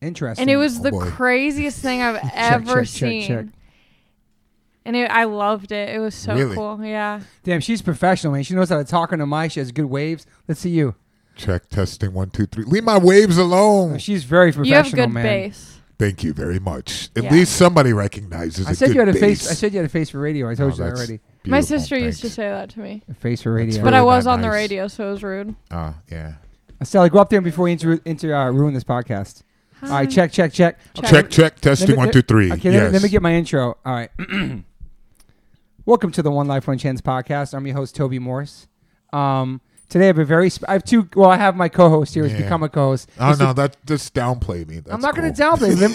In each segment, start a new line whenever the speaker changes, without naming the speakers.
Interesting.
and it was the
boy.
craziest thing I've
Oh, check,
ever
check,
seen.
check.
And it, I loved it. It was so
Really?
cool. Yeah.
Damn, she's professional, man. She knows how to talk on a mic. She has good waves. Let's see you.
Check testing one two three. Leave my waves alone.
She's very professional,
You have good
man.
bass.
Thank you very much. At
Yeah.
least somebody recognizes.
I
a
said
good
you had a
bass.
face. I said you had a face for radio. I told
Oh,
you that
that's
already.
My
beautiful.
sister used to
Thanks.
say that to me.
A face for radio.
But I
Really
was
not
on the
nice.
radio, so it was rude.
Ah, yeah.
Sally, go up there before you inter- inter- uh, ruin this podcast. All right, check, check, check.
Check, check, testing,
Let me-
one, two, three.
Okay, let,
yes.
me, let me get my intro. All right. Welcome to the One Life One Chance podcast. I'm your host Toby Morse. Um, today I have a very sp- I have two. Well, I have my co-host here. who's
Yeah.
become a co-host.
Oh
Mr.
no, that just downplay me. That's
I'm not going to
cool.
downplay them,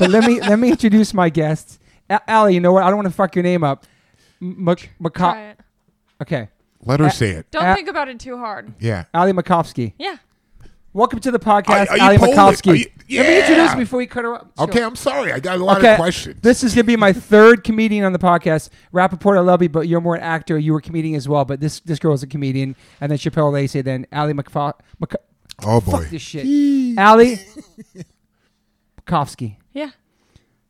but let me let me introduce my guests. A- Allie, you know what? I don't want to fuck your name up. M- Mc-
Try
Mc-
it.
okay,
Let her say it.
Don't
Uh,
think about it too hard.
Yeah.
Ali Makovsky.
Yeah.
Welcome to the podcast,
Are- are you
Ali
Polish? Are
Makovsky.
you-
Let me introduce
Yeah.
before you cut her up.
Okay, I'm sorry. I got a lot
Okay,
of questions.
This is going to be my third comedian on the podcast. Rappaport, I love you, but you're more an actor. You were a comedian as well, but this this girl is a comedian. And then Chappelle Lacey, then Ali McFa- Mc-
oh boy.
Fuck this shit. Ali Makovsky.
Yeah.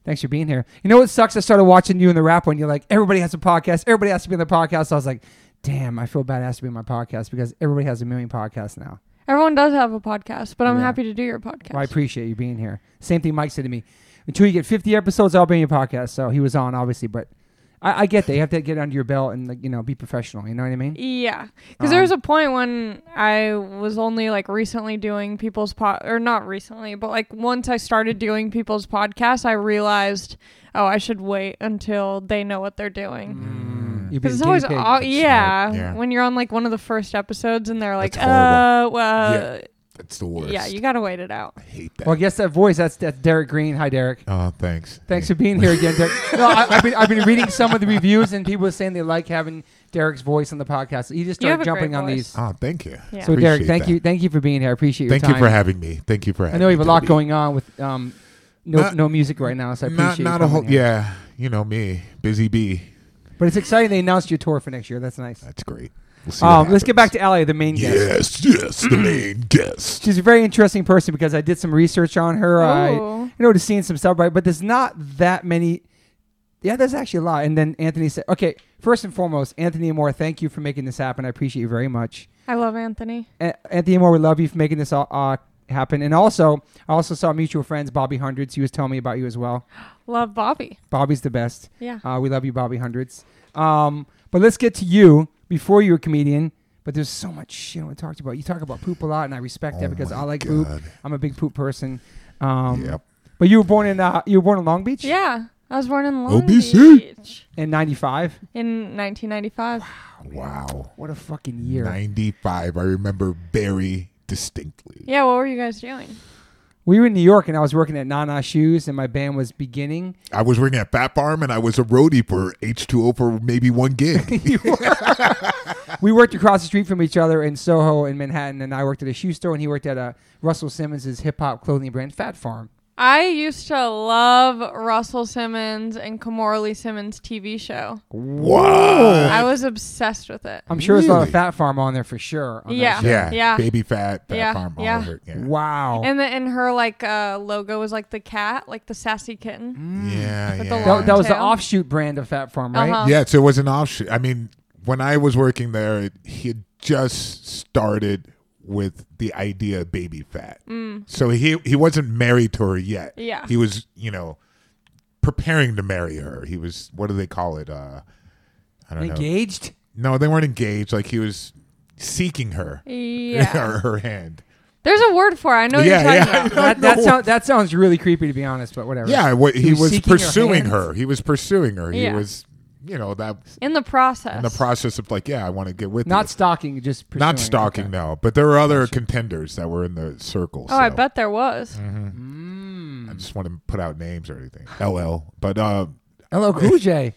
Thanks for being here. You know what sucks? I started watching you in the rap one. You're like, everybody has a podcast. Everybody has to be on the podcast. I was like, damn, I feel bad it has to be on my podcast because everybody has a million podcasts now.
Everyone does have a podcast, but I'm
Yeah.
happy to do your podcast.
Well, I appreciate you being here. Same thing Mike said to me. Until you get 50 episodes, I'll be on your podcast. So he was on, obviously, but I, I get that. You have to get under your belt and, like, you know, be professional. You know what I mean?
Yeah, because there
Um,
was a point when I was only like recently doing people's pod, or not recently, but like once I started doing people's podcasts, I realized, oh, I should wait until they know what they're doing.
Mm.
You'd be
Because
the
it's Mm. always,
guinea pig.
aw- yeah,
yeah.
when you're on like one of the first episodes and they're like,
That's horrible.
uh, well,
That's the
yeah,
worst.
you gotta wait it out.
I hate that.
well, I guess that voice, that's, that's Derek Green. Hi, Derek.
oh, thanks.
Thanks for being here again, Derek. No, I, I've, been, I've been reading some of the reviews, and people are saying they like having Derek's voice on the podcast. You just
You have
start
a great
jumping on
voice.
these.
Oh, thank you.
Yeah.
So, Derek,
Appreciate
thank
that.
you, thank you for being here. I appreciate your
Thank
time.
you for having me. Thank you for
I
having me.
know we have a lot
Toby.
going on with um, no
Not-
no music right now, so I appreciate
Not
you
not a
coming
whole.
here.
Yeah, you know me, busy bee.
But it's exciting they announced your tour for next year. That's nice.
That's great. We'll see what
Um, let's get
happens.
back to Mm-hmm. Allie, the main guest.
Yes, yes, the main guest.
She's a very interesting person because I did some research on her. I,
Ooh.
you know, just seeing some stuff, right? But there's not that many. Yeah, there's actually a lot. And then Anthony said, okay, first and foremost, Anthony Moore, thank you for making this happen. I appreciate you very much.
I love Anthony.
A- Anthony Moore, we love you for making this all, uh, happen. And also, I also saw mutual friends, Bobby Hundreds. He was telling me about you as well.
Love Bobby.
Bobby's the best.
Yeah.
Uh, we love you, Bobby Hundreds. Um, but let's get to you before you were a comedian. But there's so much shit I want to talk to you about. You talk about poop a lot, and I respect that
Oh
because
my
I like poop.
God.
I'm a big poop person. Um,
Yep.
But you were born in uh, you were born in Long Beach.
yeah, I was born in Long
OBC.
Beach
In '95.
in 1995.
Wow.
What a fucking year.
95. I remember very distinctly.
Yeah, what were you guys doing?
We were in New York, and I was working at Nana Shoes, and my band was beginning.
I was working at Fat Farm and I was a roadie for H2O for maybe one gig.
we worked across the street from each other in Soho in Manhattan, and I worked at a shoe store, and he worked at a Russell Simmons' hip hop clothing brand, Fat Farm.
I used to love Russell Simmons and Kamora Lee Simmons TV show.
wow.
I was obsessed with it.
I'm sure there's a lot of
Really?
Fat Farm on there for sure. on that
Yeah.
show.
Yeah.
Yeah.
Baby fat, Fat
Yeah,
Farm, all
yeah.
over it, Yeah.
Wow.
And the, and her like uh, logo was like the cat, like the sassy kitten.
Yeah.
With the
yeah.
Mm. that, that was the
Tail.
offshoot brand of Fat
Mm,
Farm, right?
Uh-huh.
Yeah, so it was an offshoot. I mean, when I was working there, it, he had just started with the idea of baby fat. So he he wasn't married to her yet.
Mm. Yeah.
he was you know preparing to marry her. He was what do they call it? Uh, I don't know.
Engaged.
No, they weren't engaged. Like he was seeking her,
Yeah.
or her hand.
There's a word for it. I know what
yeah,
you're talking
yeah. I
about.
That,
don't
that,
know.
sound, that sounds really creepy, to be honest. But whatever.
yeah, what, he,
was
was,
seeking her
pursuing
hands.
her, He was pursuing her. He
Yeah.
was, you know, that
In the process.
in the process of like, yeah, I want to get with you.
Not stalking, just pursuing.
Not stalking,
Okay.
no. But there were other contenders that were in the circle.
oh, I
so Mm.
bet there was.
Mm.
I just want to put out names or anything. LL. But uh,
Hello, Cool J.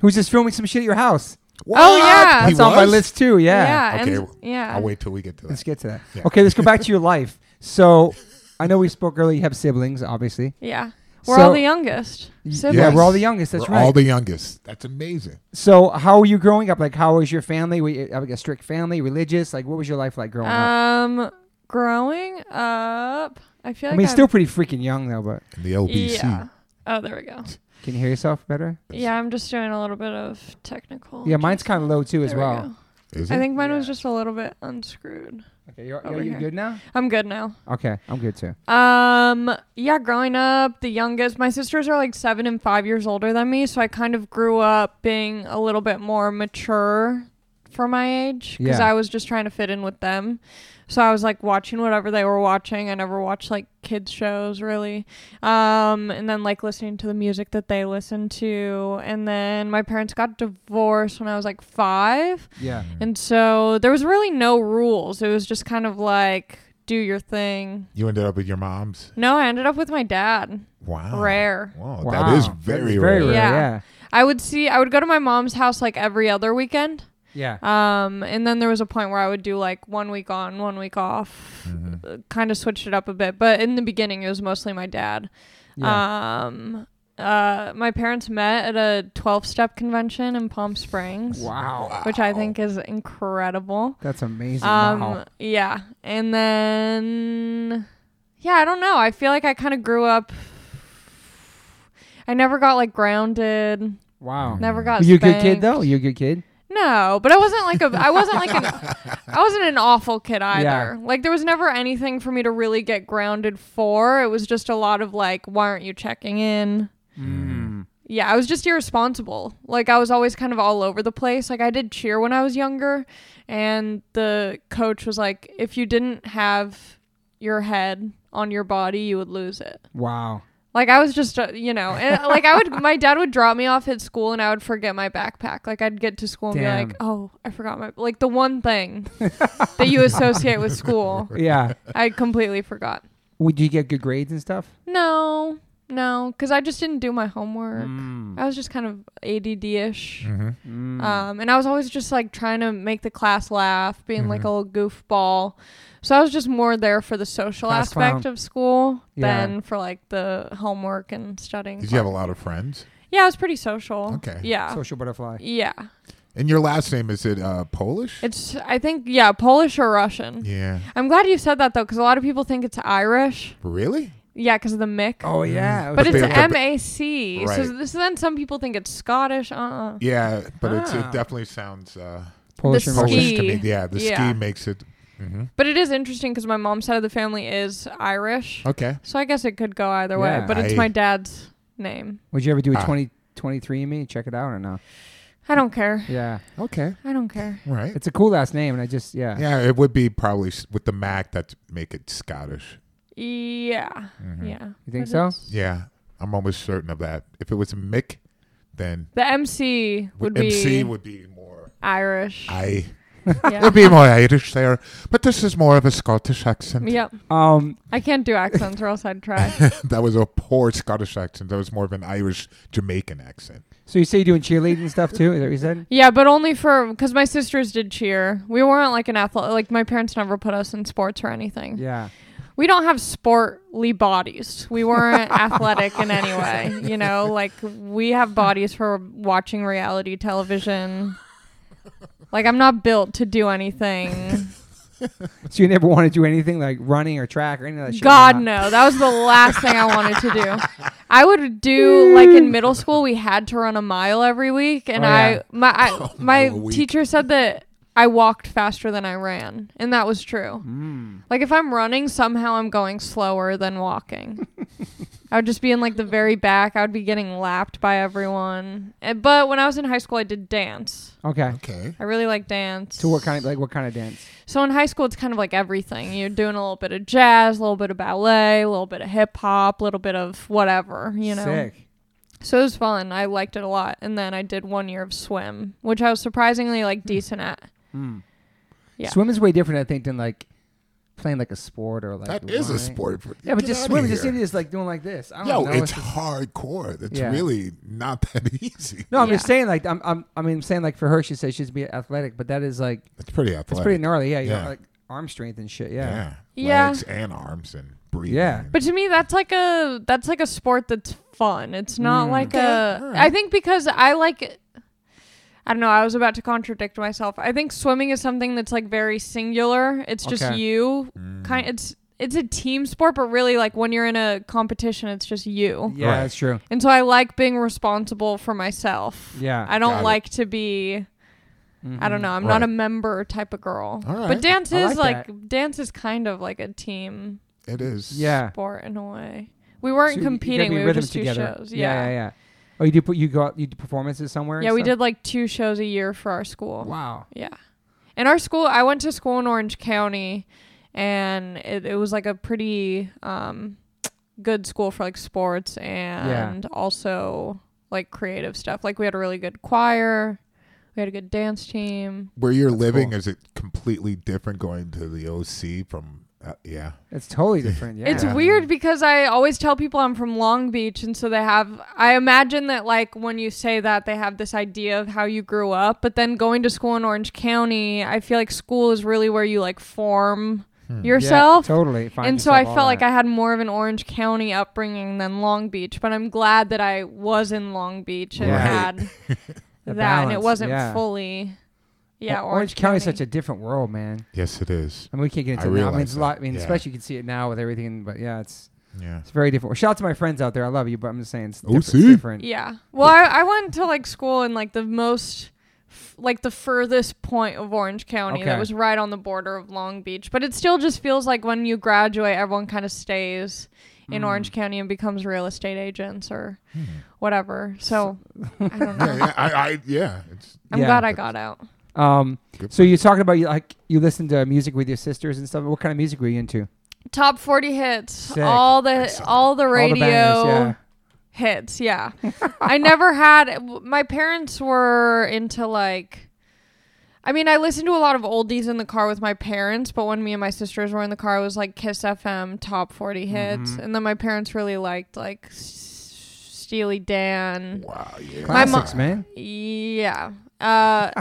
Who's just filming some shit at your house?
Oh, yeah.
He
That's on my
was?
list too. Yeah.
Yeah.
Okay,
and-
well,
yeah.
I'll wait till we get to
Let's
that.
get to that.
Yeah.
Okay, let's go back to your life. So, I know we spoke earlier. You have siblings, obviously.
Yeah. We're all
So-
the youngest. Siblings.
Yeah, we're all the youngest. That's
We're
right.
All the youngest. That's amazing.
so, how were you growing up? Like, how was your family? Were you like a strict family, religious? Like, what was your life like growing up?
Um, growing Um, up, I feel
I
like
mean, he's
I'm-
still pretty freaking young though. But
in the LBC.
Yeah. Oh, there we go.
can you hear yourself better?
Yeah, I'm just doing a little bit of technical.
Yeah, mine's kind of low too as
Oh, There we
well.
go.
Is
I
it?
think mine was
Yeah.
just a little bit unscrewed.
Okay, you're,
Over
are you
here.
good now?
I'm good now.
Okay, I'm good too.
Um, yeah, growing up, the youngest, my sisters are like seven and five years older than me, so I kind of grew up being a little bit more mature for my age because
Yeah.
I was just trying to fit in with them. So I was like watching whatever they were watching. I never watched like kids shows really. Um, and then like listening to the music that they listened to. And then my parents got divorced when I was like five.
Yeah.
And so there was really no rules. It was just kind of like do your thing.
You ended up with your mom's.
No, I ended up with my dad.
Oh.
Wow.
Rare.
Wow, Oh, that is
Wow.
very,
That's
rare.
Very rare.
Yeah.
Yeah.
I would see I would go to my mom's house like every other weekend.
Yeah.
Um and then there was a point where I would do like one week on, one week off.
Mm-hmm.
Uh, Kind of switched it up a bit, but in the beginning it was mostly my dad.
Yeah.
Um uh my parents met at a 12-step convention in Palm Springs,
wow.
which I think is incredible.
That's amazing.
Um,
wow.
yeah. And then, yeah, I don't know. I feel like I kind of grew up. I never got like grounded.
Wow.
Never
Were
got.
you a good kid
spanked.
though? You a good kid?
No, but I wasn't like a. I wasn't like an. I wasn't an awful kid either. Like there was never anything for me to really get grounded for. It was just a lot of like, why aren't you checking in?
Mm.
Yeah, I was just irresponsible. Like I was always kind of all over the place. Like I did cheer when I was younger, and the coach was like, "If you didn't have your head on your body, you would lose it."
Wow.
Like I was just, uh, you know, and like I would, my dad would drop me off at school, and I would forget my backpack. Like I'd get to school and
Damn.
be like, "Oh, I forgot my like the one thing that you associate with school."
Yeah.
I completely forgot.
Would you get good grades and stuff?
No, no, because I just didn't do my homework. I was just kind of ADD ish.
Mhm.
Mm.
Um, and I was always just like trying to make the class laugh, being
Mm-hmm.
like a little goofball. So I was just more there for the social
Class
aspect
clown.
of school
Yeah.
than for like the homework and studying.
Did you have a lot of friends?
yeah, I was pretty social.
Okay.
Yeah.
Social butterfly.
Yeah.
And your last name is it uh, Polish?
It's I think yeah, Polish or Russian.
yeah.
I'm glad you said that though, because a lot of people think it's Irish.
Really?
Yeah, because of the Mick.
Oh yeah.
But
But
it's
they- but-
M A C.
Right.
So, so then some people think it's Scottish. Uh uh
Yeah, but it's, it
Ah.
definitely sounds uh,
Polish and
the
Russian.
Polish to
Ski.
me. Yeah, the
Yeah.
ski makes it. hmm
But it is interesting because my mom's side of the family is Irish.
Okay.
So I guess it could go either
Yeah.
way, but it's
I-
my dad's name.
Would you ever do a
Ah.
20, 23 and me? Check it out or no?
I don't care.
Yeah.
Okay.
I don't care.
All right.
It's a cool last name and I just yeah.
Yeah, it would be probably s- with the Mac that make it Scottish. Mm-hmm.
Yeah. Yeah.
You think
But
so?
it's-
Yeah, I'm almost certain of that. If it was Mick, then
The MC would be
MC would be more.
Irish.
I it
yeah.
would be more Irish there, but this is more of a Scottish accent.
yep.
Um
I can't do accents or else I'd try.
that was a poor Scottish accent. That was more of an Irish Jamaican accent.
so you say you're doing cheerleading and stuff too? Is that what you said?
yeah, but only for because my sisters did cheer. We weren't like an athlete. Like my parents never put us in sports or anything.
Yeah.
We don't have sportly bodies. We weren't athletic in any way. You know, like we have bodies for watching reality television. Like I'm not built to do anything.
So you never want to do anything like running or track or any of that shit?
God
Nah.
no, that was the last thing I wanted to do. I would do like in middle school we had to run a mile every week, and
Oh,
I
yeah.
my I, my
mile a week.
teacher said that I walked faster than I ran, and that was true.
Mm.
Like if I'm running, somehow I'm going slower than walking. I would just be in like the very back. I would be getting lapped by everyone. And, but when I was in high school, I did dance.
Okay.
Okay.
I really like dance.
So what kind of like what kind of dance?
So in high school, it's kind of like everything. You're doing a little bit of jazz, a little bit of ballet, a little bit of hip hop, a little bit of whatever, you know.
Sick.
So it was fun. I liked it a lot. And then I did one year of swim, which I was surprisingly like decent at.
Mm.
Yeah.
Swimming's way different, I think, than like playing like a sport or like
That is a
running.
sport.
Yeah, but
Get
just
outta
swimming, just
here.
even just like doing like this. I don't
Yo,
know.
it's
just-
hardcore. It's
Yeah.
really not that easy.
no, I'm
Yeah.
just saying like I'm I'm I mean I'm saying like for her she says she's be athletic, but that is like
It's pretty
it's
athletic.
pretty gnarly. Yeah, you
Yeah.
know, like arm strength and shit. Yeah.
Yeah.
Legs and arms and breathing.
Yeah.
But to me, that's like a that's like a sport that's fun. It's not
Mm.
like
Okay,
a.
alright.
I think because I like. I don't know. I was about to contradict myself. I think swimming is something that's like very singular. It's just
Okay.
you. Kind. It's it's a team sport, but really like when you're in a competition, it's just you.
Yeah,
Right.
that's true.
And so I like being responsible for myself.
Yeah,
I don't
Got it.
like to be. I don't know. I'm not
Right.
a member type of girl.
All right.
But dance
I
is
like
like, dance is kind of like a team
It is.
Yeah.
sport in a way. We
So
weren't
you- you gotta
competing.
be
We would
rhythm
just do
together.
shows.
yeah,
Yeah.
yeah, yeah. Oh, you do put you go out, you do performances somewhere. and
Yeah, we
stuff?
did like two shows a year for our school.
Wow.
Yeah. And our school, I went to school in Orange County, and it, it was like a pretty um, good school for like sports and also like creative stuff. Like we had a really good choir, we had a good dance team.
Where you're living
cool.
is it completely different going to the OC from? Uh, yeah.
It's totally different. Yeah.
It's weird because I always tell people I'm from Long Beach, and so they have. I imagine that like when you say that, they have this idea of how you grew up. But then going to school in Orange County, I feel like school is really where you like form
Hmm.
yourself.
Yeah, totally. Find
and so I
yourself all
felt like
that.
I had more of an Orange County upbringing than Long Beach, but I'm glad that I was in Long Beach and
Right.
had that, and it
balance,
wasn't
yeah.
fully. Yeah,
Well, Orange County's such a different world, man.
Yes, it is.
I mean, we can't get
I
into that. I mean,
realize
it's a lot. I
that,
mean,
yeah.
especially you can see it now with everything. But yeah, it's
Yeah.
it's very different. Shout out to my friends out there. I love you, but I'm just saying it's
Oh,
different.
see?
different.
Yeah. Well, I, I went to like school in like the most, f- like the furthest point of Orange County that
Okay.
was right on the border of Long Beach. But it still just feels like when you graduate, everyone kind of stays
Hmm.
in Orange County and becomes real estate agents or whatever. So I don't know.
yeah, yeah, I, I, yeah. It's
I'm
Yeah.
glad I got out.
Um,
good
so
for-
you're talking about you like you listen to music with your sisters and stuff. What kind of music were you into?
Top 40 hits,
Sick.
all the
Excellent.
all the radio.
All the bangers, yeah.
hits yeah i never had my parents were into like i mean i listened to a lot of oldies in the car with my parents but when me and my sisters were in the car it was like kiss fm top 40 hits and then my parents really liked like S- steely dan
Wow. Yeah.
My mo-
Classics, man.
yeah uh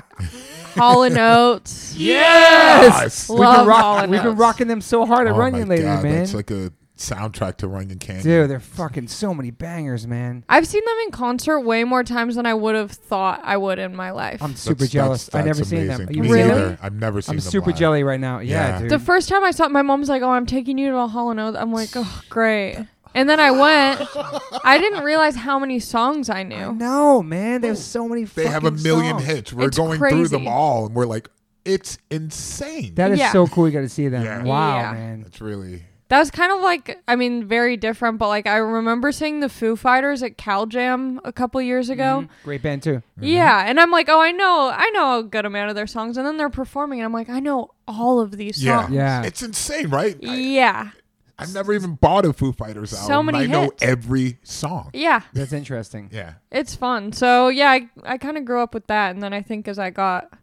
hall and oats
Yes.
We've been,
love
rock-
hall and
we've been
Oates.
rocking them so hard at
Oh
Runyon
my
lately,
God,
man.
That's like a soundtrack to Runyon Canyon.
Dude, they're fucking so many bangers, man.
i've seen them in concert way more times than i would have thought i would in my life
I'm super
That's-
jealous.
that's-
I never
that's
seen them.
amazing.
You
Me
seen them?
Really?
either. I've never seen
I'm
them.
super
live.
jelly right now. Yeah,
Yeah.
dude.
The first time I saw it, my mom's like, "Oh, I'm taking you to a Hall and Oates." I'm like, "Oh, great." And then I went. I didn't realize how many songs I knew.
no, man. There's so many.
They have a
fucking
million
songs.
hits. We're
It's
going through
crazy.
them all, and we're like, it's insane.
That is
Yeah.
so cool. You got to see them.
Yeah.
Wow,
Yeah.
man.
That's really.
That was kind of like, I mean, very different, but like I remember seeing the Foo Fighters at Cal Jam a couple years ago.
Great band too.
Yeah, and I'm like, "Oh, I know, I know a good amount of their songs." And then they're performing, and I'm like, "I know all of these
Yeah.
songs."
Yeah.
It's insane, right?
Yeah,
I,
yeah,
I've never even bought a Foo Fighters album.
So many
I know
hits.
every song.
That's interesting.
Yeah.
It's fun. So yeah, I, I kind of grew up with that, and then I think as I got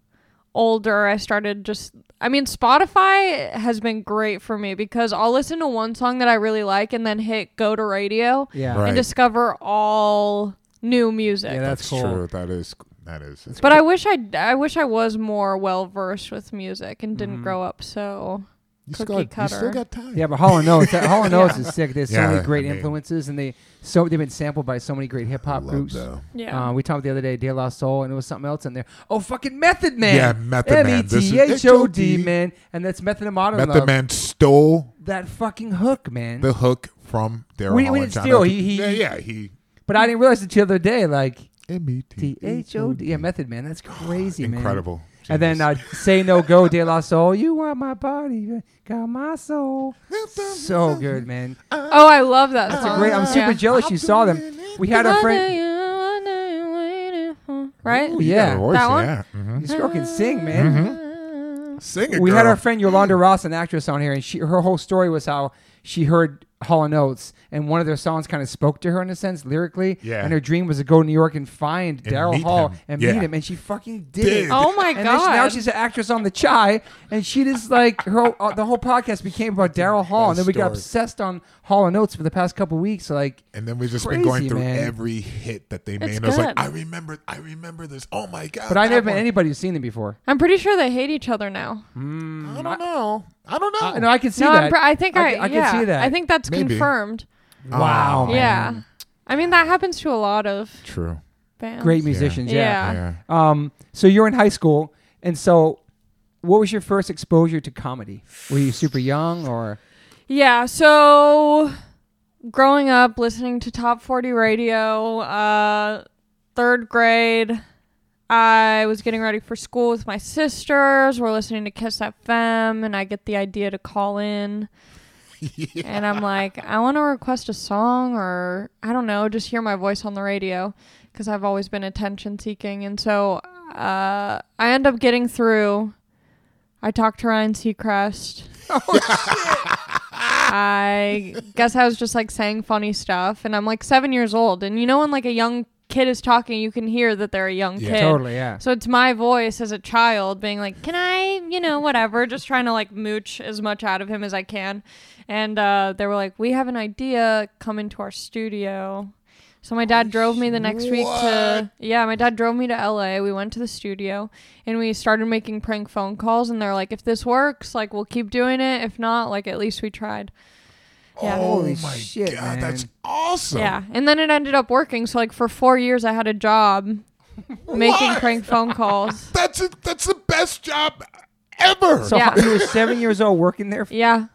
older, I started just. I mean, Spotify has been great for me because I'll listen to one song that I really like, and then hit go to radio
Yeah,
Right.
and discover all new music.
yeah. That's, cool.
true. That is. That is.
but I wish I I wish I was more well versed with music and
Mm-hmm.
didn't grow up so.
you, still
cookie
got, you still
cutter.
got time.
Yeah, but Hall and Oates, that- Hall and Oates is sick. There's so
Yeah,
many great
I mean-
influences, and they so they've been sampled by so many great hip hop
Love
groups.
them.
Yeah.
Uh, we talked the other day, De La Soul, and it was something else in there. Oh, fucking Method Man. E
Yeah, Method Man. This is-
M-E-T-H-O-D, man. And that's Method and Modern
Method
Love.
Man stole
That fucking hook, man.
the hook from Daryl
We- we
Hall and
didn't
John
steal.
Oates.
He- he-
yeah, yeah. He.
but I didn't realize it the other day. Like,
M E T
D-H-O-D. Yeah, Method Man. That's crazy, man.
Incredible.
And then
Genius.
uh, Say No Go, De La Soul. You want my body, got my soul. So good, man.
oh, I love that
That's a
song.
great. I'm super
Yeah.
jealous you saw them. We had a friend.
Right?
Ooh, yeah.
Her voice,
That one?
yeah. Mhm.
You sure can sing, man.
Mm-hmm.
Sing it,
We had
girl.
our friend Yolanda Ross, an actress, on here, and she her whole story was how she heard Hall and Oates, and one of their songs kind of spoke to her in a sense lyrically.
Yeah.
And her dream was to go to New York and find
And
Daryl
meet
Hall
him.
and
Yeah.
meet him, and she fucking did.
Did.
it.
Oh my
and then she-
god!
now she's an actress on the Chai, and she just like her. whole- Uh, the whole podcast became about Daryl Hall, and then we got
story.
obsessed on Hall and Oates for the past couple weeks. Like,
And then we've just
Crazy,
been going through
man.
every hit that they made.
It's
and I was like,
good.
I remember, I remember this. Oh my god!
but I
that
never met
one.
anybody who's seen them before.
I'm pretty sure they hate each other now.
I don't know. I don't know.
Uh, no, I can see
Mm. no,
that.
I'm pr- I think I,
I, I
yeah,
can see that.
I think that's
Maybe.
confirmed.
Wow.
Oh,
Yeah, I mean that happens to a lot of
True.
bands.
great musicians.
Yeah.
yeah.
yeah.
Um, so you're in high school, and so what was your first exposure to comedy? Were you super young, or
Yeah, so growing up listening to top 40 radio, uh third grade I was getting ready for school with my sisters. We're listening to Kiss FM and I get the idea to call in. And I'm like, I want to request a song or I don't know, just hear my voice on the radio because I've always been attention seeking. And so uh, I end up getting through. I talked to Ryan Seacrest. Oh, I guess I was just like saying funny stuff, and I'm like seven years old, and you know when like a young kid is talking, you can hear that they're a young
Yeah.
kid.
Totally, yeah.
So it's my voice as a child being like, "Can I, you know, whatever?" Just trying to like mooch as much out of him as I can. And uh, they were like, "We have an idea. Come into our studio." So my dad drove me the next week to yeah, my dad drove me to LA. We went to the studio and we started making prank phone calls and they're like if this works, like we'll keep doing it. If not, like at least we tried. Yeah.
Oh
Holy
my
shit,
god, that's
man.
awesome.
Yeah. And then it ended up working. So like for 4 years I had a job making
What?
prank phone calls.
That's a, that's the best job ever.
So
Yeah.
you were seven years old working there.
Yeah.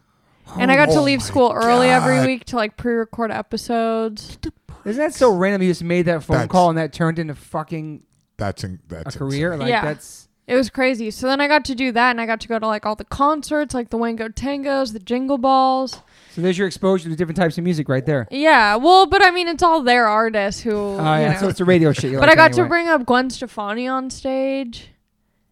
And I got to
Oh
leave
my
school early every
God.
week to like pre-record episodes.
Isn't that so random? You just made that phone
That's-
call and that turned into fucking
that's in, that's
a career. Like
Yeah.
that's
It was crazy. So then I got to do that, and I got to go to like all the concerts, like the Wango Tangos, the Jingle Balls.
so. There's your exposure to different types of music right there.
Yeah, well, but I mean, it's all their artists who.
Oh
you
yeah,
know.
so it's the radio shit. You
but
like
I got to
anyway.
bring up Gwen Stefani on stage.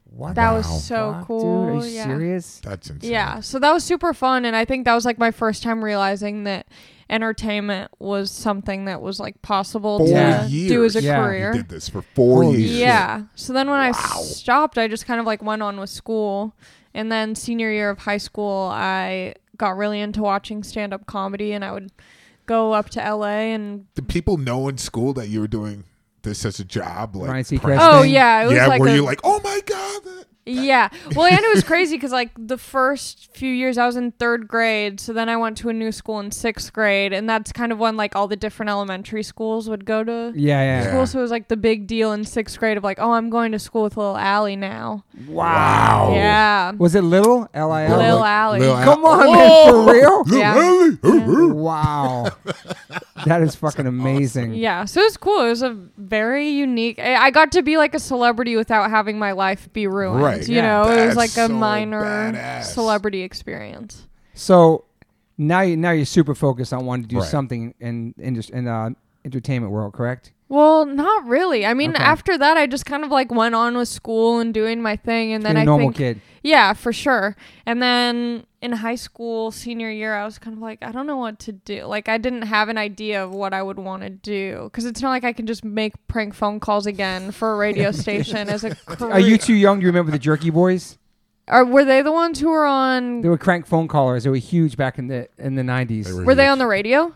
What?
That
Wow.
was so
Fuck,
cool.
Dude, are you
yeah.
serious?
That's insane.
Yeah, so that was super fun, and I think that was like my first time realizing that entertainment was something that was like possible
Four
to do
years.
as a
Yeah. You
career.
You did this for four
Holy
years.
shit.
Yeah. So then when I stopped, I just kind of like went on with school. And then senior year of high school, I got really into watching stand up comedy and I would go up to LA and
Did people know in school that you were doing this as a job? Like
Ryan Seacrest.
prank-
That's
Oh
thing.
yeah, it was
yeah.
like
were
a,
you like, oh my god? that-
Yeah. Well, and it was crazy cuz like the first few years I was in 3rd grade, so then I went to a new school in 6th grade and that's kind of when like all the different elementary schools would go to
Yeah, yeah.
Yeah.
school, so it was like the big deal in 6th grade of like, "Oh, I'm going to school with little Allie now."
Wow.
Yeah.
Was it little L I
Lil
L?
Little- Ally.
Ally.
Come on, man, for real?
Lil
Yeah.
Ally. Ooh, ooh.
Wow, that is fucking amazing.
Yeah, so it was cool. It was a very unique. I I got to be like a celebrity without having my life be ruined.
Right.
You
Yeah.
know, it was
That's
like a
so
minor
badass.
celebrity experience.
So now you now you're super focused on wanting to do
Right.
something in in just in uh, entertainment world, correct?
Well, not really. I mean,
Okay.
after that, I just kind of like went on with school and doing my thing, and then
Being
I
a normal
think,
kid.
yeah, for sure. And then in high school, senior year, I was kind of like, I don't know what to do. Like, I didn't have an idea of what I would want to do because it's not like I can just make prank phone calls again for a radio station as a career.
Are you too young? Do you remember the Jerky Boys?
Or were they the ones who were on?
They were crank phone callers. They were huge back in the in the nineties.
They were
Were they
huge.
on the radio?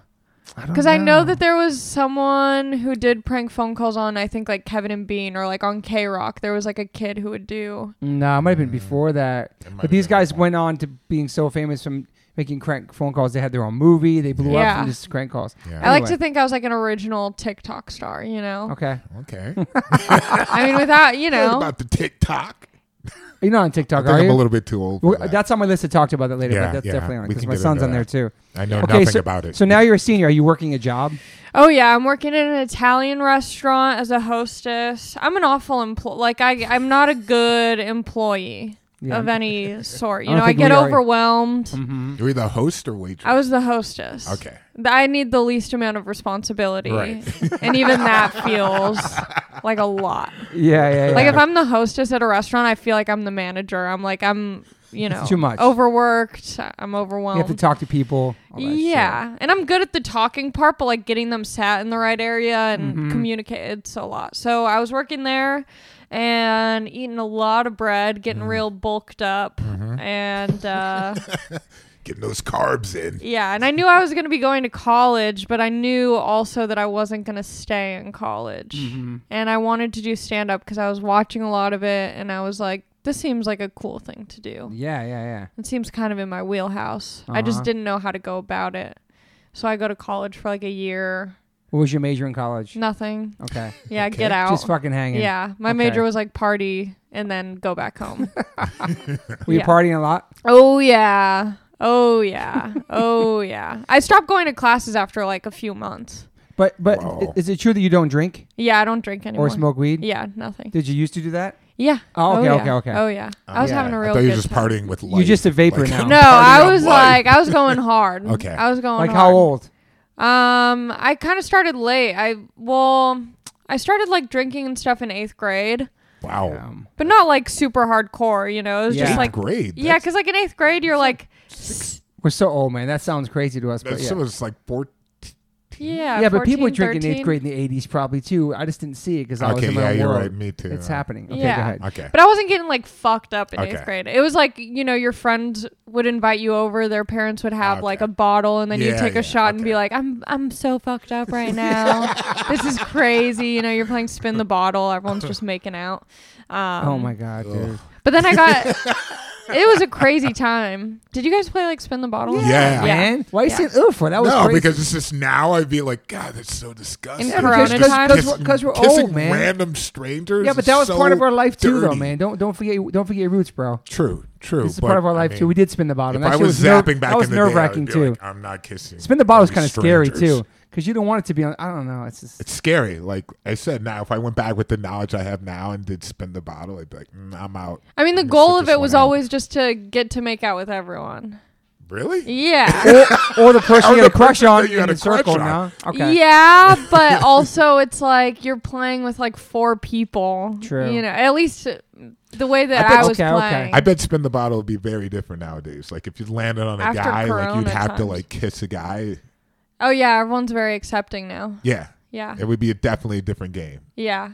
Oh,
Because I know that there was someone who did prank phone calls on, I think, like Kevin and Bean or like on K Rock. There was like a kid who would do.
No, it might have been before that.
It might
But
have
these
been
guys
before.
went on to being so famous from making crank phone calls. They had their own movie. They blew up
Yeah.
from just crank calls.
Yeah.
I like to
Anyway.
think I was like an original TikTok star, you know?
Okay,
Okay.
I mean, without, you
Heard
know.
about the TikTok.
you're not on
I
TikTok,
think
are
I'm
you?
a little bit too old. For
Well,
that.
That's on my list to talk to about that later. but
Yeah,
that's
yeah,
definitely on
we
because
can
my
get
son's
into
on there
that.
too.
I know
Okay,
nothing
so,
about it.
so now you're a senior. Are you working a job?
Oh, yeah. I'm working in an Italian restaurant as a hostess. I'm an awful employee. Like, I, I'm not a good employee
Yeah.
of any sort.
I
You
don't
know, I
think
get
we are- e-
overwhelmed.
you're the host or waitress.
I was the hostess.
Okay.
Th- I need the least amount of responsibility.
Right.
and even that feels like a lot.
Yeah, yeah. yeah.
Like if I'm the hostess at a restaurant, I feel like I'm the manager. I'm like I'm, you know,
too much.
overworked. I'm
you have to
overwhelmed.
talk to people. all that shit.
yeah, and I'm good at the talking part, but like getting them sat in the right area and
Mhm.
communicate, it's a lot. So I was working there and eating a lot of bread, getting
Mm-hmm.
real bulked up, and uh,
Getting those carbs in.
Yeah, and I knew I was going to be going to college, but I knew also that I wasn't going to stay in college.
Mm-hmm.
And I wanted to do stand up because I was watching a lot of it and I was like, this seems like a cool thing to do.
Yeah, yeah, yeah.
It seems kind of in my wheelhouse. I
Uh-huh.
just didn't know how to go about it. So I go to college for like a year,
What was your major in college?
nothing.
Okay,
Yeah,
Okay.
get out.
just fucking hanging.
yeah, my
Okay.
major was like party and then go back home.
Were you
yeah.
partying a lot?
oh, yeah. Oh yeah. oh yeah. I stopped going to classes after like a few months.
But but
Wow.
is it true that you don't drink
Yeah, I don't drink anymore.
or smoke weed?
Yeah, nothing.
Did you used to do that?
Yeah.
Oh, okay,
yeah.
okay, okay.
Oh yeah. I was
Yeah.
having a real
I thought you were
good
just
time.
partying with life.
You're just a vapor
Like,
now.
I'm
No,
partying
I
on
was
life.
like I was going hard.
Okay.
I was going
Like
hard.
how old?
Um, I kind of started late. I well, I started like drinking and stuff in 8th grade,
wow.
Um,
but not like super hardcore, you know. It was
Yeah.
just like
Great.
Yeah, cuz like in 8th grade you're like
we're so old, man. That sounds crazy to us, but
That's,
yeah.
so it's like four.
yeah,
yeah, but people
14,
drinking in
13.
eighth grade in the 80s probably too. I just didn't see it because I was
Okay,
in my
yeah,
own
you're
world.
right. Me too.
It's
Uh,
happening. Okay,
Yeah.
go ahead.
Okay.
But I wasn't getting like fucked up in
Okay.
eighth grade. It was like, you know, your friends would invite you over, their parents would have like
Okay.
a bottle and then you
Yeah,
take
yeah,
a shot and be
okay.
like, I'm I'm so fucked up right now. this is crazy. You know, you're playing spin the bottle, everyone's just making out. Um,
Oh my god, dude.
But then I got it was a crazy time. Did you guys play like spin the bottle?
Yeah.
Yeah.
Man, why you
Yeah.
saying oof? for? That was
no,
crazy.
because it's just now I'd be like, God, that's so disgusting.
In Corona
Just
times?
Because-
kissing-
because we're
kissing
old, man.
Random strangers.
yeah, but
is
that was
so
part of our life too, though,
dirty.
man. Don't don't forget don't forget your roots, bro.
True, true.
This is part of our life too. We did spin the bottle. and
If
that
I
shit
was
nerve-
zapping back
that was
in the day, I would
nerve wracking
be
too.
like, I'm not kissing.
spin the bottle is
any
kind of scary
strangers."
too, because you don't want it to be on. I don't know. It's just
It's scary. Like I said, now if I went back with the knowledge I have now and did spin the bottle, I'd be like, mm, I'm out.
I mean, the
I'm gonna
goal
sit
of
this
it
one
was
out.
always just to get to make out with everyone.
Really?
Yeah.
or, or the person
Or
you had a
the
crush
person
on
that you
in
had
the
a crush
circle. No,
on.
okay.
Yeah, but also it's like you're playing with like four people.
True.
You know, at least uh, the way that
I bet-
I, was
Okay, okay.
playing.
I bet spin the bottle would be very different nowadays. Like if you landed on a
After
guy, like
Corona
you'd have to
times.
like kiss a guy.
oh yeah, everyone's very accepting now.
Yeah,
Yeah.
it would be a, definitely a different game.
Yeah.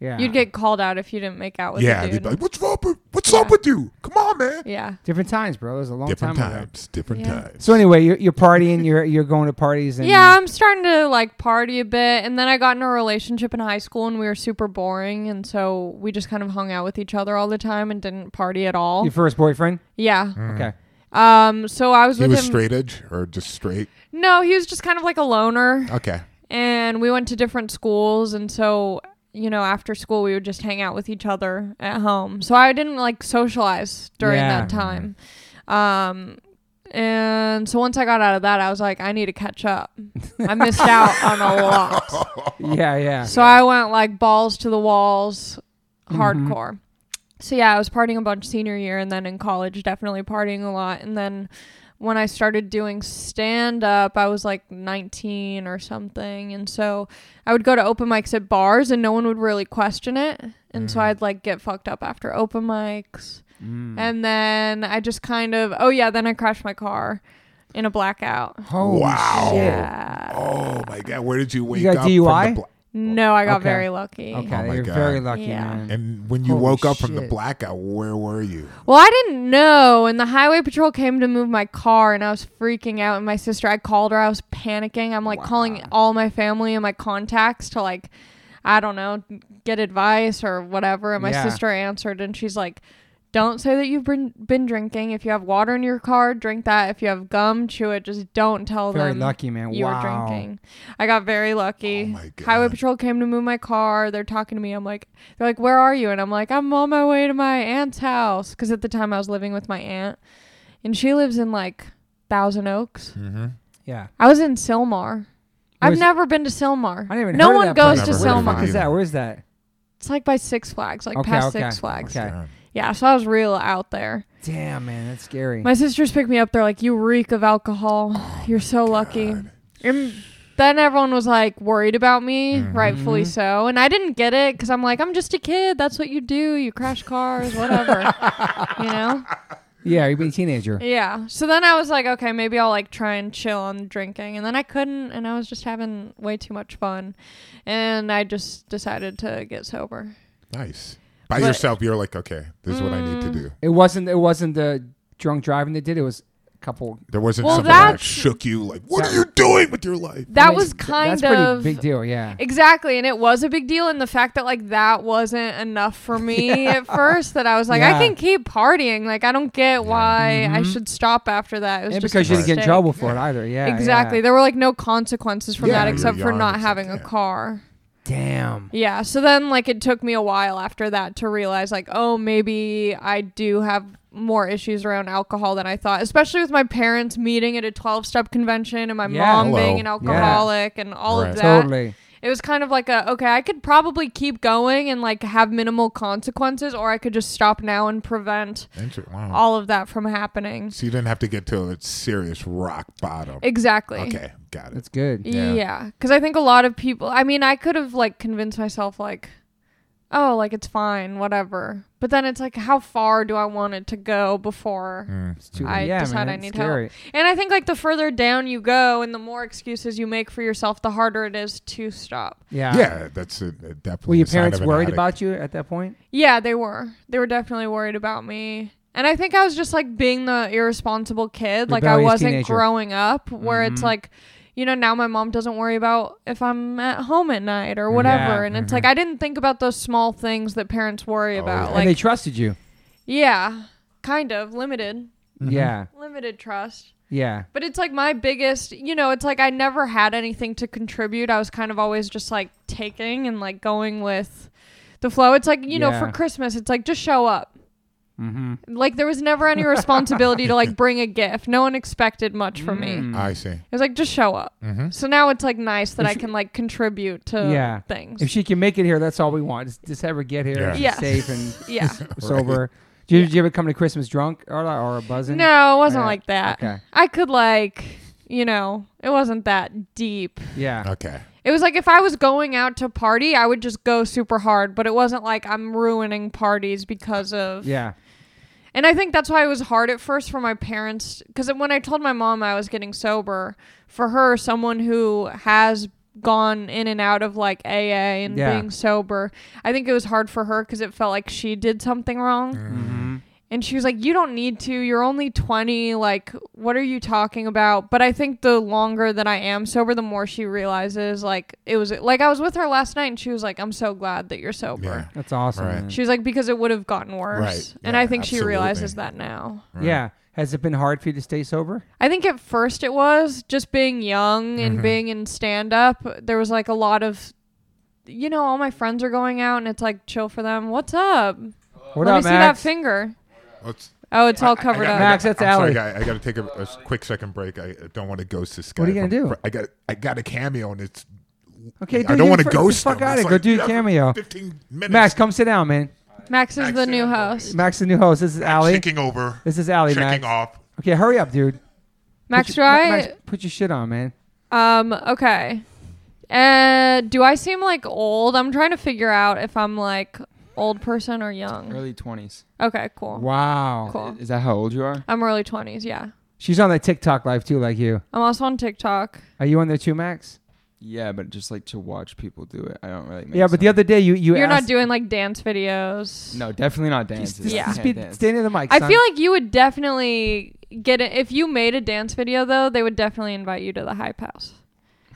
Yeah,
You'd get called out if you didn't make out with
yeah,
a
they'd
dude.
be like, "What's up? With, what's
Yeah.
up with you? Come on, man."
yeah.
different times, bro. It was a long
different
time ago.
times, different
Yeah.
times.
So anyway, you're, you're partying. You're you're going to parties. And
Yeah, I'm starting to like party a bit and then I got in a relationship in high school and we were super boring and so we just kind of hung out with each other all the time and didn't party at all.
Your first boyfriend.
yeah.
Mm.
Okay.
Um so I was
he
with
was
him
straight edge or just straight.
No, he was just kind of like a loner.
Okay,
and we went to different schools and so you know after school we would just hang out with each other at home so i didn't like socialize during
Yeah.
that time um and so once i got out of that i was like i need to catch up i missed out on a lot
Yeah, yeah.
so i went like balls to the walls
Mm-hmm.
hardcore so yeah i was partying a bunch senior year and then in college definitely partying a lot and then when I started doing stand up, I was like 19 or something. And so I would go to open mics at bars and no one would really question it. And
Mm.
so I'd like get fucked up after open mics. And then I just kind of, oh yeah, then I crashed my car in a blackout.
Holy
Wow.
shit.
Yeah.
Oh my god, where did you wake
got
up? from
DUI?
the bla-
No, I got
Okay.
very lucky.
Okay,
Oh my
you're
God.
very lucky,
Yeah.
man.
and when you
Holy
woke up from the
shit.
blackout, where were you?
Well, I didn't know, and the highway patrol came to move my car, and I was freaking out. And my sister, I called her. I was panicking. I'm like calling all my family and my contacts to like, I don't know, get advice or whatever. And my
Yeah.
sister answered, and she's like, "Don't say that you've been been drinking. If you have water in your car, drink that. If you have gum, chew it. Just don't tell
Very
them
lucky, man.
you
wow.
were drinking. I got very lucky.
Oh my God.
Highway patrol came to move my car. They're talking to me. I'm like, they're like, where are you? And I'm like, I'm on my way to my aunt's house because at the time I was living with my aunt, and she lives in like Thousand Oaks.
Mm-hmm.
Yeah.
I was in Silmar.
Where's-
I've never been to Silmar.
I didn't even
no
heard of
one
that
goes
place.
to
Never heard of
Silmar.
it.
Is that? Where is that?
It's like by Six Flags, like
Okay,
past
okay,
Six Flags.
okay.
Yeah, so I was real out there.
Damn, man, that's scary.
My sisters picked me up. They're like, "You reek of alcohol. You're so lucky." And then everyone was like worried about me, rightfully so. And I didn't get it because I'm like, I'm just a kid. That's what you do. You crash cars, whatever. you know?
yeah, you've been a teenager.
Yeah. So then I was like, okay, maybe I'll like try and chill on drinking. And then I couldn't, and I was just having way too much fun. And I just decided to get sober.
Nice. By
But-
yourself, you're like, okay, this is what I
Mm.
need to do.
It wasn't. It wasn't the drunk driving that did. it, It was a couple.
There wasn't
Well,
something that
that's-
shook you. Like, what
That-
are you doing with your life?
That
I mean,
was
th-
kind
that's pretty
of
big deal. Yeah.
Exactly, and it was a big deal, and the fact that like that wasn't enough for me at first, that I was like,
Yeah. Mm-hmm.
I can keep partying. Like I don't get why I should stop after that. It was
and
just
because
a
you didn't get in
mistake.
trouble for it either. Yeah.
Exactly,
Yeah.
there were like no consequences from
Yeah,
that
you're
except for
young,
not
it's
having
like,
a
yeah.
car.
Damn.
Yeah. So then, like, it took me a while after that to realize, like, oh, maybe I do have more issues around alcohol than I thought, especially with my parents meeting at a 12 step convention and my
Yeah.
mom
Hello.
being an
Yeah.
alcoholic and all
Right.
of that.
Totally.
It was kind of like a, okay, I could probably keep going and, like, have minimal consequences, or I could just stop now and prevent
Inter- wow.
all of that from happening.
so you didn't have to get to a serious rock bottom.
Exactly.
Okay, got it.
That's good.
Yeah.
Yeah, because I think a lot of people. I mean, I could have like convinced myself like, oh, like it's fine, whatever. But then it's like, how far do I want it to go before?
Hmm. Mm,
It's too,
I
yeah,
decide
man,
I
it's
need
scary.
help. And I think like the further down you go, and the more excuses you make for yourself, the harder it is to stop.
Yeah.
Yeah, that's a, a definitely.
Were your
a sign
parents
of an
worried
addict.
about you at that point?
Yeah, they were. They were definitely worried about me. And I think I was just like being the irresponsible kid. Like I
Rebellious
wasn't
teenager. Mm-hmm.
growing up where it's like, you know, now my mom doesn't worry about if I'm at home at night or whatever.
Yeah, mm-hmm.
And it's like I didn't think about those small things that parents worry
Oh,
about.
yeah.
and they
Like
trusted you.
yeah, kind of limited,
Yeah.
limited trust.
Yeah.
But it's like my biggest, you know, it's like I never had anything to contribute. I was kind of always just like taking and like going with the flow. It's like, you know, for
Yeah.
Christmas, it's like just show up.
Mm-hmm.
Like there was never any responsibility to like bring a gift. No one expected much from me.
I see.
It was like just show up.
Mhm.
So now it's like nice that
Mm. If
I
she-
can like contribute to
Yeah.
things.
If she can make it here, that's all we want. Just, just have her get here.
Yeah.
She's
Yeah.
safe and
yeah.
sober. Did you, did you ever come to Christmas drunk or, or buzzing?
No, it wasn't
Yeah.
like that.
Okay.
I could like, you know, it wasn't that deep.
Yeah.
Okay.
It was like if I was going out to party, I would just go super hard, but it wasn't like I'm ruining parties because of
Yeah.
And I think that's why it was hard at first for my parents because when I told my mom I was getting sober, for her, someone who has gone in and out of like AA and
Yeah.
being sober, I think it was hard for her because it felt like she did something wrong.
Mm-hmm.
And she was like, You don't need to. You're only 20. Like, what are you talking about? But I think the longer that I am sober, the more she realizes, like, it was like I was with her last night and she was like, I'm so glad that you're sober.
Yeah.
That's awesome.
Right.
man.
She was like, because it would have gotten worse.
Right.
And
Yeah,
I think she
absolutely.
realizes that now.
Right.
Yeah. Has it been hard for you to stay sober?
I think at first it was just being young and
Mm-hmm.
being in stand up. There was like a lot of, you know, all my friends are going out and it's like chill for them. What's up?
What
Let me
up,
see that
Max?
finger.
Let's-
Oh, it's all
I
covered
got-
up.
Max, that's
I'm
Allie.
Sorry, guy, I got to take a, a s- quick second break. I I don't want to ghost this guy.
What are you
from-
gonna do?
I got I got a cameo and it's
Okay,
I
dude,
don't
you
want to
fu-
ghost
the fuck
him.
out
It's
of here.
like,
Go do a
yeah,
cameo.
15 minutes.
Max, come sit down, man.
Max is the
Max
new
and Nicole.
host.
Max, the new host. This is Allie.
Checking over.
This is Allie,
Checking
Max.
off.
Okay, hurry up, dude. Put
Max
your- Ma-
Dry.
Max, put your shit on, man.
Um. Okay. Uh, do I seem like old? I'm trying to figure out if I'm like old person or
Mm.
young.
Early 20s.
Okay. Cool.
Wow.
Cool.
Is that how old you are?
I'm early 20s. Yeah.
She's on that TikTok live too, like you.
I'm also on TikTok.
Are you on there too, Max?
Yeah, but just like to watch people do it. I don't really. Make
yeah, but the other day you you
You're
asked,
not doing like dance videos.
No, definitely not dances.
Yeah.
I
Just
can't
be
dance.
stay near the mic.
I
son.
feel like you would definitely get it if you made a dance video though. They would definitely invite you to the hype house.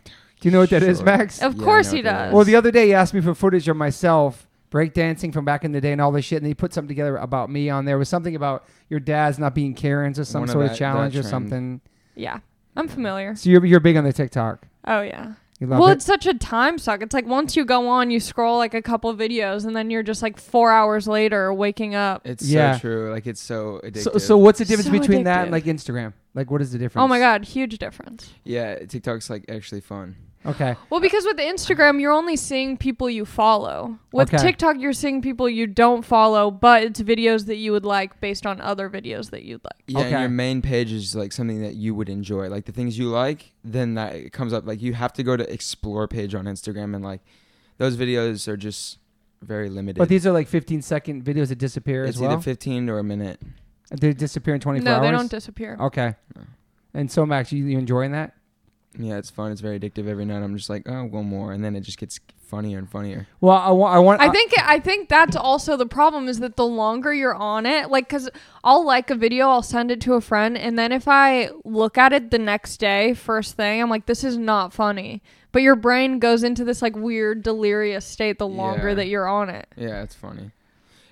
Do you know what that is,
Sure.
Max?
Of
Yeah, I
course
know
he
what that
does.
is.
Well, the other day he asked me for footage of myself breakdancing from back in the day and all this shit, and he put something together about me on there. It was something about your dad's not being Karens or some
One of
sort of
that-
challenge
that
or
trend.
something.
yeah, I'm familiar.
So you're you're big on the TikTok.
Oh yeah.
You love
Well,
it.
it's such a time suck. It's like once you go on, you scroll like a couple videos, and then you're just like four hours later waking up.
It's
Yeah.
so true. Like it's so addictive.
So, so what's the difference
So
between that and
addictive.
like Instagram? Like, what is the difference?
Oh my god, huge difference.
yeah, TikTok's like actually fun.
Okay.
Well, because with Instagram, you're only seeing people you follow. With
Okay.
TikTok, you're seeing people you don't follow, but it's videos that you would like based on other videos that you'd like.
Yeah,
Okay.
and your main page is like something that you would enjoy, like the things you like. Then that it comes up. Like you have to go to explore page on Instagram, and like those videos are just very limited.
But these are like 15 second videos that disappear
it's
as
either
well.
15 or a minute.
they disappear in 24
No,
hours.
they don't disappear.
Okay. And so Max, you, you enjoying that?
Yeah, it's fun. It's very addictive. Every night I'm just like, oh, one more, and then it just gets funnier and funnier.
Well, I want. I want.
I think I think that's also the problem is that the longer you're on it, like cuz I'll like a video, I'll send it to a friend and then if I look at it the next day first thing, I'm like this is not funny. But your brain goes into this like weird delirious state the longer
Yeah.
that you're on it.
Yeah, it's funny.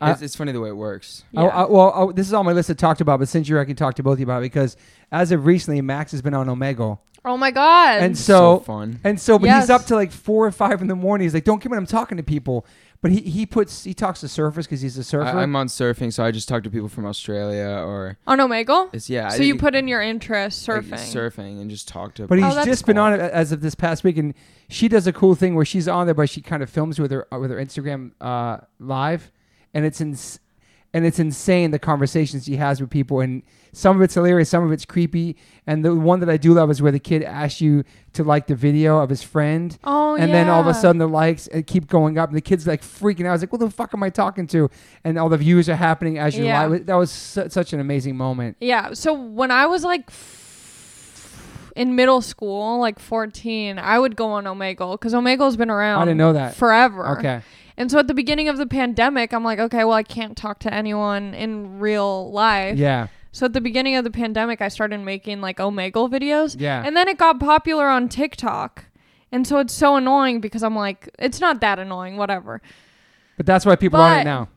I-
it's, it's funny the way it works.
I- I- well, I- this is on my list to talk about, but since you're, here, I can talk to both of you about it because as of recently, Max has been on Omegle,
Oh my god.
and
It's
so,
fun.
and so, but
Yes.
he's up to like four or five in the morning. He's like, "Don't give me I'm talking to people." But he, he puts he talks to surfers because he's a surfer.
I, I'm on surfing, so I just talk to people from Australia or
on Omegle?
it's yeah. I
Oh, so you
think-
put in your interest
like,
surfing.
surfing, and just talk to.
But
Oh,
he's
that's
just been
cool.
on it as of this past week, and she does a cool thing where she's on there, but she kind of films with her with her Instagram uh, live, and it's ins- and it's insane the conversations she has with people, and some of it's hilarious, some of it's creepy, and the one that I do love is where the kid asks you to like the video of his friend.
Oh
and then all of a
yeah.
sudden the likes uh, keep going up, and the kid's like freaking out. I was like, "What the fuck am I talking to?" And all the views are happening as you
Yeah.
live. That was su- such an amazing moment.
Yeah. So when I was like f- in middle school, like 14, I would go on Omegle because Omegle's been around.
I didn't know that.
Forever.
Okay,
And so at the beginning of the pandemic, I'm like, okay, well, I can't talk to anyone in real life.
yeah,
So at the beginning of the pandemic, I started making like Omegle videos.
Yeah.
And then it got popular on TikTok. And so it's so annoying because I'm like, it's not that annoying, whatever.
but that's why people are on it
But-
now.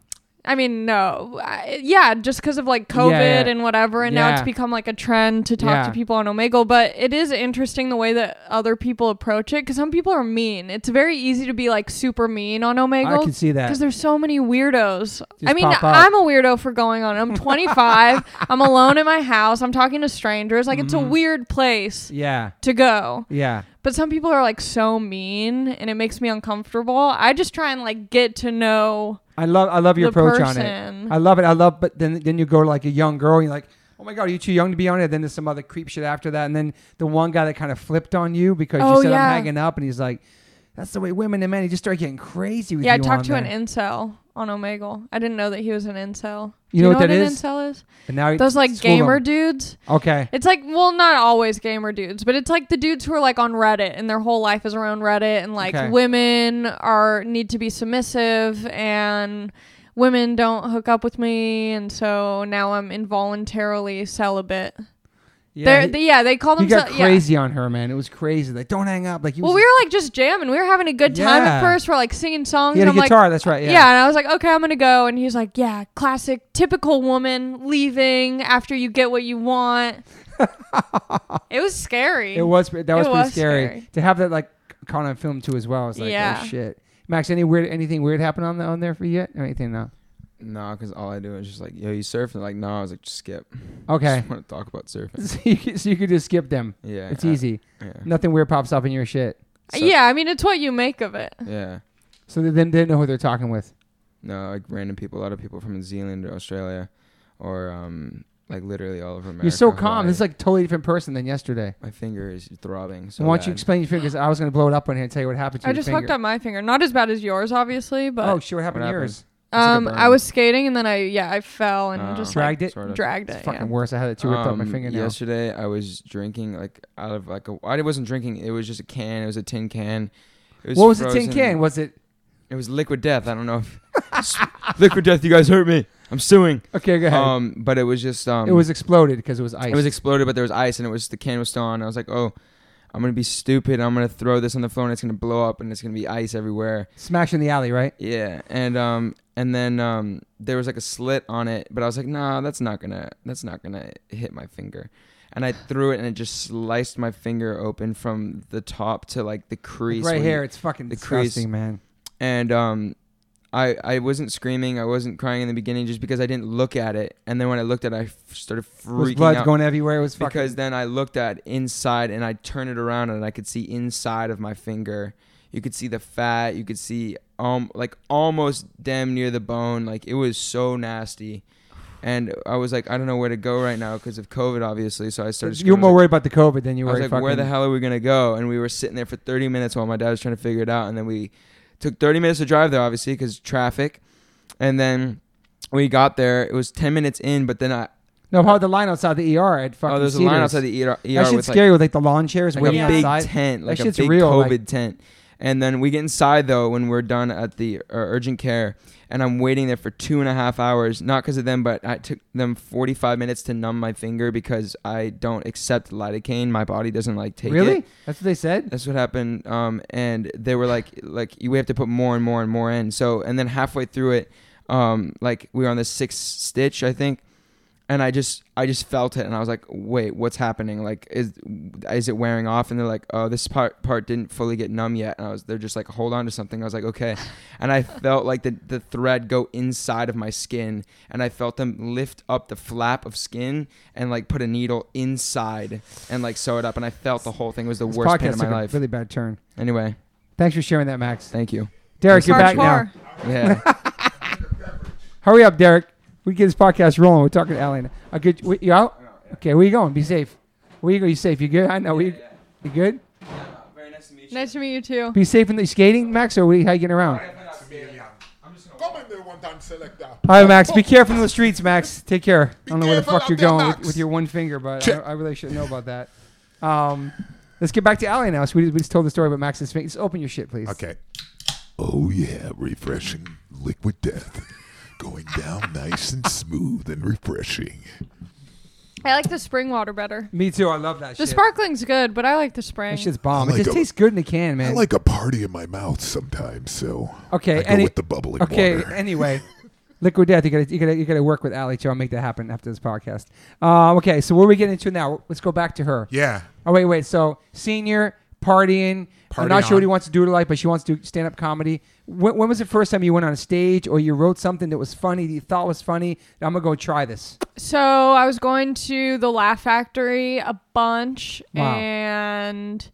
I mean, no. I, yeah, just because of like COVID
yeah.
and whatever. And now it's
Yeah.
become like a trend to talk
Yeah.
to people on Omegle. But it is interesting the way that other people approach it because some people are mean. It's very easy to be like super mean on
I
Omegle
can see that.
because there's so many weirdos. I
Just
mean,
pop up.
I'm a weirdo for going on. I'm 25. I'm alone in my house. I'm talking to strangers. Like, it's
Mm-hmm.
a weird place
Yeah.
to go.
Yeah.
But some people are like so mean and it makes me uncomfortable. I just try and like get to know
I love I love your
the
approach
person.
on it. I love it. I love but then then you go to like a young girl and you're like, "Oh my god, are you too young to be on it?" Then there's some other creep shit after that and then the one guy that kind of flipped on you because
Oh,
you said
yeah.
I'm hanging up and he's like, "That's the way women and men." He just started getting crazy with
yeah, I
you
talked
on there.
to an incel on Omegle. I didn't know that he was an incel. Do
You know what that
an
is?
incel is?
and now he-
Those like
school them.
gamer dudes.
Okay.
It's like well, not always gamer dudes, but it's like the dudes who are like on Reddit and their whole life is around Reddit and like
Okay.
women are need to be submissive and women don't hook up with me and so now I'm involuntarily celibate.
Yeah.
They're-
He,
they- yeah, they call
he got
themselves yeah.
crazy on her, man. It was crazy. Like, "Don't hang up." Like you
Well, we were like just jamming. We were having a good time
Yeah.
at first. We're like singing songs.
He had
and
a
I'm like,
guitar, that's right. Yeah.
yeah. and I was like, okay, I'm gonna go. And he's like, yeah, classic, typical woman leaving after you get what you want. it was scary.
It was that was pretty
was
scary.
scary.
to have that like caught on film too as well. I was like,
Yeah.
"Oh shit." Max, any weird anything weird happened on the, on there for you yet? Or anything no.
No, because all I do is just like, yo, you surf? And they're like, no, I was like, just skip.
Okay.
Just want to talk about surfing.
so, you, could- so you could just skip them.
Yeah.
It's
I-
easy.
Yeah.
Nothing weird pops up in your shit.
So-
Uh, yeah, I mean, it's what you make of it.
Yeah.
So they then they know who they're talking with.
No, like random people. A lot of people from New Zealand or Australia, or um, like literally all over America.
You're so calm.
Hawaii.
This is like a totally different person than yesterday.
my finger is throbbing. So
Why don't you
bad.
explain your finger? 'cause I was going to blow it up on here and tell you what happened to
I
your
just
finger.
fucked up my finger. Not as bad as yours, obviously,
Oh,
but
shit. What happened
What
to
happened?
yours?
like a
um,
burn.
I was skating and then I yeah I fell and
Oh.
Uh,
just like,
Dragged it?
Sort of.
dragged
It's
it.
fucking
yeah.
worse. I had it too ripped off my
Um,
fingernail.
Yesterday, I was drinking like out of like a. I wasn't drinking. It was just a can. It was a tin can. It
what was the tin
frozen.
can? Was it.
It was Liquid Death. I don't know if Liquid Death. You guys hurt me. I'm suing.
Okay, go ahead.
Um, but it was just um.
it was exploded because it was ice.
It was exploded, but there was ice, and it was the can was still on. I was like, oh. I'm gonna be stupid. I'm gonna throw this on the floor, and it's gonna blow up, and it's gonna be ice everywhere.
Smashed in the alley, right?
Yeah, and um, and then um, there was like a slit on it, but I was like, nah, that's not gonna, that's not gonna hit my finger, and I threw it, and it just sliced my finger open from the top to like the
Like,
crease
right
where you-
here. It's fucking
the crease.
disgusting, man.
and um, I I wasn't screaming, I wasn't crying in the beginning, just because I didn't look at it, and then when I looked at it, I f- started
There was
freaking
blood
out
going everywhere. It was fucking.
because then I looked at inside and I turned it around and I could see inside of my finger. You could see the fat. You could see um like almost damn near the bone. Like it was so nasty, and I was like, I don't know where to go right now because of COVID, obviously. So I started.
you were
screaming, I
more
was
worried about the COVID than you
like,
were
I was like,
fucking,
where the hell are we gonna go? And we were sitting there for 30 minutes while my dad was trying to figure it out, and then we took 30 minutes to drive there, obviously, because traffic, and then. We got there. It was ten minutes in, but then I
No, how the line outside the ER at fucking
oh, there's a
Cedars.
line outside the ER.
That shit's
with like
scary with like the lawn chairs
like
waiting
a big
outside.
tent, like a
shit's
big
real,
COVID
like-
tent. And then we get inside though when we're done at the uh, urgent care, and I'm waiting there for two and a half hours. Not because of them, but I took them 45 minutes to numb my finger because I don't accept lidocaine. My body doesn't like take
really?
it.
That's what they said.
That's what happened. Um, and they were like, like you we have to put more and more and more in. So and then halfway through it, um like we were on the sixth stitch i think and i just i just felt it and i was like wait what's happening like is is it wearing off and they're like oh this part part didn't fully get numb yet and i was they're just like hold on to something i was like okay and i felt like the, the thread go inside of my skin and i felt them lift up the flap of skin and like put a needle inside and like sew it up and i felt the whole thing was the
This
worst pain
podcast
of
took
my
a
life
Really bad turn.
anyway
Thanks for sharing that, Max.
thank you
Derek, you're back now.
Hardcore.
yeah
Hurry up, Derek. We get this podcast rolling. We're talking to Allie. Uh, good, we, you out? Okay, where you going? Be safe. Where you go? You safe? You good? I know. you, you good?
very nice to meet
Nice to meet you too.
Be safe in the skating, Max, or we, how you getting around?
Come in there one time, Oh. selector.
All right, Max. Be careful in the streets, Max. Take care. I don't know where the
careful
fuck
out
you're
there,
going with,
Max.
with your one finger, but I,
Check.
I really should know about that. Um, let's get back to Allie now. So we, we just told the story about Max's finger. Just open your shit, please.
Okay. Oh yeah, refreshing liquid death. Going down nice and smooth and refreshing.
I like the spring water better.
Me too. I love that
The
shit.
sparkling's good, but I like the spring.
That shit's bomb.
I
it
like
just
it.
tastes good in a can,
I
man.
like a party in my mouth sometimes, so
Okay,
I go
any-
with the bubbling
Okay.
water.
Anyway, Liquid Death, you gotta you gotta you gotta work with Allie too. I'll make that happen after this podcast. Uh, okay, so what are we getting into now? Let's go back to her.
yeah,
Oh wait, wait. So senior partying. I'm
Party
not sure what
on.
he wants to do to life, but she wants to do stand up comedy. When, when was the first time you went on a stage or you wrote something that was funny that you thought was funny? I'm gonna go try this.
So I was going to the Laugh Factory a bunch,
Wow.
and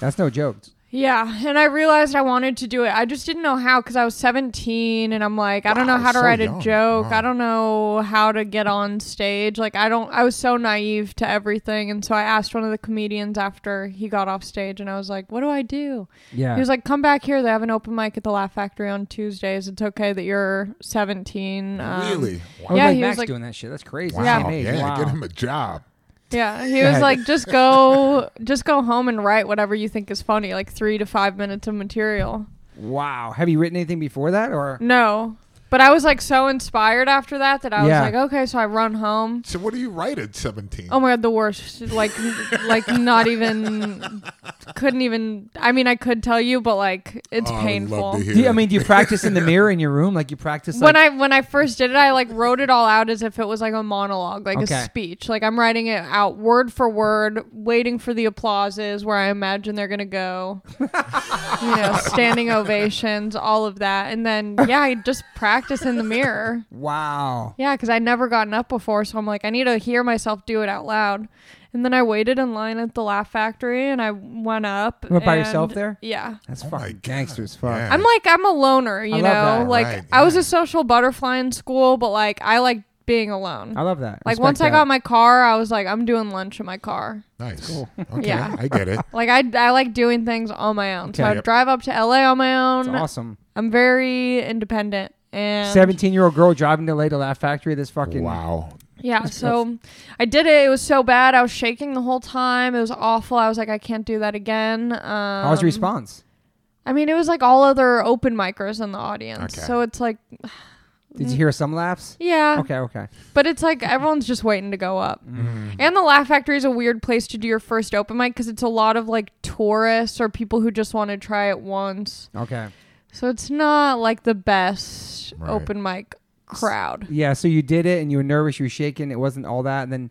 That's no joke.
yeah, and I realized I wanted to do it. I just didn't know how because I was 17, and I'm like, I don't know
Wow,
how to
so
write
young.
a joke.
Wow.
I don't know how to get on stage. Like I don't. I was so naive to everything, and so I asked one of the comedians after he got off stage, and I was like, What do I do?
Yeah.
He was like, "Come back here. They have an open mic at the Laugh Factory on Tuesdays. It's okay that you're 17." Um,
really.
I was
yeah,
like,
he was
Max
like-
doing that shit. That's crazy.
Wow.
Same
Yeah,
age. Wow.
get him a job.
Yeah, he
Go
was
ahead.
like, "Just go, just go home and write whatever you think is funny, like three to five minutes of material."
Wow. Have you written anything before that or?
No, but I was like so inspired after that that I
Yeah.
was like, "Okay." So I run home.
So what do you write at 17?
Oh my god, the worst! Like, like not even, couldn't even. I mean, I could tell you, but like, it's
Oh, I would
painful.
love to hear
Do you, I
it.
mean, do you practice in the mirror in your room? Like you practice like,
when I when I first did it, I like wrote it all out as if it was like a monologue, like
Okay.
a speech. Like I'm writing it out word for word, waiting for the applauses where I imagine they're gonna go. you know, standing ovations, all of that, and then yeah, I just practice in the mirror.
Wow.
Yeah, because I'd never gotten up before, so I'm like, I need to hear myself do it out loud. And then I waited in line at the Laugh Factory, and I went up.
You went by
and-
yourself there?
Yeah.
That's
Oh my
fucking
God.
gangster as fuck.
Yeah.
I'm like I'm a loner, you
I
know.
love that.
Like
Right,
I was
yeah.
a social butterfly in school, but like I like being alone.
I love that.
like
Respect
once I
that.
got my car, I was like I'm doing lunch in my car.
nice.
cool.
Okay,
Yeah.
I get it.
Like I, I like doing things on my own. so
Okay.
I
Yep.
drive up to LA on my own.
It's awesome.
I'm very independent and
Seventeen-year-old girl driving to Lady Laugh Factory. This fucking
Wow.
Yeah, so I did it. It was so bad. I was shaking the whole time. It was awful. I was like I can't do that again. Um,
How was your response?
I mean, it was like all other open micers in the audience.
Okay.
So it's like
Did you hear some laughs?
Mm. yeah.
Okay, Mm-hmm. okay.
But it's like everyone's just waiting to go up. And the Laugh Factory is a weird place to do your first open mic because it's a lot of like tourists or people who just want to try it once.
Okay.
So it's not like the best
Right.
open mic crowd.
Yeah, so you did it and you were nervous, you were shaking, it wasn't all that, and then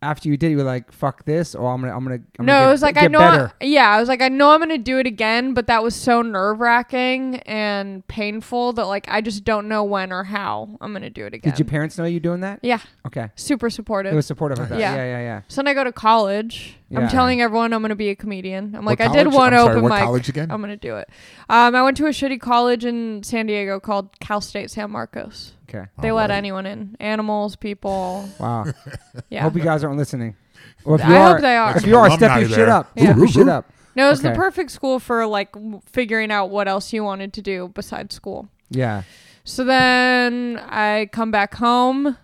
after you did it, you were like, fuck this, or I'm gonna I'm gonna I'm
no,
gonna
it
get-
was like
get
I know.
better.
I, yeah, I was like I know I'm gonna do it again, but that was so nerve wracking and painful that like I just don't know when or how I'm gonna do it again.
Did your parents know you doing that?
yeah,
Okay.
super supportive.
It was supportive of that. Yeah,
Yeah.
yeah, yeah.
So then I go to college.
Yeah.
I'm telling everyone I'm going to be a comedian. I'm like, I did
college?
one
I'm sorry,
open
what
mic.
college again?
I'm going to do it. Um, I went to a shitty college in San Diego called Cal State San Marcos.
Okay.
They
All
let
right.
anyone in. Animals, people.
Wow. I
Yeah.
hope you guys aren't listening. Or if
I
you are,
hope they are.
If you are,
Alumni
step your shit
there.
up.
Yeah.
Step your shit up.
No, it was
Okay.
the perfect school for like w- figuring out what else you wanted to do besides school.
Yeah.
So then I come back home.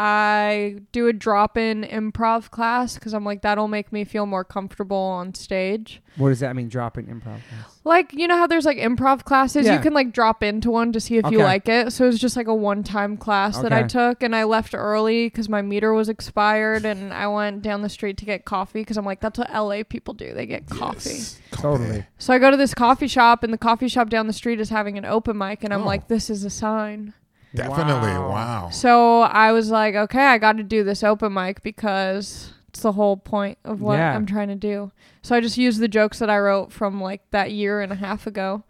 I do a drop in improv class because I'm like, that'll make me feel more comfortable on stage.
What does that mean? Dropping improv. class?
Like, you know how there's like improv classes?
Yeah.
You can like drop into one to see if you
Okay.
like it. So it was just like a one time class that I
Okay.
took and I left early because my meter was expired and I went down the street to get coffee because I'm like, that's what LA people do. They get coffee.
Yes.
Totally.
So I go to this coffee shop, and the coffee shop down the street is having an open mic, and I'm
Oh.
like, this is a sign.
Definitely.
Wow.
Wow.
So I was like, okay, I got to do this open mic because it's the whole point of what
Yeah.
I'm trying to do. So I just used the jokes that I wrote from like that year and a half ago.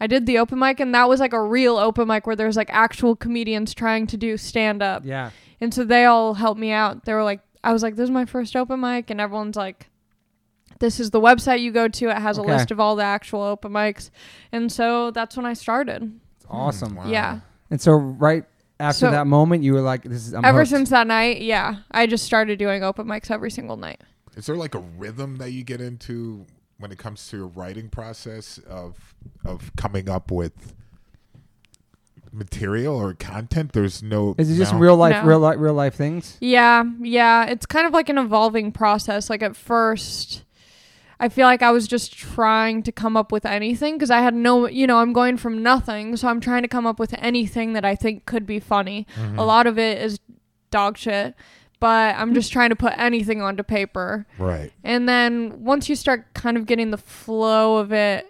I did the open mic, and that was like a real open mic where there's like actual comedians trying to do stand up.
Yeah.
And so they all helped me out. They were like, I was like, this is my first open mic. And everyone's like, this is the website you go to. It has
Okay.
a list of all the actual open mics. And so that's when I started.
It's awesome.
Hmm, Wow.
Yeah.
And so right after
So-
that moment, you were like, "This is." I'm
ever
hooked.
since that night, yeah, I just started doing open mics every single night.
Is there like a rhythm that you get into when it comes to your writing process of of coming up with material or content? There's no.
Is it just
no-
real life,
No.
real life, real life things?
Yeah. Yeah. It's kind of like an evolving process. Like at first, I feel like I was just trying to come up with anything because I had no, you know, I'm going from nothing. So I'm trying to come up with anything that I think could be funny.
Hmm.
Mhm.
A lot of it is dog shit, but I'm just trying to put anything onto paper.
Right.
And then once you start kind of getting the flow of it,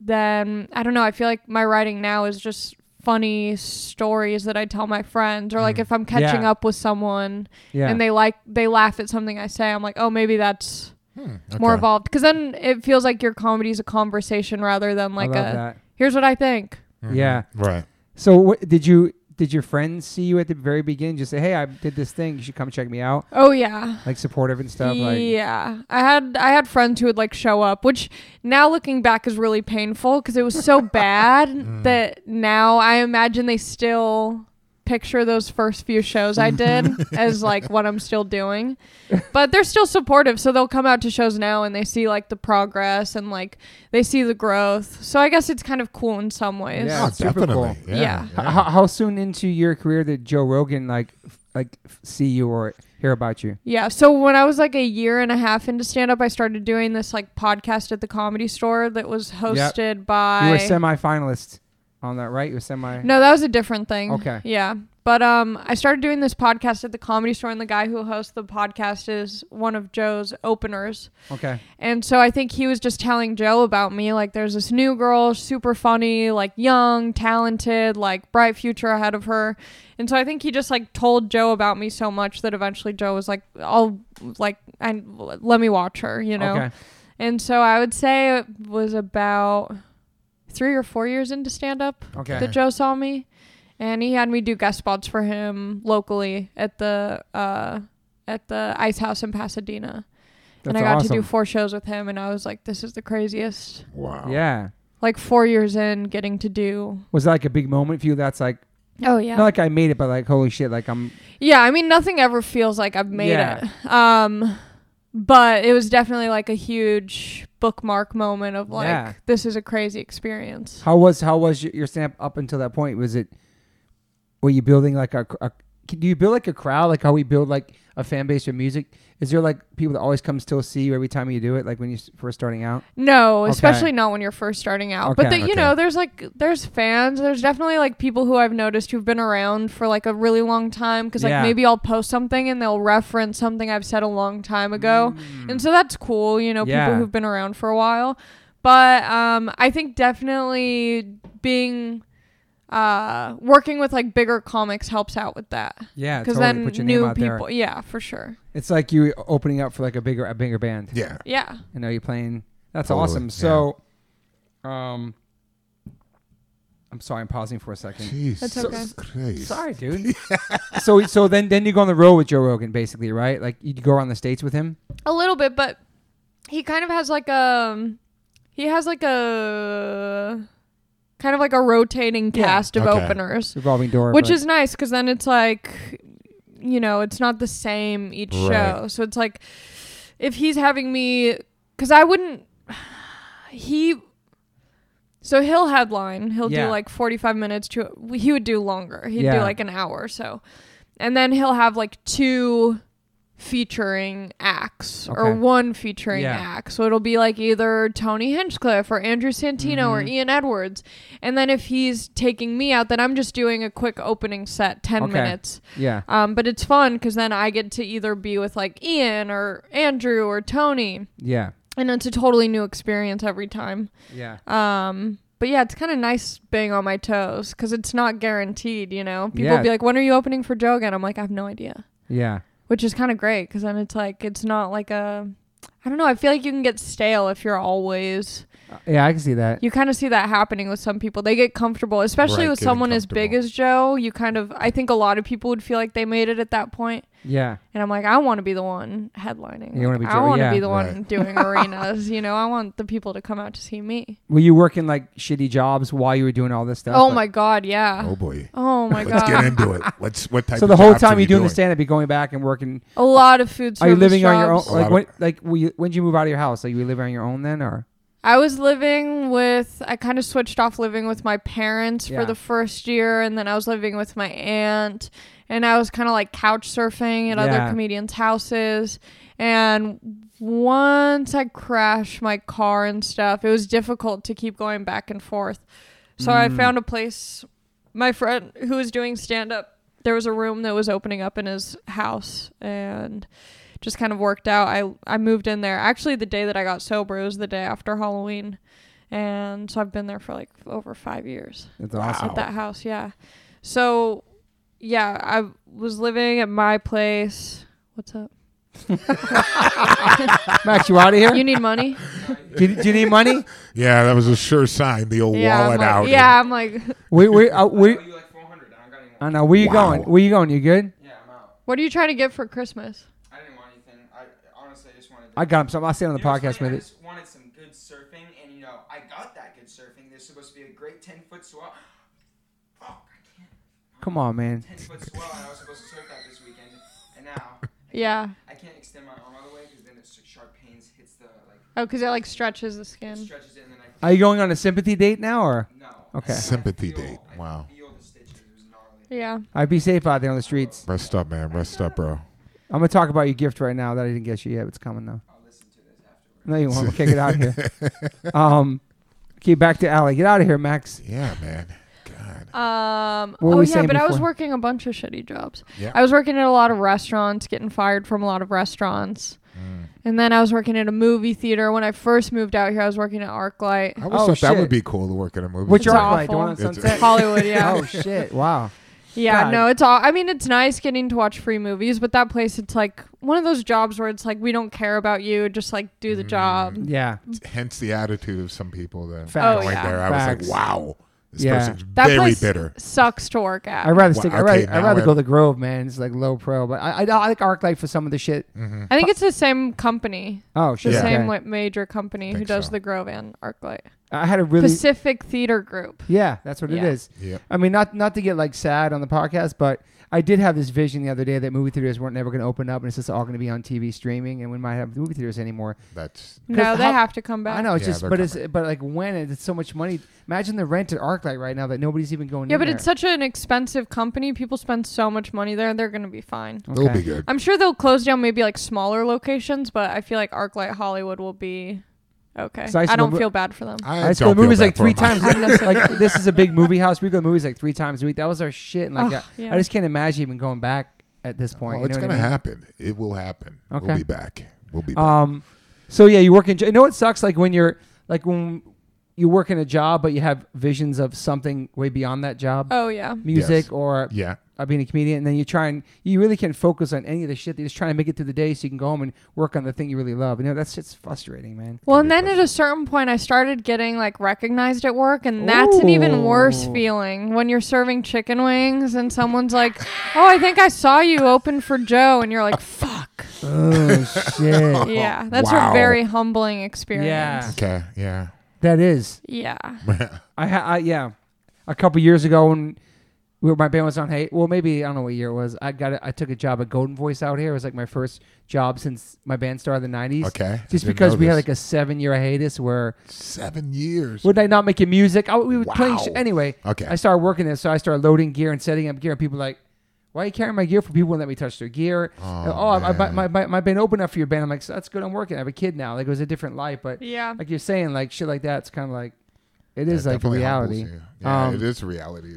then I don't know. I feel like my writing now is just funny stories that I tell my friends, or like
Mm.
if I'm catching
Mm-hmm. Yeah.
up with someone
Yeah.
and they like they laugh at something I say, I'm like, oh, maybe that's
Hmm,
more
okay.
evolved. Because then it feels like your comedy is a conversation rather than like
I
uh, a
love that.
here's what I think.
Mhm.
Yeah.
Right.
So what, did you? Did your friends see you at the very beginning? Just say, "Hey, I did this thing. You should come check me out."
Oh yeah.
Like supportive and stuff. Like
yeah, I had I had friends who would like show up, which now looking back is really painful because it was so
Mm.
bad that now I imagine they still picture those first few shows I did as like what I'm still doing. But they're still supportive, so they'll come out to shows now and they see like the progress and like they see the growth. So I guess it's kind of cool in some ways.
Yeah,
oh,
it's super
definitely.
cool. Uh-huh.
Yeah.
Yeah.
H- How, how soon into your career did Joe Rogan like f- like f- see you or hear about you?
Yeah. So when I was like a year and a half into stand up, I started doing this like podcast at the comedy store that was hosted by
you were semi finalist on that, right? You were semi.
No, that was a different thing.
Okay.
Yeah. But um I started doing this podcast at the comedy store and the guy who hosts the podcast is one of Joe's openers.
Okay.
And so I think he was just telling Joe about me like there's this new girl, super funny, like young, talented, like bright future ahead of her. And so I think he just like told Joe about me so much that eventually Joe was like, "I'll like and let me watch her," you know.
Okay.
And so I would say it was about 3 or 4 years into stand up
Okay.
that Joe saw me, and he had me do guest spots for him locally at the uh, at the Ice House in Pasadena. and
That's
I got
awesome.
to do four shows with him, and I was like, "This is the craziest!"
Wow.
Yeah.
Like four years in, getting to do.
Was that like a big moment for you? That's like
Oh yeah,
not like I made it, but like holy shit, like I'm.
yeah. I mean, nothing ever feels like I've made
Yeah.
it. Um, but it was definitely like a huge bookmark moment of like,
Yeah.
"This is a crazy experience."
How was how was your, your stand up until that point? Was it were you building like a, a do you build like a crowd like how we build like a fan base with music? Is there like people that always come still see you every time you do it? Like when you're s- first starting out?
No,
Okay.
especially not when you're first starting out. But
Okay.
the,
Okay.
you know, there's like there's fans. There's definitely like people who I've noticed who've been around for like a really long time because like
Yeah.
maybe I'll post something and they'll reference something I've said a long time ago,
Mm.
and so that's cool. You know,
Mm. Yeah.
people who've been around for a while. But um, I think definitely being uh working with like bigger comics helps out with that
Yeah,
because
totally.
then
Put your
new
name out
people
there.
yeah for sure
It's like you opening up for like a bigger a bigger band.
Yeah.
yeah
And now you're playing. That's
Totally,
awesome. So, um, I'm sorry, I'm pausing for a second.
Jesus
That's okay.
Christ.
Sorry, dude. so so then then you go on the road with Joe Rogan, basically, right? Like you go around the states with him.
A little bit, but he kind of has like a um, he has like a kind of like a rotating
Yeah.
cast of
Okay.
openers,
revolving door,
which
but-
is nice because then it's like you know it's not the same each
Right.
show, so it's like if he's having me because I wouldn't he. So he'll headline. He'll
Yeah.
do like 45 minutes to he would do longer. He'd
Yeah.
do like an hour or so. and then he'll have like two featuring acts or
Okay.
one featuring
Yeah.
act. So it'll be like either Tony Hinchcliffe or Andrew Santino
Mm-hmm.
or Ian Edwards. And then if he's taking me out, then I'm just doing a quick opening set, 10
Okay.
minutes.
Yeah.
Um, but it's fun because then I get to either be with like Ian or Andrew or Tony.
Yeah.
And it's a totally new experience every time.
Yeah.
Um, but yeah, it's kind of nice being on my toes because it's not guaranteed, you know? People
Yeah.
be like, when are you opening for Joe again? I'm like, I have no idea
Yeah.
which is kind of great because then it's like it's not like a I don't know. I feel like you can get stale if you're always.
Yeah, I can see that.
You kind of see that happening with some people. They get comfortable, especially
Right,
with
getting
someone as big
comfortable.
as Joe. You kind of, I think a lot of people would feel like they made it at that point.
Yeah.
And I'm like, I want to be the one headlining.
You wanna
Like,
be
I
Joe,
want to
yeah.
be the one
Right.
doing arenas. You know, I want the people to come out to see me.
Were you working like shitty jobs while you were doing all this stuff?
oh
Like-
my god, yeah.
Oh
Oh,
boy.
my
Let's get
god,
into it. Let's what type
So
of
the whole
jobs
time
are
you're
you
doing,
doing
the stand up, you're going back and working.
a lot of food
Are
service
you living on your own?
jobs.
A lot
Like
of-
when? Like were you, when did you move out of your house? Like were you living on your own then, or
I was living with, I kind of switched off living with my parents
Yeah.
for the first year, and then I was living with my aunt, and I was kind of like couch surfing at
Yeah.
other comedians' houses. And once I crashed my car and stuff, it was difficult to keep going back and forth. So I found a place, my friend who was doing stand up, there was a room that was opening up in his house, and just kind of worked out. I I moved in there. Actually, the day that I got sober it was the day after Halloween, and so I've been there for like over five years
that's awesome.
Wow.
at that house. Yeah, so yeah, I was living at my place. What's up?
Max, you out of here?
You need money?
do, you- do you need money?
Yeah, that was a sure sign. The old
yeah, I'm
wallet
like,
out.
Yeah, I'm like,
We we uh, we.
you like 400. I don't got any
I know. Where you
Wow.
going? Where you going? You good?
Yeah, I'm out.
what are you trying to get for Christmas?
I didn't want anything. I honestly I just wanted.
I got him. Something. I'll stay on the
You know what's
podcast
funny?
with
I
it.
just wanted some good surfing, and you know, I got that good surfing. There's supposed to be a great 10 foot swell. Fuck, I can't.
Come on, man.
10 foot swell, and I was supposed to surf that this weekend, and now
Yeah.
I can't extend my arm all the way because then it's sharp pains hits the like
Oh, because it like stretches the
it
skin.
stretches it, and then I
Are you going on a sympathy date now, or
no.
Okay.
Sympathy
I feel-
date.
I
Wow.
feel the stitches. It was gnarly.
Yeah.
I be safe out there on the streets?
Rest up, man. Rest up, bro.
I'm gonna talk about your gift right now that I didn't get you yet. It's coming though.
I'll listen to this afterwards.
No, you won't. We'll kick it out here. Um, okay, back to Allie. Get out of here, Max.
Yeah, man. God.
Um,
What were
oh
we
yeah,
saying
but I was
before?
working a bunch of shitty jobs.
Yeah.
I was working at a lot of restaurants, getting fired from a lot of restaurants,
Mm.
and then I was working at a movie theater. When I first moved out here, I was working at ArcLight.
I always
Oh,
thought that
shit.
would be cool to work at a movie.
What's your
It's
theater.
all-
like? The one on
awful. It's-
Sunset.
Hollywood, yeah,
Oh shit! Wow.
yeah.
God.
No, it's all. I mean, it's nice getting to watch free movies, but that place, it's like one of those jobs where it's like we don't care about you, just like do the
Mm.
job.
Yeah.
Hence the attitude of some people that
Facts.
Oh,
went
yeah.
there. I
Facts.
was like, wow, this
Yeah.
person's
That
very
place
bitter.
sucks to work at.
I'd rather
Wow,
stick. I'd
okay,
rather, I'd
now
rather
I-
go the Grove, man. It's like low pro, but I, I, I like ArcLight for some of the shit.
Mm.
I think it's the same company,
Oh
the
shit!
Yeah.
same
okay.
like, major company who
Think
does
so.
the Grove and ArcLight.
I had a really
Pacific Theater Group.
yeah. That's what it
Yeah.
is.
Yep.
I mean, not not to get like sad on the podcast, but I did have this vision the other day that movie theaters weren't never going to open up, and it's just all going to be on TV streaming, and we might have movie theaters anymore.
That's
No, they
how-
have to come back.
I know it's
Yeah,
just,
they're
but it's but like when it- it's so much money. Imagine the rent at ArcLight right now that nobody's even going.
Yeah,
in
but
there.
it's such an expensive company. People spend so much money there. They're going to be fine.
it'll
Okay.
be good.
I'm sure they'll close down maybe like smaller locations, but I feel like ArcLight Hollywood will be okay.
So I
I,
used to
don't
move-
feel bad for them.
I
I
used to go to
don't
the
feel
movies
bad
like
for
three
him.
times. like this is a big movie house. We go to the movies like three times a week. That was our shit. And like
Ugh,
I,
Oh, yeah.
I just can't imagine even going back at this
Well,
point. you
it's
know what
gonna
I mean?
happen. It will happen.
Okay.
We'll be back. We'll be back.
Um, so yeah, you work in. You know what sucks? Like when you're like when you work in a job, but you have visions of something way beyond that job,
Oh yeah.
music
Yes.
or
yeah.
uh, being a comedian, and then you try and you really can't focus on any of the shit. You're just trying to make it through the day so you can go home and work on the thing you really love. You know that shit's frustrating, man.
Well, and
be
then at a certain point, I started getting like recognized at work, and that's an even worse
Ooh.
feeling when you're serving chicken wings and someone's like, "Oh, I think I saw you open for Joe," and you're like, "Fuck."
Oh shit,
Yeah, that's a
Wow.
very humbling experience.
Okay. Yeah.
that is.
Yeah.
I, ha- I yeah, a couple years ago when we were, my band was on hey, well maybe I don't know what year it was. I got a, I took a job at Golden Voice out here. It was like my first job since my band started in the '90s.
Okay. I
just
didn't
because
know
we had
this.
like a seven year hiatus where
Seven years.
would I not make your music? I, we were playing sh-
Wow.
anyway.
Okay.
I started working there, so I started loading gear and setting up gear, and people were like. Why are you carrying my gear for people who let me touch their gear?
Oh,
oh, I, I,
man.
my, my, my been open up for your band. I'm like, so that's good. I'm working. I have a kid now. Like it was a different life, but
Yeah.
like you're saying, like shit like that's kind of like it is
That
like
definitely
reality.
humbles you. Yeah,
Um,
it is reality.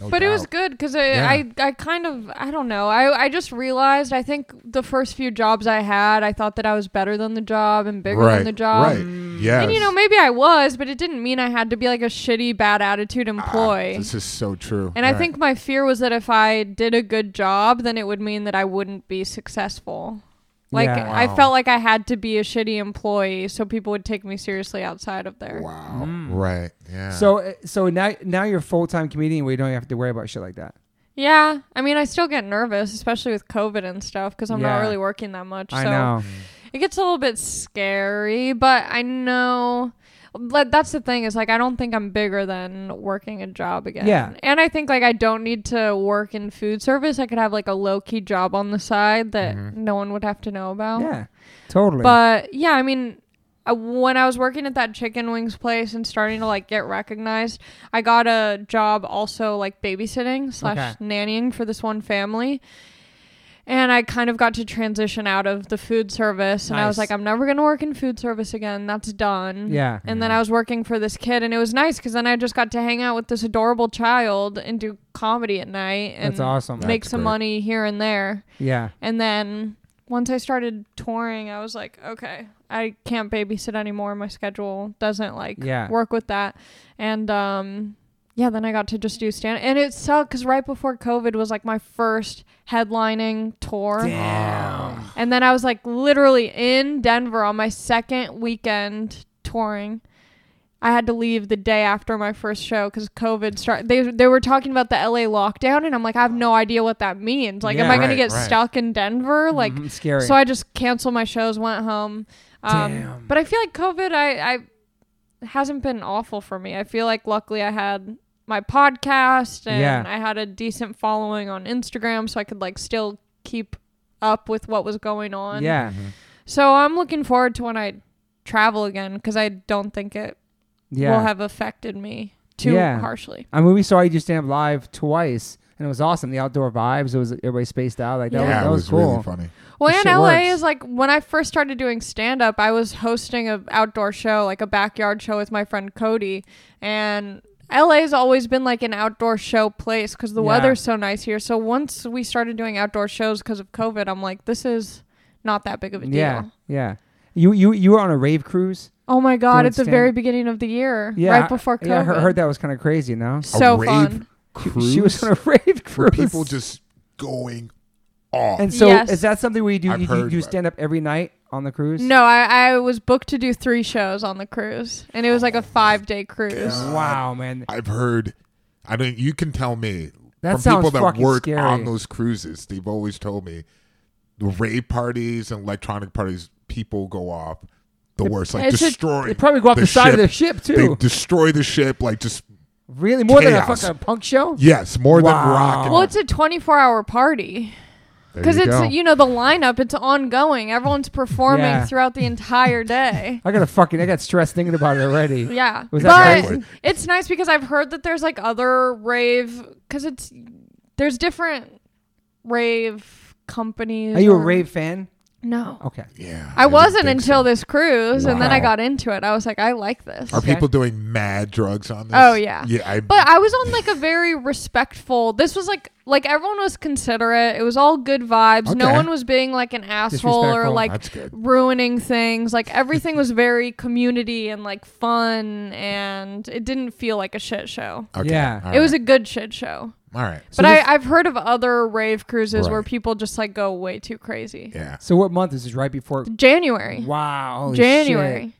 No
But it was
doubt.
good because
oh, Yeah.
I, I kind of I don't know I I just realized I think the first few jobs I had I thought that I was better than the job and bigger
right.
than the job
Right. Yes.
and you know maybe I was but it didn't mean I had to be like a shitty bad
Ah,
attitude employee
This is so true.
and I think my fear was that if I did a good job then it would mean that I wouldn't be successful like
Yeah.
I
Wow.
felt like I had to be a shitty employee so people would take me seriously outside of there
Wow. Right. Yeah.
Mm. So uh, so now now you're a full time comedian where you don't have to worry about shit like that.
yeah I mean I still get nervous especially with COVID and stuff because I'm not
Yeah.
really working that much
I
so
know.
it gets a little bit scary but i know but that's the thing is like i don't think i'm bigger than working a job again
Yeah.
and i think like i don't need to work in food service i could have like a low-key job on the side that no one would have to know about
Mm-hmm. Yeah, totally.
but yeah i mean I- when I was working at that chicken wings place and starting to like get recognized, I got a job also like babysitting slash
Okay.
nannying for this one family. And I kind of got to transition out of the food service. And I was
Nice.
like, I'm never going to work in food service again. That's done.
Yeah.
And then I was working for this kid, and it was nice because then I just got to hang out with this adorable child and do comedy at night and
That's awesome.
make
That's
some
great.
money here and there.
yeah,
And then once I started touring, I was like, okay, I can't babysit anymore. My schedule doesn't like
Yeah.
work with that. And um yeah, then I got to just do stand and it sucked cuz right before COVID was like my first headlining tour.
damn.
And then I was like literally in Denver on my second weekend touring. I had to leave the day after my first show because COVID started. They, they were talking about the LA lockdown, and I'm like, I have no idea what that means. Like, am
Yeah.
I going to
Right,
get
right.
stuck in Denver? Like,
Mhm, scary.
so I just canceled my shows, went home. Um,
Damn.
But I feel like COVID, I, I hasn't been awful for me. I feel like luckily I had my podcast and
Yeah.
I had a decent following on Instagram, so I could like still keep up with what was going on.
yeah,
So I'm looking forward to when I travel again because I don't think it
yeah.
will have affected me too
Yeah.
harshly.
I mean, we saw you do stand up live twice, and it was awesome. The outdoor vibes. It was everybody spaced out. Like that,
Yeah.
was,
yeah,
that
it
was,
was
cool.
really funny.
Well,
That
and
shit
LA
works.
is like when I first started doing stand up, I was hosting a outdoor show, like a backyard show with my friend Cody. And LA's always been like an outdoor show place because the
Yeah.
weather's so nice here. So once we started doing outdoor shows because of COVID, I'm like, this is not that big of a deal.
Yeah, yeah. You you you were on a rave cruise.
Oh my
Doing
God, at the
stand-
very beginning of the year,
Yeah,
right before COVID.
Yeah, I heard, heard that was kind of crazy. No,
So
rave
fun.
she was on a rave cruise.
for people just going off.
And so,
Yes.
is that something where you do?
I've
you,
heard
you
about
stand up every night on the cruise?
No, I, I was booked to do three shows on the cruise, and it was like a five day cruise.
Wow, man.
I've heard. I mean, you can tell me
That
from people
sounds
that
fucking
work
scary.
on those cruises. They've always told me the rave parties and electronic parties. People go off the worst, like
It's a-
destroy.
They probably go off the, side of the ship
They
too.
destroy the ship, like just
really, more than a
Chaos.
fucking punk show.
yes, more than
Wow.
rock. and-
Well, it's a 24 hour party
There
because
you
it's,
go.
you know, the lineup, it's ongoing. Everyone's performing
Yeah.
throughout the entire day.
I got a fucking. I got stressed thinking about it already.
Yeah.
Was
but
that
crazy?
it's nice because I've heard that there's like other rave, because it's, there's different rave companies.
Are you a
or-
rave Oh, fan?
No.
Okay.
yeah.
I
didn't
wasn't
think
until
so.
this cruise, and then I
Wow.
got into it. I was like, I like this.
Are
Okay.
people doing mad drugs on this?
Oh, yeah.
yeah. I,
But I was on like a very respectful. This was like like everyone was considerate. It was all good vibes. No
Okay.
one was being like an asshole or
Disrespectful.
like
that's good.
ruining things. Like everything was very community and like fun and it didn't feel like a shit show.
Okay.
Yeah.
All
It was
right.
a good shit show.
all right.
So
but
this-
I, I've heard of other rave cruises where
Right.
people just like go way too crazy.
Yeah.
So what month is this? Right before.
January.
Wow. holy
January.
shit.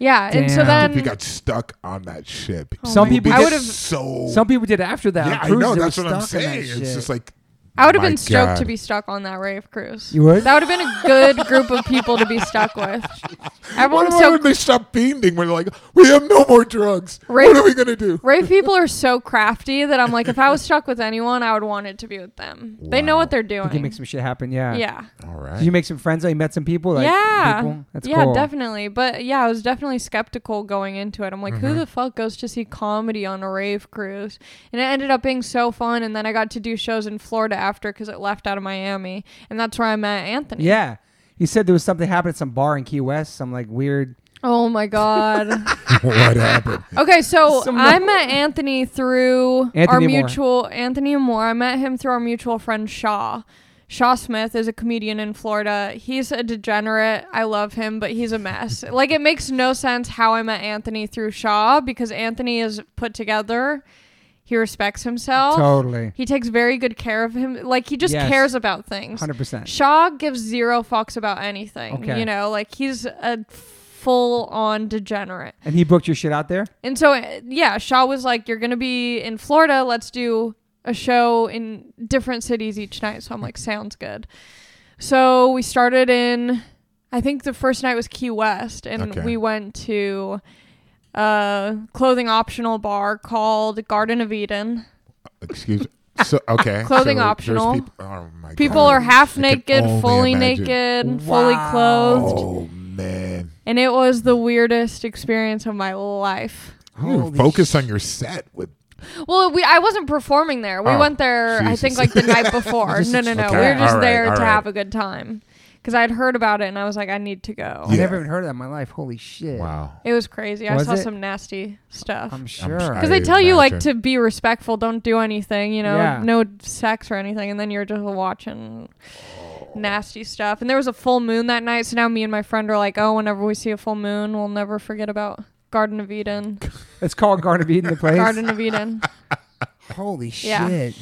Yeah. And so
Damn.
then
if you got stuck on that ship,
Um, Oh
Some
my
people did-
God. I
I would
would've-
have so.
Some people did after that.
yeah,
on
I
cruises,
know.
they were
That's what I'm
stuck in that
saying. It's
shit.
just like
I would have
My
been stoked to
God.
be stuck on that rave cruise.
You would?
That would have been a good group of people to be stuck with.
Why,
Everyone's
why
so
would they stop fiending when they're like, we have no more drugs?
Right.
What are we gonna do?
rave people are so crafty that I'm like, if I was stuck with anyone, I would want it to be with them. They know
Wow.
what they're
You can make
doing.
some shit happen. Yeah.
Yeah,
All
Did
right.
you make some friends? Like, you met some people. Like,
yeah,
People? That's
yeah,
cool.
definitely. But yeah, I was definitely skeptical going into it. I'm like,
Mm-hmm.
who the fuck goes to see comedy on a rave cruise? And it ended up being so fun. And then I got to do shows in Florida after because it left out of Miami, and that's where I met Anthony.
Yeah. He said there was something happened at some bar in Key West, some like weird.
Oh my god.
what happened?
Okay, so
Some
I met Anthony through our
Anthony Moore.
mutual Anthony Moore. I met him through our mutual friend Shaw. Shaw Smith is a comedian in Florida. He's a degenerate. I love him, but he's a mess. like it makes no sense how I met Anthony through Shaw because Anthony is put together. He respects
Oh,
himself.
Totally.
He takes very good care of him. Like he just
Yes.
cares about things.
100%.
Shaw gives zero fucks about anything.
Okay.
You know, like he's a full on degenerate.
And he booked your shit out there?
And so, uh, yeah, Shaw was like, "You're gonna be in Florida. Let's do a show in different cities each night." So I'm like, "Sounds good." So we started in, I think the first night was Key West, and
Okay.
we went to a clothing optional bar called Garden of Eden.
Excuse me. So okay.
Clothing
so there's
optional.
peop- oh my God.
People are half
I can
naked,
only
fully
imagine.
naked, fully clothed,
Oh man.
and it was the weirdest experience of my life.
You
Holy
focus
sh-
on your set with
Well, we I wasn't performing there. We
Oh,
went there I
Jesus.
think like the night before. no, no, no.
Okay,
we were just
all right,
there
all
to
right.
have a good time cuz I'd heard about it and I was like I need to go.
I
Yeah.
never even heard of that in my life. Holy shit.
wow.
It was crazy. I
Was
saw
it?
some nasty stuff.
I'm
I'm
sure.
cuz
I
they tell you like to
imagine.
be respectful, don't do anything, you know,
Yeah.
no sex or anything and then you're just watching
Oh.
nasty stuff. And there was a full moon that night, so now me and my friend are like, "Oh, whenever we see a full moon, we'll never forget about Garden of Eden.
It's called Garden of Eden, the place.
Garden of Eden."
Holy
Yeah.
shit.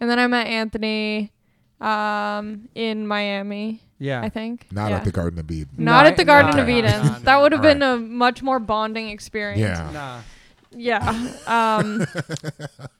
And then I met Anthony um, in Miami,
Yeah.
I think.
Not
Yeah.
at the Garden of Eden.
Not
No,
at the
no,
Garden
no,
of
no,
Eden.
no, no,
that would have
no.
been a much more bonding experience.
Yeah.
Nah.
Yeah. Um,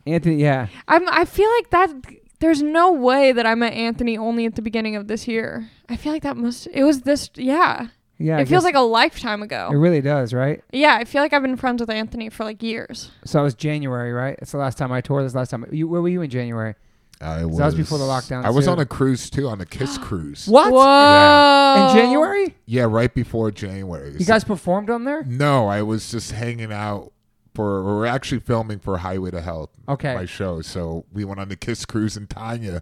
Anthony, yeah.
I'm, I feel like that. There's no way that I met Anthony only at the beginning of this year. I feel like that must. It was this. Yeah.
Yeah. I
it feels
guess
like a lifetime
It
ago.
really does, right?
yeah. I feel like I've been friends with Anthony for like years.
So it was January, right? That's the last time I toured. That's the last time. You, where were you in January?
I was,
that was before the lockdown,
I was
too.
on a cruise too, on a Kiss cruise.
What?
Whoa.
Yeah.
In
Oh.
January?
Yeah, right before January.
You guys performed on there?
No, I was just hanging out for we were actually filming for Highway to Health.
Okay.
My show. So we went on the Kiss Cruise and Tanya,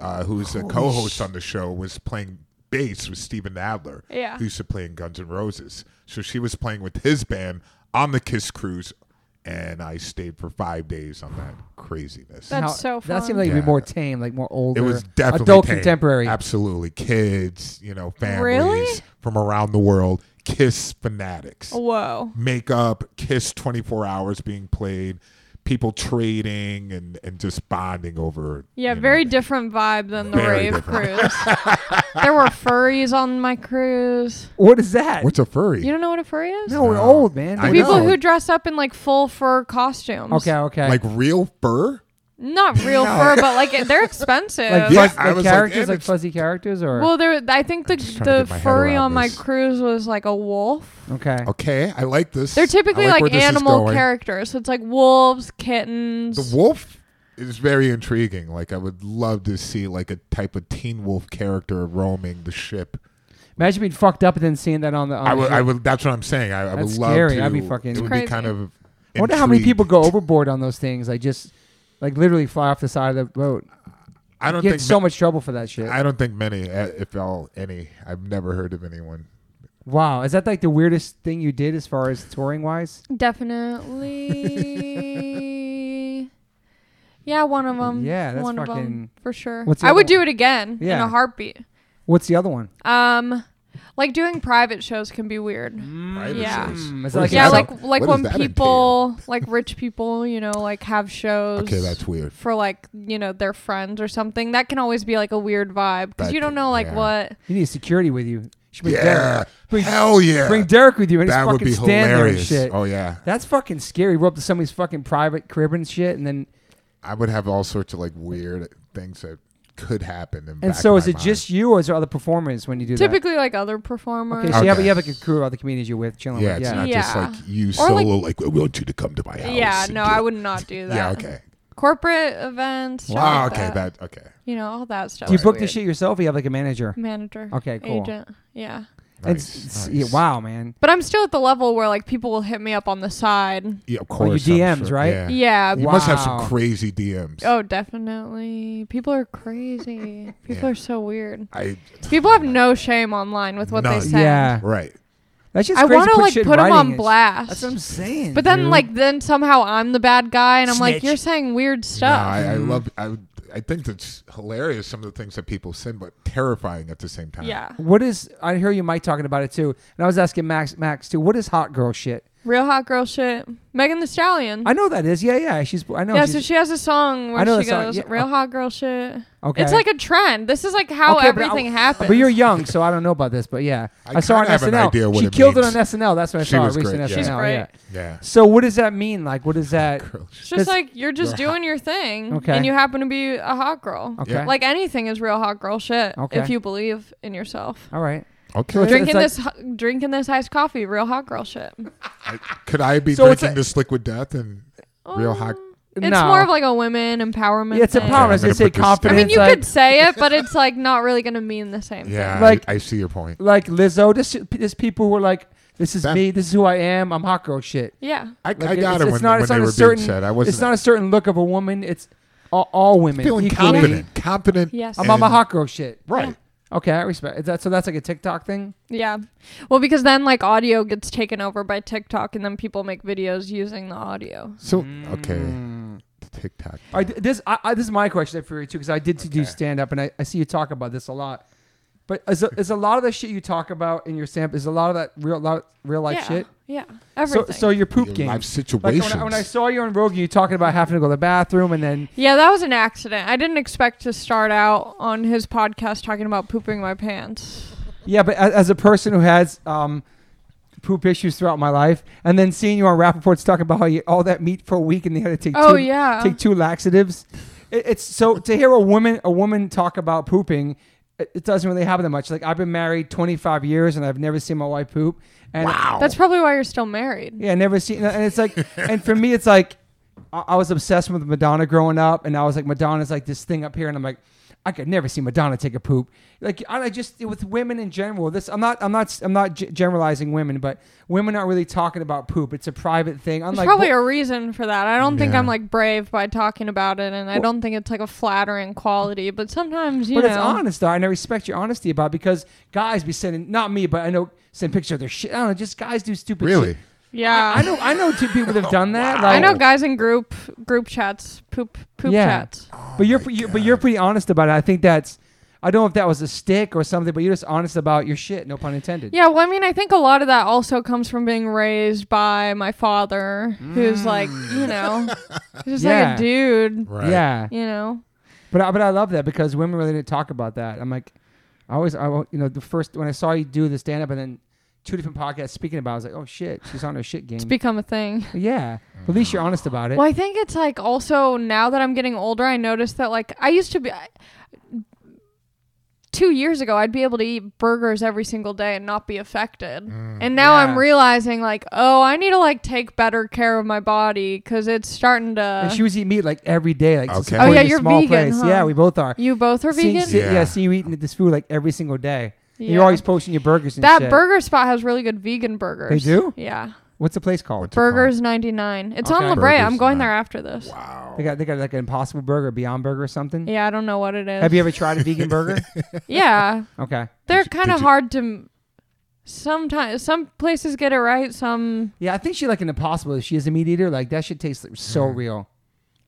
uh, who's a co host on the show, was playing bass with Steven Adler.
Yeah.
Who used to play in Guns N' Roses. So she was playing with his band on the Kiss Cruise and I stayed for five days on that craziness.
That's so
That seemed like it'd
Yeah.
be more tame, like more older.
it was definitely
adult
tame.
contemporary.
Absolutely. Kids, you know, families
Really?
from around the world, Kiss fanatics
Whoa.
makeup, Kiss 24 hours being played, people trading and, and just bonding over.
Yeah,
you know,
very different vibe than the
Very
rave cruise. there were furries on my cruise.
What is that?
What's a furry?
You don't know what a furry is?
no, we're
No.
old, man.
I
People
know.
who dress up in like full fur costumes.
Okay, okay.
like real fur?
Not real fur, but like they're expensive.
like,
Yeah,
fuzz-
I
like
was like,
characters,
and
like
it's-
fuzzy characters, or
well, there. I think the
just trying to
the
get my head
furry
around
on my
this.
cruise was like a wolf.
okay,
Okay, I like this.
They're typically
I like,
like
where this is
animal
going.
characters. So it's like wolves, kittens.
The wolf is very intriguing. Like I would love to see like a type of teen wolf character roaming the ship.
imagine being fucked up and then seeing that on the. On
I
the
would,
ship.
I would. That's what I'm saying. I, I would
Oh, That's
love
scary.
to.
I'd be fucking-
It would
Crazy.
be kind of.
I wonder how many
intrigued.
people go overboard on those things. Like just, like literally fly off the side of the boat.
I don't
You
think
get so much trouble for that shit.
I don't think many, uh, if all any. I've never heard of anyone.
wow, is that like the weirdest thing you did as far as touring wise?
Definitely. yeah, one of them.
Yeah, that's
one of 'em,
fucking-
for sure.
What's the
I
other
would do
one?
it again in
Yeah.
a heartbeat.
What's the other one?
Um, like doing private shows can be weird.
Private
yeah.
shows.
Mm, is that
What is
Okay,
yeah,
so-
that?
like like
what
when
does that
people, like rich people, you know, like have shows.
Okay, that's weird.
for like you know their friends or something. That can always be like a weird vibe because
That
you don't
can-
know like
yeah.
what.
You need security with you. You should bring
Yeah,
Derek. Bring,
hell yeah.
bring Derek with you and
that
just
would
fucking
be
stand there and
hilarious.
shit.
Oh yeah,
That's fucking scary. Roll up to somebody's fucking private crib and shit, and then
I would have all sorts of like weird things that could happen. In
and
back
so
of
is
my
it
mind.
just you, or is there other performers when you do
Typically, like other
that?
performers.
Okay, so you have
Okay.
you have like a crew of other comedians you're with chilling
Yeah,
with.
it's
Yeah,
not just
Yeah.
like you
Or,
solo.
like-
Like, I want you to come to my house.
yeah,
and
no,
do
I
it."
would not do that.
Yeah, okay.
Corporate events. shit
Wow,
like
okay,
that.
that okay.
You know all that stuff.
do you
is
book
weird.
this shit yourself, or you have like a manager?
Manager.
Okay, cool.
Agent. Yeah.
And
Nice,
s- s-
nice.
yeah, wow, man.
But I'm still at the level where like people will hit me up on the side.
Yeah, of
Well, your
course. I'm
DMs,
sure.
right?
Yeah.
Yeah.
You must have
Wow.
some crazy DMs.
Oh, definitely. People are crazy. People
Yeah.
are so weird.
I
People have no shame online with what they
None.
say.
Yeah,
right.
that's just
I
crazy
want to
put
like
shit
put
in
them
writing.
on
It's-
blast.
That's what I'm saying.
But then,
dude.
like, then somehow I'm the bad guy, and I'm like, you're saying weird
No,
stuff.
I, I
Mm-hmm.
love. I I think that's hilarious. Some of the things that people send, but terrifying at the same time.
yeah.
What is? I hear you, Mike, talking about it too, and I was asking Max, Max too. What is hot girl shit?
Real hot girl shit. Megan the Stallion.
I know that is. Yeah, yeah. She's. I know.
yeah,
she's,
so she has a song
I
where
know
she
that song,
goes,
yeah. uh,
real hot girl shit.
okay.
It's like a trend. This is like how
Okay, but I-
Oh, everything happens.
But you're young, so I don't know about this. But yeah, I,
I
saw her on
kinda have an
SNL.
idea what
she
it
killed
means.
it on SNL. That's what I
She
saw.
was
recent
great, yeah.
SNL.
She's
great.
Yeah.
Yeah.
So what does that mean? Like, what is that?
Girl, sh-
it's just
'cause
like you're just doing your thing,
Okay.
and you happen to be a hot girl.
Okay.
Yeah.
Like anything is real hot girl shit
Okay.
if you believe in yourself.
All right.
Okay.
it's-
Drinking
it's
this, hu- drinking this iced coffee, real hot girl shit.
I- could I be
So it's
drinking
a-
this liquid death and real hot?
Um, It's
no.
more of like a women empowerment.
Yeah, it's
thing.
empowerment. I was
Okay, I'm
gonna
gonna
say
put this-
I
confidence.
mean, you
like,
could say it, but it's like not really gonna mean the same.
Yeah. I-
Like-
I, see your point.
like Lizzo. This there's people who are like, this is
That-
me. This is who I am. I'm hot girl shit.
Thing. Yeah.
I,
Like,
I got it when, when they
a
were
certain-
being said. I wasn't
It's not a certain look of a woman. It's all, all women.
feeling
equally.
confident. Confident.
Yes.
I'm on
and-
my hot girl shit.
Right.
Okay, I respect is that. So that's like a TikTok thing.
Yeah. Well, because then like audio gets taken over by TikTok, and then people make videos using the audio.
So okay.
Mm.
TikTok.
All right, this I, I, this is my question for you too, because I did do stand up, and I, I see you talk about this a lot. But is a, is a lot of the shit you talk about in your stand up is a lot of that real lot, real life
yeah.
shit.
Yeah.
So
Everything.
so your poop
Your
game.
life
Like when
situations.
I, when I saw you on Rogan, you talking about having to go to the bathroom, and then
yeah, that was an accident. I didn't expect to start out on his podcast talking about pooping my pants.
yeah, but as, as a person who has um, poop issues throughout my life, and then seeing you on Rappaport's talking about how you ate all that meat for a week and they had to take
Oh
two-
yeah.
take two laxatives. It, it's so to hear a woman a woman talk about pooping, it, it doesn't really happen that much. Like I've been married 25 years and I've never seen my wife poop. And
wow.
That's probably why you're still married.
yeah, never seen. And it's like, and for me, it's like I, I was obsessed with Madonna growing up, and I was like, Madonna's like this thing up here, and I'm like. I could never see Madonna take a poop. Like I I just with women in general. This I'm not I'm not I'm not g- generalizing women, but women aren't really talking about poop. It's a private thing.
There's
Unlike
probably
bo-
a reason for that. I don't think
Yeah.
I'm like brave by talking about it, and I
Well-
don't think it's like a flattering quality. But sometimes you
But
know.
it's honest though, and I respect your honesty about it because guys be sending not me, but I know send pictures of their shit. I don't know, just guys do stupid
really.
shit.
Yeah.
I know I know two people that have done that.
I
Like,
know guys in group group chats, poop poop
Yeah.
chats.
But you're, pre- you but you're pretty honest about it. I think that's I don't know if that was a stick or something, but you're just honest about your shit, no pun intended.
Yeah, well, I mean, I think a lot of that also comes from being raised by my father, who's like, you know, he's just
Yeah.
like a dude,
Mm. Right.
Yeah.
you know.
But I, but I love that because women really didn't talk about that. I'm like, I always, I wa- you know, the first when I saw you do the stand up and then two different podcasts speaking about, it, I was like, oh shit, she's on her shit game.
It's become a thing.
yeah, But at least you're honest about it.
Well, I think it's like also now that I'm getting older, I notice that like I used to be. I, Two years ago, I'd be able to eat burgers every single day and not be affected. and now
Mm. yeah.
I'm realizing, like, oh, I need to like take better care of my body because it's starting to.
And she was eating meat like every day, like
Okay.
supporting
Uh-huh. Oh, yeah,
a
you're
small
vegan,
place.
huh?
Yeah, we both are.
you both are
Seeing-
vegan.
see- yeah,
Yeah.
see you eating this food like every single day. And You're
Yeah.
always posting your burgers and
That
shit.
burger spot has really good vegan burgers.
They do?
Yeah.
What's the place called?
What's it called?
Burgers 99. It's
Okay.
on La Brea.
Burgers
I'm going
99.
there after this.
Wow.
They got they got like an Impossible Burger, Beyond Burger, or something.
Yeah, I don't know what it is.
Have you ever tried a vegan burger?
yeah.
Okay.
They're
Did you-
kind of
did you-
hard to sometimes some places get it right, some
Yeah, I think she like an Impossible. If she is a meat eater, like that shit tastes like, so real.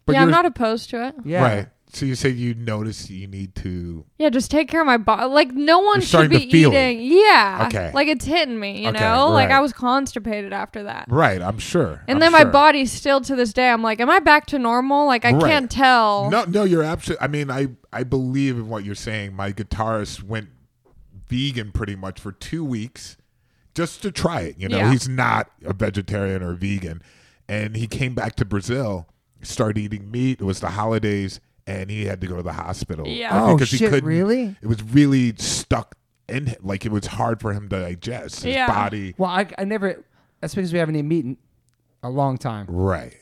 But
Yeah, I'm
you're-
not opposed to it.
Yeah.
Right. So you say you notice you need to.
Yeah, just take care of my body. Like no one should
starting
be
to feel it.
eating. Yeah.
Okay.
Like it's hitting me, you
Okay,
know? Like
right.
I was constipated after that.
Right. I'm sure.
And
I'm
then my
sure.
body still to this day I'm like, am I back to normal? Like I
Right.
can't tell.
No, no, you're absolutely. I mean, I I believe in what you're saying. My guitarist went vegan pretty much for two weeks just to try it. You know,
Yeah.
he's not a vegetarian or vegan, and he came back to Brazil, started eating meat. It was the holidays, and he had to go to the hospital.
Yeah.
uh,
Oh
because he
shit!
couldn't-
Really?
It was really stuck in him. Like it was hard for him to digest his
Yeah.
body.
Well, I, I never. That's because we haven't eaten meat in a long time.
Right.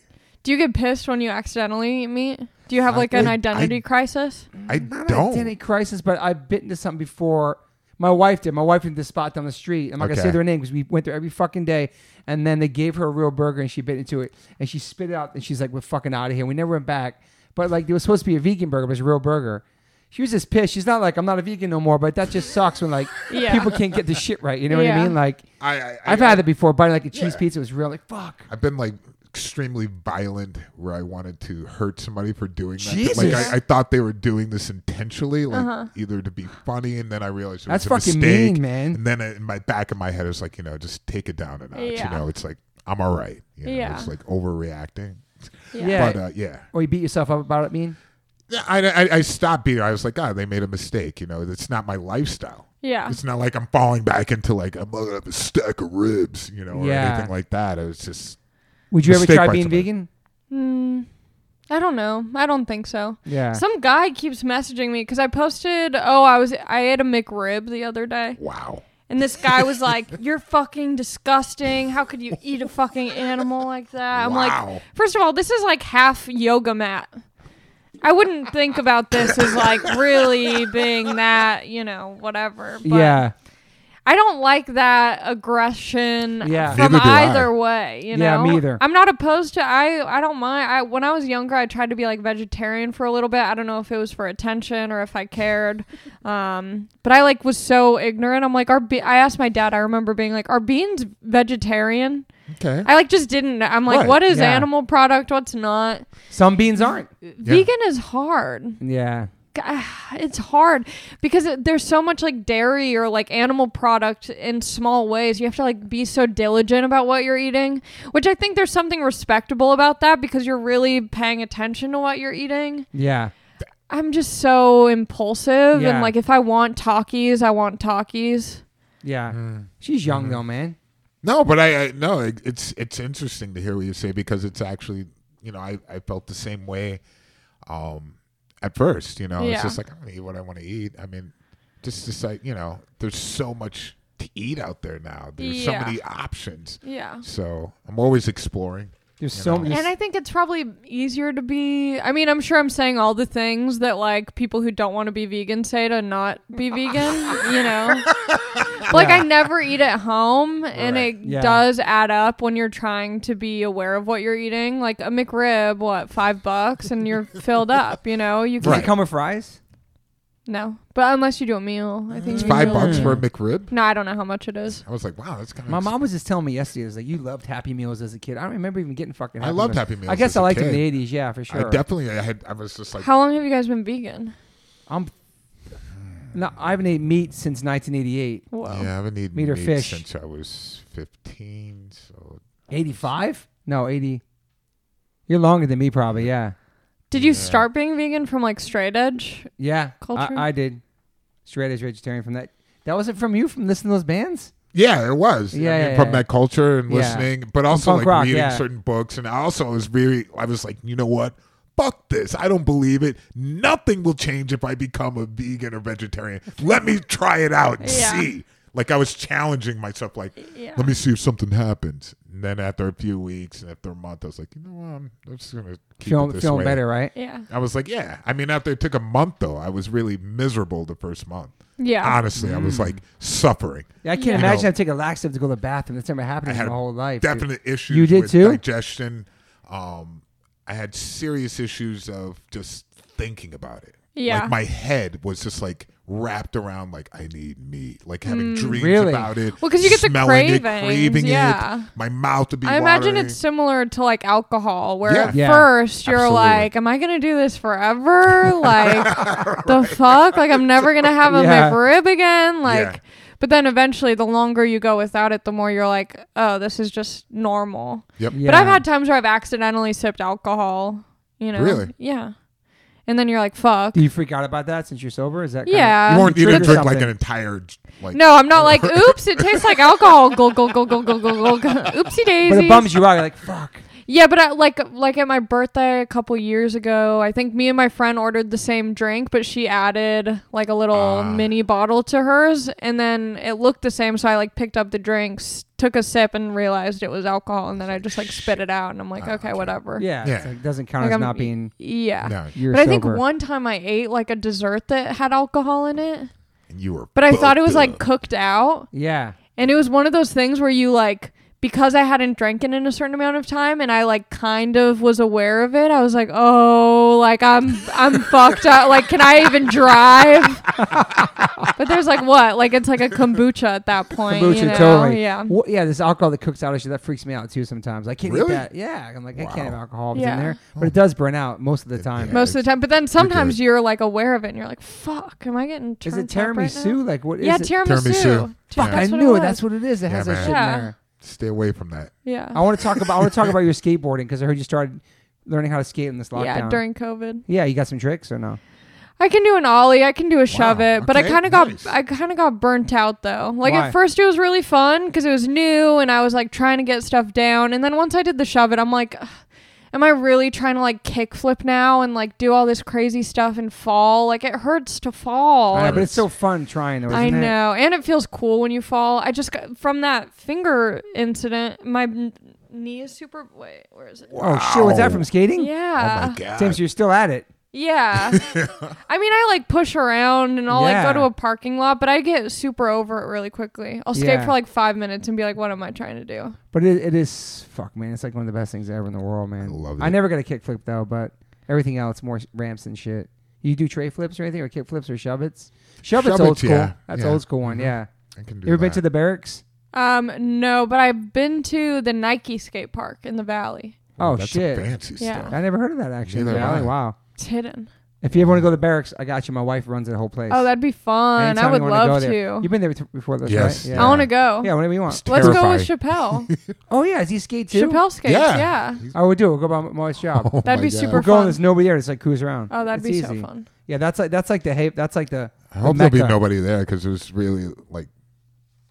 Do you get pissed when you accidentally eat meat? Do you have
I
like an
did- I-
identity crisis?
I
Mm, Not
don't.
identity crisis, but I've bitten to something before. My wife did. My wife did this spot down the street. I'm not gonna say
Okay.
their name because we went there every fucking day. And then they gave her a real burger and she bit into it and she spit it out and she's like, "We're fucking out of here." We never went back. But like, it was supposed to be a vegan burger, but it's a real burger. She was just pissed. She's not like, "I'm not a vegan no more," but that just sucks when like
Yeah.
people can't get the shit right. You know what I
Yeah.
mean? Like,
I, I,
I've
I,
had it before. Biting like a cheese
Yeah.
pizza was real. Like, fuck.
I've been like extremely violent where I wanted to hurt somebody for doing that.
Jesus.
Like I, I thought they were doing this intentionally, like
Uh-huh.
either to be funny, and then I realized it
That's
was a
fucking
mistake.
mean, man.
And then in my back of my head, it's like you know, just take it down a notch.
Yeah.
You know, it's like I'm all right. You know,
Yeah.
it's like overreacting.
Yeah.
Yeah.
But uh, yeah,
Or you beat yourself up about it. Mean.
Yeah, I, I, I stopped being. I was like, God, they made a mistake. You know, it's not my lifestyle.
Yeah.
It's not like I'm falling back into like I'm gonna have a stack of ribs, you know, or
Yeah.
anything like that. It was just
Would you ever
Mistake
try
by
being
somebody.
vegan?
Mm, I don't know. I don't think so.
Yeah.
Some guy keeps messaging me because I posted. Oh, I was I ate a McRib the other day,
wow.
and this guy was like, "You're fucking disgusting. How could you eat a fucking animal like that?" I'm
Wow.
like, first of all, this is like half yoga mat. I wouldn't think about this as like really being that, you know, whatever. But
yeah.
I don't like that aggression
Yeah.
from
Neither do I.
either way. You
Yeah,
know,
me either.
I'm not opposed to. I I don't mind. I when I was younger, I tried to be like vegetarian for a little bit. I don't know if it was for attention or if I cared. Um, but I like was so ignorant. I'm like, are be- I asked my dad. I remember being like, are beans vegetarian?
Okay.
I like just didn't. know. I'm like,
Right,
what is
yeah.
animal product? What's not?
Some beans aren't.
Vegan is hard.
Yeah.
Gah, it's hard because it- there's so much like dairy or like animal product in small ways. You have to like be so diligent about what you're eating, which I think there's something respectable about that because you're really paying attention to what you're eating.
Yeah.
I'm just so impulsive
Yeah.
and like if I want talkies, I want talkies.
Yeah.
Hmm.
She's young though, man.
No, but I, I no, it, it's it's interesting to hear what you say because it's actually you know I, I felt the same way, um, at first you know
Yeah.
it's just like I'm gonna eat what I want to eat. I mean, just just like you know, there's so much to eat out there now. There's so
Yeah.
many options.
Yeah.
So I'm always exploring.
Mm-hmm.
There's
You
so
know.
many.
And I think it's probably easier to be. I mean, I'm sure I'm saying all the things that like people who don't want to be vegan say to not be vegan, you know? like
Yeah.
I never eat at home and
Right.
it
Yeah.
does add up when you're trying to be aware of what you're eating. Like a McRib, what, 5 bucks and you're filled up, you know? You can
Does
Right.
it come with fries?
No. But unless you do a meal, I think
It's
you
five
really-
bucks for a McRib.
No, I don't know how much it is.
I was like, wow, that's kind of
Mm. My mom was just telling me yesterday. It was like you loved Happy Meals as a kid. I don't remember even getting fucking.
I
Happy
loved
Meals.
Happy Meals
I guess
as
I
a
liked them in
kid.
the eighties. Yeah, for sure.
I definitely I had I was just like
How long have you guys been vegan?
I'm. No, I haven't ate meat since 1988.
Whoa.
yeah, I haven't eaten
Meat or fish?
since I was 15. So
85? No, 80. You're longer than me, probably. Yeah.
Did you
Yeah.
start being vegan from like straight edge?
Yeah.
Culture?
I, I did. Straight as vegetarian from that. That wasn't from you from listening to those bands.
Yeah, it was.
Yeah,
I mean,
yeah,
from
yeah.
that culture and
Yeah.
listening, but also
punk
like
rock,
reading
yeah.
certain books, and I also was very. I was like, you know what? Fuck this! I don't believe it. Nothing will change if I become a vegan or vegetarian. Let me try it out and
Yeah.
see. Like I was challenging myself. Like,
Yeah.
let me see if something happens. And then after a few weeks and after a month, I was like, you know what? I'm, I'm just gonna keep it
Feeling,
this
feeling
way.
better, right?
Yeah.
I was like, yeah. I mean, after it took a month though, I was really miserable the first month.
Yeah.
Honestly, I
Mm.
was like suffering.
Yeah, I can't
Yeah.
imagine
No.
I take a laxative to go to the bathroom. That's never happened
I
in
had
my whole life. dude.
definite issues
You did
with
too?
digestion. Um, I had serious issues of just thinking about it.
Yeah.
Like my head was just like wrapped around like I need meat, like having dreams
Really?
about it.
Mm, Well, 'cause you get the
smelling it,
cravings,
craving
yeah.
it. My mouth would be.
I imagine
watering.
it's similar to like alcohol, where
Yeah.
at
Yeah.
first you're
Absolutely.
like, "Am I gonna do this forever? Like, the fuck? Like, I'm never gonna have a
Yeah.
McRib again? Like."
Yeah.
But then eventually, the longer you go without it, the more you're like, "Oh, this is just normal."
Yep.
Yeah.
But I've had times where I've accidentally sipped alcohol. You know.
Really?
Yeah. And then you're like, "Fuck."
Do you freak out about that since you're sober? Is that kinda-
Yeah.
You weren't you didn't
trigger
drink like
something.
an entire like.
No, I'm not like, "Oops, it tastes like alcohol." Go go go go go go go. Oopsie daisy.
But it bums you out. You're like, fuck.
Yeah, but I, like like at my birthday a couple years ago, I think me and my friend ordered the same drink, but she added like a little
Ah.
mini bottle to hers, and then it looked the same. So I like picked up the drinks, took a sip, and realized it was alcohol, and then I just like spit it out, and I'm like,
Ah,
okay,
okay.
whatever.
Yeah.
Yeah.
it's like, doesn't count
Like,
as
I'm-
not being.
yeah.
No.
You're
But I think
sober.
one time I ate like a dessert that had alcohol in it.
and you were.
But I thought it was
fucked
like
up.
cooked out.
Yeah.
And it was one of those things where you like because I hadn't drank it in a certain amount of time and I like kind of was aware of it, I was like, Oh, like I'm I'm fucked up. Like, can I even drive? but there's like what? Like it's like a kombucha at that point.
Kombucha,
you know?
totally.
Yeah.
Wha- yeah, this alcohol that cooks out issue that freaks me out too. Sometimes I can't
Really?
eat that. Yeah, I'm like I
Wow. Oh.
can't have alcohol if it's
Yeah.
in there, but it does burn out most of the time.
Yeah,
Most of the time. But then sometimes
good.
you're like aware of it and you're like, Fuck, am I getting
Is
turned
it
up right
tiramisu?
now?
like what is
yeah,
it?
tiramisu.
Tiramisu.
Fuck,
I
that's what
knew
it
it. That's
was.
what it is. It
Yeah,
has that
man.
shit
Yeah.
in there.
Stay away from that.
Yeah.
I want to talk about. I want to talk about your skateboarding because I heard you started learning how to skate in this lockdown.
Yeah, during COVID.
Yeah, you got some tricks or no?
I can do an ollie. I can do a shove
Wow,
it, but I
okay,
kind of got
nice.
I kind of got burnt out though. Like
Why?
at first it was really fun because it was new and I was like trying to get stuff down, and then once I did the shove it, I'm like, "Ugh, am I really trying to like kickflip now and like do all this crazy stuff and fall? Like it hurts to fall.
I know,
and-
but it's so fun trying though. Isn't
I
it?
know, and it feels cool when you fall. I just got from that finger incident. My n- knee is super. Wait, where is it?
Oh shit! Was that
Wow.
from skating?
Yeah.
Oh my god.
Damn, so you're still at it.
Yeah. I mean, I like push around and I'll
Yeah.
like go to a parking lot, but I get super over it really quickly. I'll skate
Yeah.
for like five minutes and be like, what am I trying to do?
But it, it is fuck, man. It's like one of the best things ever in the world, man.
I love
I
it.
never got a kickflip though, but everything else more s- ramps and shit. You do tray flips or anything, or kick flips or shove its? Shove it's
Shove
old
its,
school.
yeah.
That's
Yeah.
old school one.
Mhm.
Yeah.
I can do
You ever been
that.
to the barracks?
Um, no, but I've been to the Nike skate park in the valley.
Oh,
that's
shit.
fancy
Yeah.
stuff.
I never heard of that actually.
Neither have
Valley,
I.
wow.
It's hidden.
If you ever want to go to the barracks, I got you. My wife runs that whole place.
Oh, that'd be fun.
Anytime
I would
you wanna go
love
there.
to.
You've been there t- before, this,
Yes.
right?
I
Yeah.
want to go.
yeah, whatever you want.
It's
Let's go
terrifying.
with Chappelle.
Oh yeah, does he skate too?
Chappelle skates.
Yeah.
Yeah.
I would do. it. We'll go by Oh my wife's job.
Oh
That'd
my
be
God.
super
We'll go
fun.
and there's nobody there. It's like cruise around.
Oh, that'd
It's
be
easy.
so fun.
Yeah, that's like that's like the hey, that's like the
I hope there'll be
Mecca.
nobody there because it was really like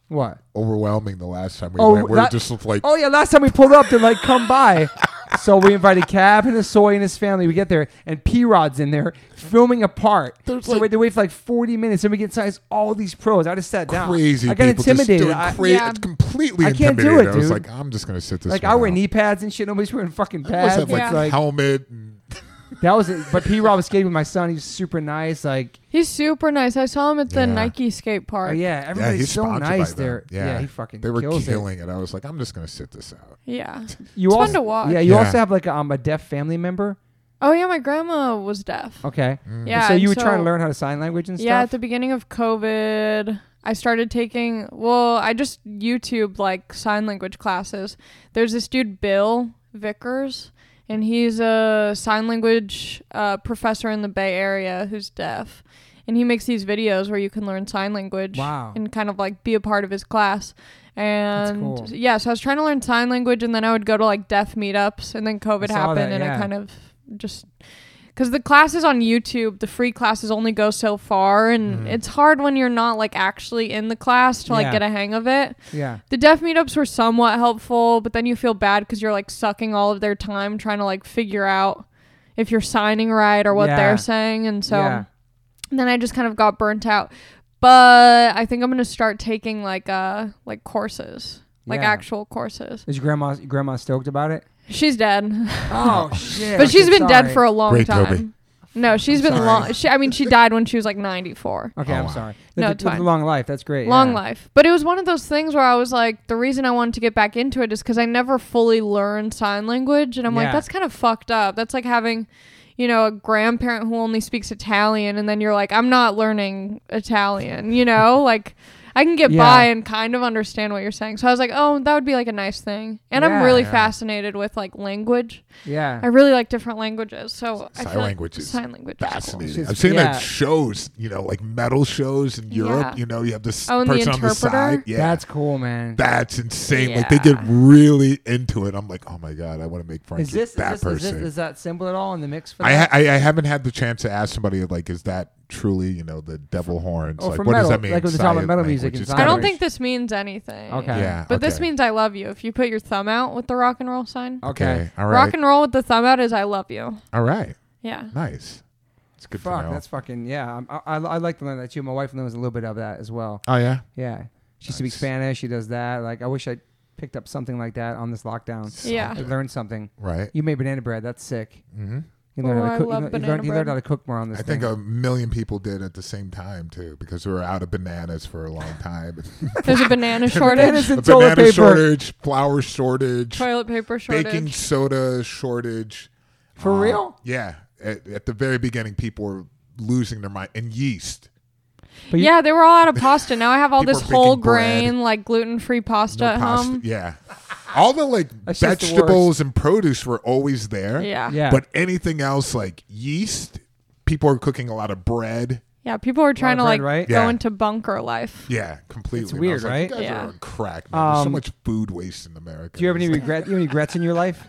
what?
overwhelming the last time we
Oh,
went. We were
that-
just like,
Oh yeah, last time we pulled up, they're like, come by. So we invited Cab and Soy and his family. We get there, and P Rod's in there filming a part.
There's
so
like-
we had to wait for like 40 minutes, and we get size all these pros. I just sat down.
crazy.
I got
people
intimidated.
Just doing
I-
cra-
Yeah.
it's completely
I can't do
intimidated.
it,
I was
dude.
like, I'm just gonna sit this.
like
one
I wear
out.
knee pads and shit. Nobody's wearing fucking
I must
pads.
have
It's
like
Yeah.
like-
helmet. And
that was it. But P Rod was skating with my son. He was super nice. Like
He's super nice. I saw him at the
Yeah.
Nike skate park.
oh yeah,
yeah,
everybody's
he's
so
sponsored by
nice
them.
there. Yeah. he fucking
They were
kills it.
killing it. I was like, I'm just gonna sit this out.
Yeah.
You
It's fun
also
to watch.
yeah, you
Yeah.
also have like um a deaf family member.
Oh yeah, my grandma was deaf.
Okay,
Mm.
Yeah.
so
and
you were trying to
so-
learn how to sign language and
Yeah, at
stuff.
the beginning of COVID, I started taking, well, I just YouTube like sign language classes. There's this dude, Bill Vickers, and he's a sign language uh, professor in the Bay Area who's deaf. And he makes these videos where you can learn sign language
Wow.
and kind of like be a part of his class. And
cool.
yeah, so I was trying to learn sign language, and then I would go to like deaf meetups, and then COVID
I saw
happened,
that,
and
yeah.
I kind of just because the classes on YouTube, the free classes only go so far, and it's hard when you're not like actually in the class to like
Mm-hmm. Yeah.
get a hang of it.
yeah.
The deaf meetups were somewhat helpful, but then you feel bad because you're like sucking all of their time trying to like figure out if you're signing right or what
Yeah.
they're saying, and so
Yeah.
then I just kind of got burnt out. But I think I'm gonna start taking like uh like courses, like
Yeah.
actual courses.
Is your grandma your grandma stoked about it?
She's dead,
Oh shit!
but she's been dead for a long
Great
time.
Kobe.
No, she's been
sorry.
long. She, I mean, she died when she was like 94.
Okay,
Oh,
I'm
wow.
sorry.
No,
That's
it's
a- that's a
fine.
long life. That's great.
Long
yeah.
life. But it was one of those things where I was like, the reason I wanted to get back into it is because I never fully learned sign language. And I'm
Yeah.
like, that's kind of fucked up. That's like having, you know, a grandparent who only speaks Italian. And then you're like, I'm not learning Italian, you know? like, I can get
Yeah.
by and kind of understand what you're saying. So I was like, oh, that would be like a nice thing. And
Yeah.
I'm really
Yeah.
fascinated with like language.
Yeah.
I really like different languages. So I
Sign
feel like
language is
sign language is cool.
Fascinating.
She's-
I've seen
yeah.
that shows, you know, like metal shows in Europe.
Yeah.
You know, you have this
Oh, and the
person on the side.
interpreter?
Yeah,
That's cool, man.
that's insane. Like they get
Yeah.
really into it. I'm like, oh my god, I want to make friends
is this,
with that
is this, is
person.
this is that simple at all in the mix for
I,
that?
ha- I I haven't had the chance to ask somebody like, is that truly you know the devil horns?
oh,
like
for
what does
metal,
that mean?
like when it's all
Sign
about metal music
language.
and
It's
sign
I
gotta
don't
language.
be-
think this means anything.
Okay.
Yeah,
But this
okay.
means I love you. If you put your thumb out with the rock and roll sign,
okay.
All right.
rock and roll with the thumb out is I love you.
all right.
Yeah.
Nice. It's good to
Fuck,
know.
that's fucking yeah. I'm- I, I I like to learn that too. My wife learns a little bit of that as well.
oh yeah.
Yeah, she speaks
Nice.
Spanish. She does that. Like I wish I picked up something like that on this lockdown.
Yeah.
I learned something.
Right.
You made banana bread. That's sick.
Mm-hmm.
You You learn
Oh,
how to
I
cook.
love
You, learn- you
banana
learn, you learn
bread.
how to cook more on this.
I
thing.
think a million people did at the same time too, because we were out of bananas for a long time.
There's a banana
bananas
shortage,
and
The
toilet
banana
paper.
shortage, flour shortage,
toilet paper
baking
shortage.
soda shortage.
For
Uh,
real?
Yeah. At, at the very beginning, people were losing their mind, and yeast.
But you-
yeah, they were all out of pasta. Now I have all
People
this
are baking
whole
bread.
grain, like gluten free pasta
No
at
pasta.
home.
Yeah. All the like
That's just the
vegetables and produce were always there.
Yeah. yeah.
Yeah.
But anything else like yeast, people are cooking a lot of bread.
People were trying to
bread,
like
right?
go
Yeah.
into bunker life.
Yeah, completely.
It's
And I
weird,
was like,
right?
You guys
Yeah.
are on crack. Man. There's so
Um,
much food waste in America.
Do you have any
It's like,
regret? You have any regrets in your life?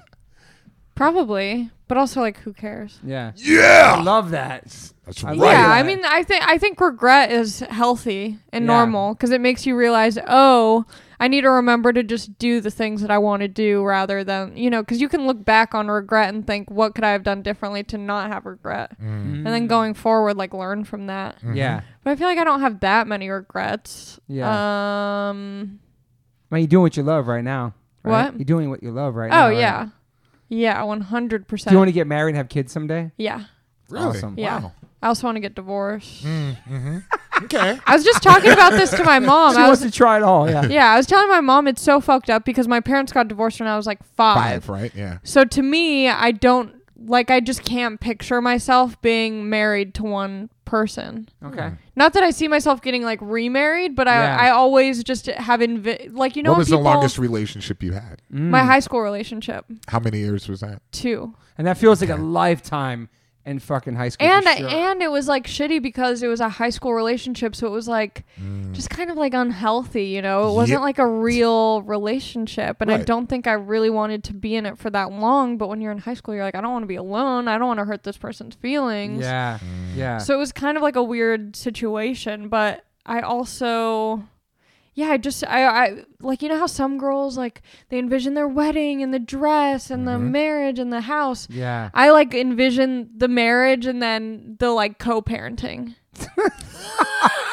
Probably. But also like who cares?
Yeah. Mm-hmm. I
yeah,
love that.
that's
I
right.
like
yeah, I
that.
mean, I think I think regret is healthy and
Yeah.
normal because it makes you realize, oh, I need to remember to just do the things that I want to do rather than you know, because you can look back on regret and think, what could I have done differently to not have regret, and
Mm.
then going forward, like learn from that.
Mm-hmm.
Yeah.
But I feel like I don't have that many regrets. Yeah. Um.
I mean, you're doing what you love right now. right?
What?
You're doing what you love right now.
Oh
right?
yeah, yeah, one hundred
Do you want to
percent.
get married and have kids someday?
Yeah.
Really?
Awesome.
Yeah.
Wow.
I also want to get divorced.
Mm.
Okay.
I was just talking about this to my mom.
She
I Oh, was
wants to try it all. Yeah.
yeah, I was telling my mom it's so fucked up because my parents got divorced when I was like five.
Five, right? Yeah.
So to me, I don't like I just can't picture myself being married to one person.
okay.
Not that I see myself getting like remarried, but I
Yeah.
I always just have invi- like you know
what
when
was
people
the longest Mm. relationship you had?
my high school relationship
How many years was that?
too.
And that feels like a lifetime in fucking high school. for
and I,
sure.
and it was like shitty because it was a high school relationship, so it was like
Mm.
just kind of like unhealthy, you know. It wasn't
Yeah.
like a real relationship, and I
Right.
don't think I really wanted to be in it for that long. But when you're in high school, you're like, I don't want to be alone. I don't want to hurt this person's feelings.
yeah,
Mm.
yeah.
So it was kind of like a weird situation, but I also yeah, I just I, I like you know how some girls like they envision their wedding and the dress and the
Mm-hmm.
marriage and the house.
yeah.
I like envision the marriage and then the like co-parenting.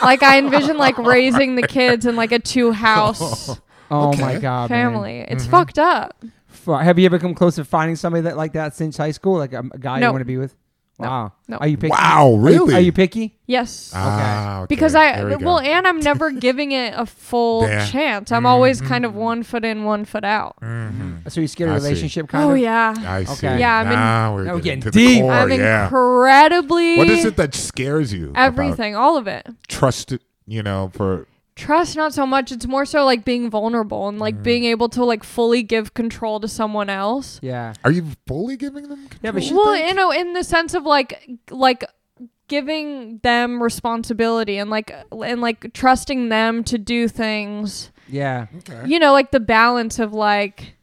like I envision like raising the kids in like a two house
Oh
Okay.
my god, man.
family. It's
Mm-hmm.
fucked up.
Fu- Have you ever come close to finding somebody that like that since high school? Like a, a guy
No.
you want to be with?
No.
Wow.
No.
Are you picky?
Wow,
Are you-
really?
Are you picky?
Yes.
Ah, okay.
because
There
I
we
well
go.
and I'm never giving it a full
Yeah. Mm-hmm.
chance. I'm always kind of one foot in, one foot out.
So you scared
I
of
see.
relationship kind
oh
of?
yeah.
I see.
Okay.
Yeah, I'm in-
Now we're
Now we're
getting,
getting
to the
deep.
core,
I'm
Oh, yeah.
incredibly
What is it that scares you? about
everything, all of it.
Trust it, you know, for
Trust not so much. It's more so like being vulnerable and like
Mm.
being able to like fully give control to someone else.
Yeah.
are you fully giving them?
Yeah, but she
Well, you know, in the sense of like like giving them responsibility and like and like trusting them to do things.
yeah.
Okay.
You know, like the balance of like,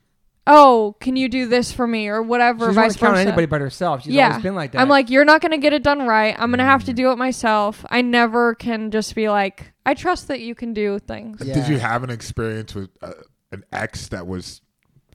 oh, can you do this for me or whatever,
She
vice
doesn't count on
versa.
anybody but herself. She's always been like that. Mm.
I'm like, you're not gonna get it done right. I'm gonna have to do it myself. I never can just be like, I trust that you can do things.
Did
Yeah.
you have an experience with uh, an ex that was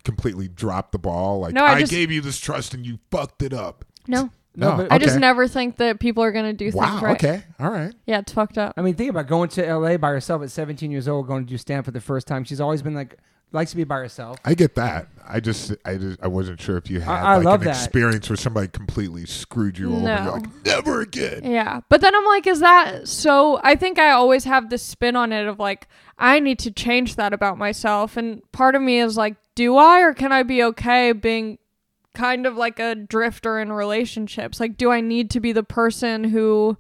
completely dropped the ball? Like
No, I
I,
just-
gave you this trust and you fucked it up.
No,
No,
No,
but-
I just
okay.
never think that people are gonna do
Wow.
things right.
Okay. All right.
Yeah, it's fucked up.
I mean, think about going to LA by herself at 17 years old, going to do Stanford the first time. She's always been like, likes to be by herself.
I get that. I just, I just, I wasn't sure if you had
I
like
love
an
that.
experience where somebody completely screwed you over.
No.
You're like, never again.
Yeah, but then I'm like, is that so? I think I always have this spin on it of like, I need to change that about myself, and part of me is like, do I or can I be okay being kind of like a drifter in relationships? Like, do I need to be the person who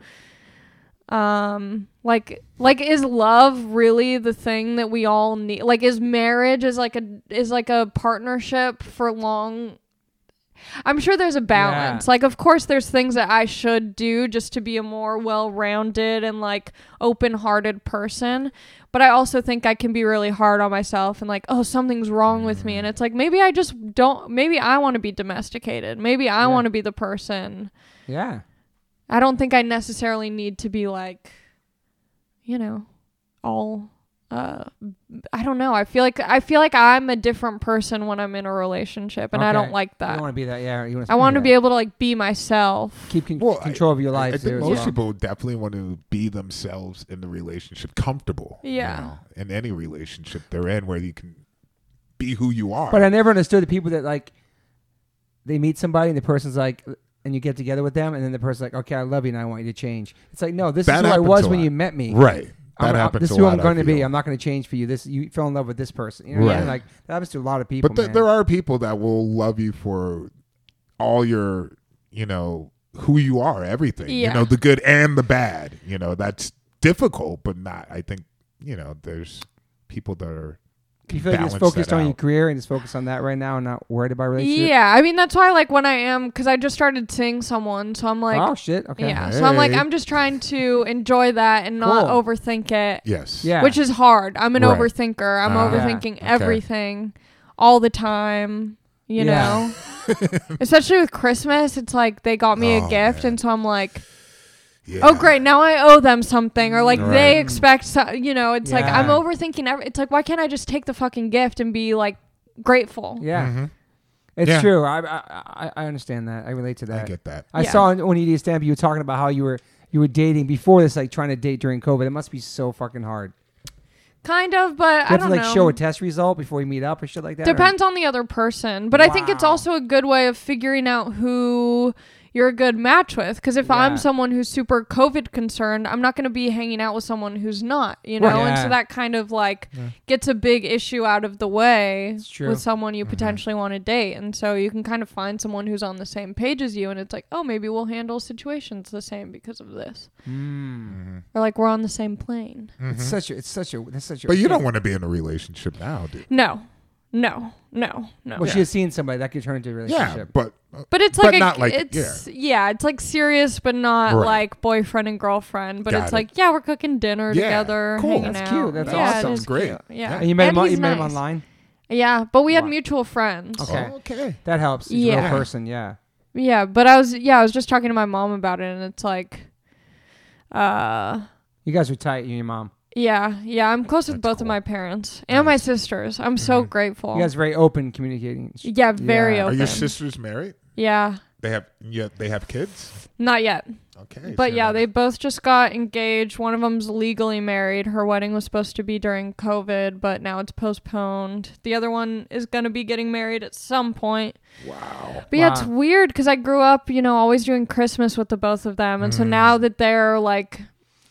um like like is love really the thing that we all need like is marriage is like a is like a partnership for long i'm sure there's a balance like of course there's things that i should do just to be a more well-rounded and like open-hearted person but i also think i can be really hard on myself and like oh something's wrong with me and it's like maybe i just don't maybe i want to be domesticated maybe i
Yeah.
want to be the person
Yeah.
I don't think I necessarily need to be like, you know, all. Uh, I don't know. I feel like I feel like I'm a different person when I'm in a relationship, and I
Okay.
don't like
You
that.
want to be that. Yeah. You wanna
Uh, I want to
yeah.
be able to like be myself.
keep con-
Well, I-
control of your
I
life. too, as
think most
well.
people definitely want to be themselves in the relationship, comfortable. you
Yeah.
know, in any relationship they're in, where you can be who you are.
But I never understood the people that like they meet somebody and the person's like, and you get together with them, and then the person's like, "Okay, I love you, and I want you to change." It's like, no, this
That
is who I
happens
was
a
when
lot.
you met me.
Right. That
I'm, I'm-
happens
this
a
is who
lot,
I'm
I
going to be.
feel.
I'm not going to change for you. This you fell in love with this person. You know what I mean?
Right.
Like that happens to a lot of people.
But th-
man.
there are people that will love you for all your, you know, who you are, everything.
Yeah.
You know, the good and the bad. You know, that's difficult, but not. I think you know, there's people that are.
you feel like it's
balance
focused
that
on your
out.
career and it's focused on that right now, and not worried about relationship.
Yeah, I mean that's why like when I am because I just started seeing someone, so I'm like,
oh shit. Okay.
yeah. So I'm like,
Hey.
I'm just trying to enjoy that and not
Cool.
overthink it,
Yes.
Yeah.
which is hard. I'm an
Right.
overthinker. I'm
Ah,
overthinking
okay.
everything all the time. You
Yeah.
know, especially with Christmas, it's like they got me a
Oh,
gift,
man.
and so I'm like,
Yeah.
oh great, now I owe them something, or like
Right.
they expect, so, you know, it's like I'm
Yeah.
overthinking. Every- it's like why can't I just take the fucking gift and be like grateful?
Yeah.
Mhm.
It's
Yeah.
true. I, I I- I understand that. I relate to that.
I get that.
I
Yeah.
saw on E on ED Stamp you were talking about how you were you were dating before this, like trying to date during COVID. It must be so fucking hard.
Kind of, but
You
I
have to
don't
like
know.
show a test result before you meet up or shit like that. or-
Depends on the other person, but I think it's
Wow.
also a good way of figuring out who you're a good match with. Because if
Yeah.
I'm someone who's super COVID concerned, I'm not going to be hanging out with someone who's not, you know.
Right.
And
Yeah.
so that kind of like gets a big issue out of the way
It's true. Mm-hmm.
with someone you potentially want to date, and so you can kind of find someone who's on the same page as you, and it's like, oh, maybe we'll handle situations the same because of this,
Mm. Mm-hmm.
or like we're on the same plane.
It's such a. It's such a. That's such a.
Mm-hmm. But you
yeah.
don't want to be in a relationship now, dude.
No, no, no, no.
Well, she has seen somebody that could turn into a
Yeah,
relationship.
but uh,
But it's
But
like, a,
not like-
it's yeah. it's like serious but not
Right.
like boyfriend and girlfriend. But
Got
it's
it.
like yeah, we're cooking dinner
Yeah,
together,
cool.
hanging
That's
out.
cute. That's
yeah,
awesome.
It is
Great.
Cute. Yeah,
Yeah.
And you met him.
And
on-
he's
You met him
nice.
online.
Yeah, but we had
Wow.
mutual friends.
Oh.
Okay.
okay.
That helps. He's a
Yeah.
real person. Yeah.
Yeah, but I was yeah, I was just talking to my mom about it, and it's like, uh,
You guys are tight. You and your mom.
yeah, yeah, I'm close with
That's
both
cool. Mm-hmm.
of my parents and my sisters. I'm so grateful.
You guys are very open communicating.
yeah, very
Yeah.
open.
Are your sisters married?
yeah,
They have yeah, they have kids.
not yet.
Okay.
But
so
yeah,
not-
they both just got engaged. One of them's legally married. Her wedding was supposed to be during COVID, but now it's postponed. The other one is going to be getting married at some point.
wow.
But yeah, it's
Wow.
weird because I grew up, you know, always doing Christmas with the both of them. And so
Mm.
now that they're like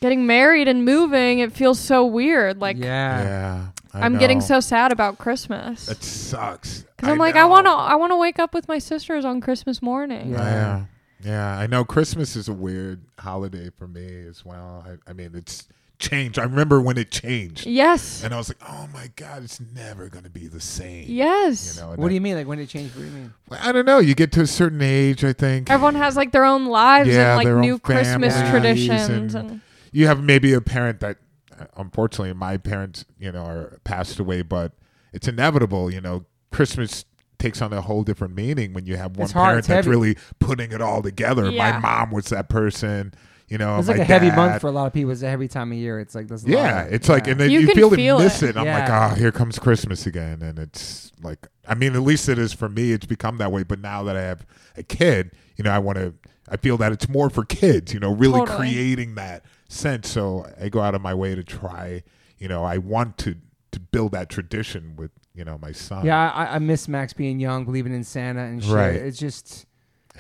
getting married and moving, it feels so weird. Like,
yeah.
yeah, I
I'm getting
know.
so sad about Christmas.
That sucks.
Because I'm like, I want to
know.
I wanna wake up with my sisters on Christmas morning.
Yeah.
Yeah. Yeah. I know Christmas is a weird holiday for me as well. I, I mean, it's changed. I remember when it changed.
Yes.
And I was like, oh my God, it's never going to be the same.
Yes.
You know, and
What
I,
do you mean? Like when did it change? What do you mean?
I don't know. You get to a certain age, I think.
Everyone has like their own lives
Yeah,
and like
their own
new Christmas
families
traditions.
and-
And,
you have maybe a parent that, uh, unfortunately, my parents, you know, are passed away, but it's inevitable, you know, Christmas takes on a whole different meaning when you have one
It's hard,
parent
it's
that's
heavy.
really putting it all together.
Yeah.
My mom was that person, you know.
It's like
Oh my
a heavy
dad.
month for a lot of people. It's a heavy time of year. It's like there's a lot
Yeah,
of-
it's like, and then
You
you,
can
feel,
feel
it, miss
it.
it. And
Yeah.
I'm like, oh, here comes Christmas again. And it's like, I mean, at least it is for me. It's become that way. But now that I have a kid, you know, I want to, I feel that it's more for kids, you know, really
Totally.
creating that sense. So I go out of my way to try, you know, I want to, to build that tradition with, you know, my son.
Yeah, I, I miss Max being young, believing in Santa and shit.
Um, Right.
It's just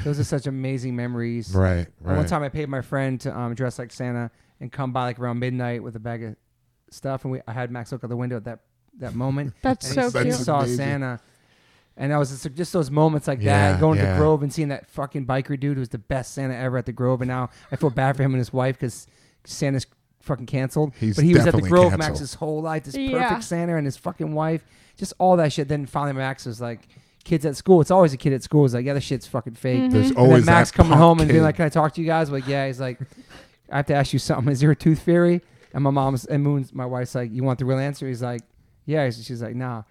those are such amazing memories.
Right.
And
Right.
One time I paid my friend to um, dress like Santa and come by like around midnight with a bag of stuff, and we I had Max look out the window at that that moment.
That's
and
so
he
That's
cute.
amazing.
saw Santa. And that was just, just those moments like that,
Yeah,
going to the
yeah.
Grove and seeing that fucking biker dude who was the best Santa ever at the Grove. And now I feel bad for him and his wife because Santa's fucking canceled.
He's
but he was at the
definitely
Grove,
canceled.
Max, his whole life, this perfect
Yeah.
Santa and his fucking wife, just all that shit. Then finally, Max was like, kids at school. It's always a kid at school. It's like, yeah, this shit's fucking fake.
Mm-hmm.
There's
And
always
then Max
that
coming
punk
home and being
kid.
like, "Can I talk to you guys?" Like, yeah. He's like, "I have to ask you something. Is there a tooth fairy?" And my mom's and Moon's my wife's like, "You want the real answer?" He's like, "Yeah." He's- She's like, "Nah."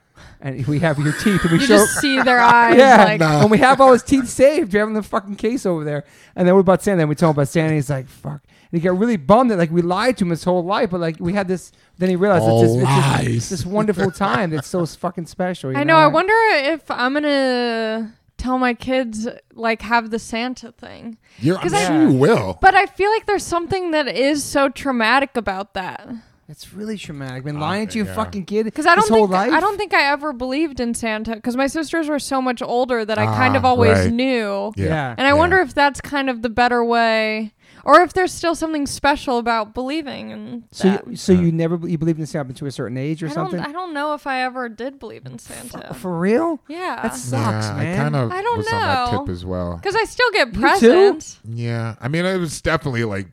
And we have your teeth. And we
You
show
just see their eyes.
yeah,
like,
and we have all his teeth saved. We're having the fucking case over there. And then we're about Santa. And we told him about Santa. He's like, "Fuck." And he got really bummed that like we lied to him his whole life. But like we had this. Then he realized
All
it's, just, it's, just,
lies.
it's this wonderful time that's so fucking special. you
I know. I
And-
wonder if I'm gonna tell my kids like have the Santa thing.
You're, I'm
'Cause I-
sure you will.
But I feel like there's something that is so traumatic about that.
It's really traumatic. Been
Uh,
lying to you,
yeah.
fucking kid,
Because I
his
don't
whole
think
life.
I don't think I ever believed in Santa. Because my sisters were so much older that I kind
Ah,
of always
right.
knew.
Yeah.
And I
Yeah.
wonder if that's kind of the better way, or if there's still something special about believing in
so,
that.
you, so you never you believed in Santa until a certain age or
I
something.
don't. I don't know if I ever did believe in Santa.
for, for real?
yeah.
That sucks,
yeah,
man.
I kind of
I don't
was on that
know.
tip as well.
Because I still get
too?
presents.
Yeah, I mean, it was definitely like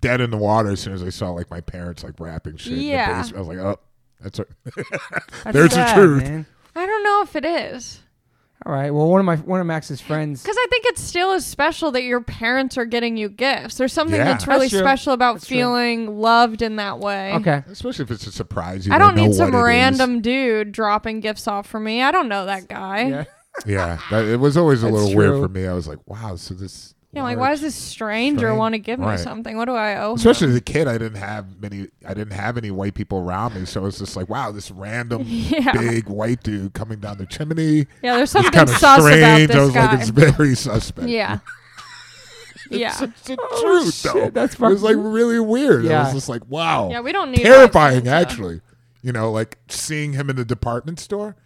dead in the water as soon as I saw like my parents like wrapping shit. in the
Yeah.
basement. I was like, oh, that's right.
That's
There's the
sad,
truth.
man.
I don't know if it is.
All right. Well, one of my one of Max's friends.
Because I think it still is special that your parents are getting you gifts. There's something
Yeah.
that's really
That's true.
special about
That's true.
feeling loved in that way.
Okay.
especially if it's a surprise. You
I don't
know
need some
what it is.
random dude dropping gifts off for me. I don't know that guy.
Yeah.
Yeah, that, it was always a
That's
little
true.
weird for me. I was like, wow, so this.
You know, like
large-
why does this stranger
Strange.
want to give me
Right.
something? What do I owe? him?
Especially as a kid, I didn't have many. I didn't have any white people around me, so it's just like, wow, this random
Yeah.
big white dude coming down the chimney.
Yeah, there's
It's
something
kind of
sus
strange. I
about
was
this guy.
like, it's very suspect.
yeah. yeah.
It's the
Oh,
truth,
shit,
though.
that's
it was like
fucking-
really weird. I
Yeah.
was just like, wow.
Yeah, we don't need
terrifying
license, so-
actually you know like seeing him in the department store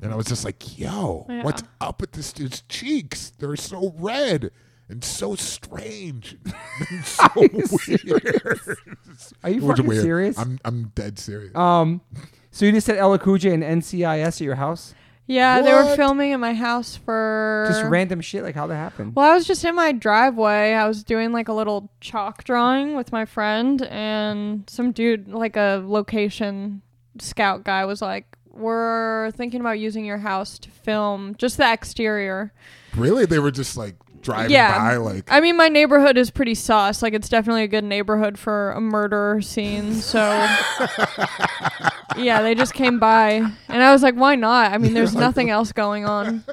and i was just like yo
Yeah.
what's up with this dude's cheeks they're so red and so strange and so
Are you
weird
Are you
It was
fucking
weird.
serious?
i'm i'm dead serious
um. So you just said Ella Kuja and NCIS at your house?
Yeah, they were
What?
filming in my house for
Just random shit like how that happened.
Well, I was just in my driveway. I was doing like a little chalk drawing with my friend, and some dude, like a location scout guy, was like, We're thinking about using your house to film just the exterior.
really they were just like driving
Yeah.
by like
I mean, my neighborhood is pretty sus. Like, it's definitely a good neighborhood for a murder scene. So, yeah, they just came by, and I was like, "Why not?" I mean, there's nothing else going on.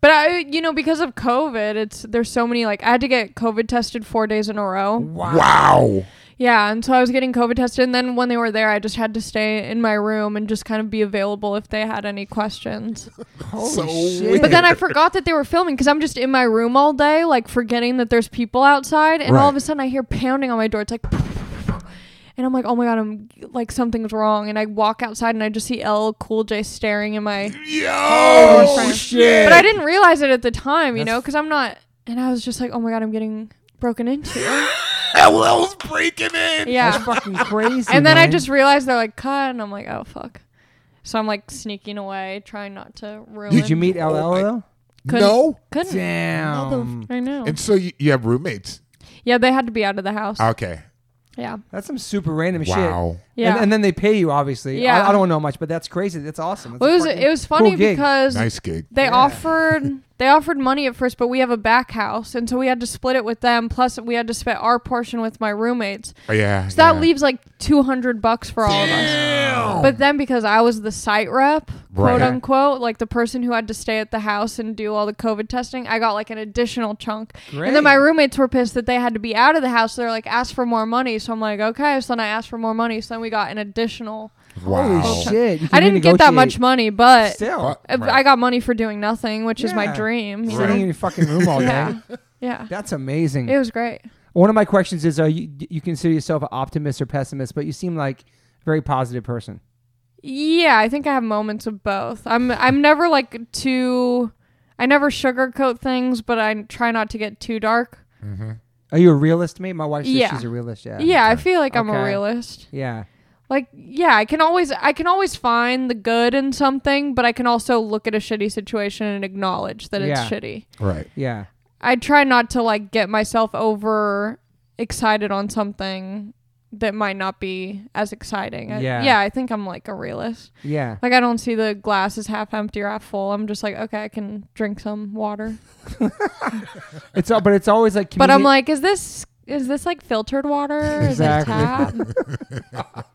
But I, you know, because of COVID, it's there's so many. Like, I had to get COVID tested four days in a row.
wow.
wow
Yeah, and so I was getting COVID tested, and then when they were there, I just had to stay in my room and just kind of be available if they had any questions.
Holy
So
shit.
weird.
But then I forgot that they were filming because I'm just in my room all day, like forgetting that there's people outside. And all
Right.
of a sudden, I hear pounding on my door. It's like, and I'm like, oh my god, I'm like something's wrong. And I walk outside and I just see L Cool J staring in my.
yo
Oh,
shit
But I didn't realize it at the time, you
That's-
know, because I'm not. And I was just like, oh my god, I'm getting broken into.
ll's breaking in
That's
yeah.
fucking crazy.
And then I
man.
just realized they're like cut, and I'm like, oh fuck. So I'm like sneaking away, trying not to ruin.
Did you meet LL
I-
though?
Couldn't-
no
Couldn't.
Damn.
I know.
and so you, you have roommates
yeah, they had to be out of the house.
okay
yeah.
That's some super random shit.
wow
Yeah.
And, and then they pay you, obviously. Yeah.
Yeah.
I, I don't know much, but that's crazy. That's awesome. That's
Well,
a
it was
fucking
it was funny
cool gig.
because
nice gig
they
Yeah.
offered they offered money at first, but we have a back house, and so we had to split it with them. Plus, we had to split our portion with my roommates.
Oh, yeah
So that
yeah.
leaves like two hundred bucks for all of us. But then because I was the site rep, quote
Right.
unquote, like the person who had to stay at the house and do all the COVID testing, I got like an additional chunk. And
Great.
then my roommates were pissed that they had to be out of the house. So they're like, ask for more money. So I'm like, okay. So then I asked for more money. So then we got an additional.
wow
Holy shit. You
I
can
didn't get that
renegotiate
much money, but
Still.
Uh,
I-
right.
I got money for doing nothing, which is my
Yeah.
dream. you
Sitting
know?
in your fucking room all day.
Yeah. Yeah.
That's amazing.
It was great.
One of my questions is: Are you you consider yourself an optimist or pessimist? But you seem like a very positive person.
Yeah, I think I have moments of both. I'm I'm never like too I never sugarcoat things, but I try not to get too dark.
Mm-hmm.
Are you a realist, mate? My wife says
Yeah.
she's a realist. Yeah.
Yeah, I feel like I'm a
Okay.
realist.
Yeah.
Like yeah, I can always I can always find the good in something, but I can also look at a shitty situation and acknowledge that it's
Yeah.
shitty.
Right.
Yeah.
I try not to like get myself over excited on something that might not be as exciting. I-
Yeah.
yeah, I think I'm like a realist.
Yeah.
Like I don't see the glass as half empty or half full. I'm just like, okay, I can drink some water.
It's all, but it's always like.
But I'm
communi-
like, is this is this like filtered water?
Exactly.
Is this tap?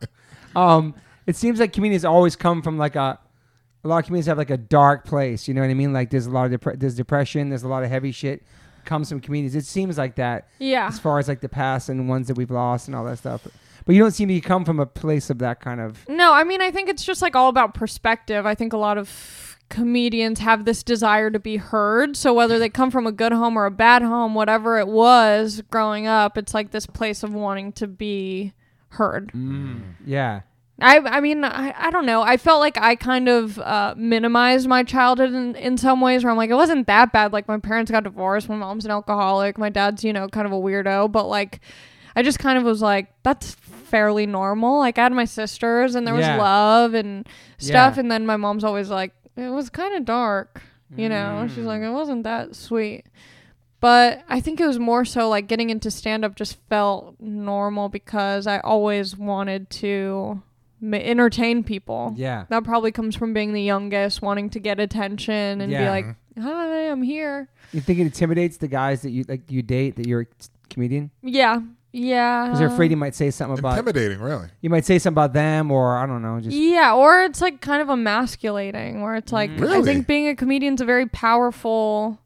um, it seems like comedians always come from like a. A lot of comedians have like a dark place. You know what I mean? Like there's a lot of depre- there's depression. There's a lot of heavy shit. Comes from comedians. It seems like that
yeah.
as far as like the past and ones that we've lost and all that stuff. But you don't seem to come from a place of that kind of.
No, I mean I think it's just like all about perspective. I think a lot of comedians have this desire to be heard. So whether they come from a good home or a bad home, whatever it was growing up, it's like this place of wanting to be heard.
Yeah.
I, I mean, I, I don't know. I felt like I kind of uh, minimized my childhood in, in some ways where I'm like, it wasn't that bad. Like, my parents got divorced. My mom's an alcoholic. My dad's, you know, kind of a weirdo. But, like, I just kind of was like, that's fairly normal. Like, I had my sisters and there was
Yeah.
love and stuff.
Yeah.
And then my mom's always like, it was kind of dark. You know, she's like, it wasn't that sweet. But I think it was more so like getting into stand up just felt normal because I always wanted to ma- entertain people.
Yeah.
That probably comes from being the youngest, wanting to get attention and be
Yeah.
like, hi, I'm here.
You think it intimidates the guys that you like you date that you're a comedian
Yeah. Yeah.
because they're afraid you might say something about
Intimidating, really.
you might say something about them or I don't know just
Yeah, or it's like kind of emasculating, where it's like I
Really?
think being a comedian's a very powerful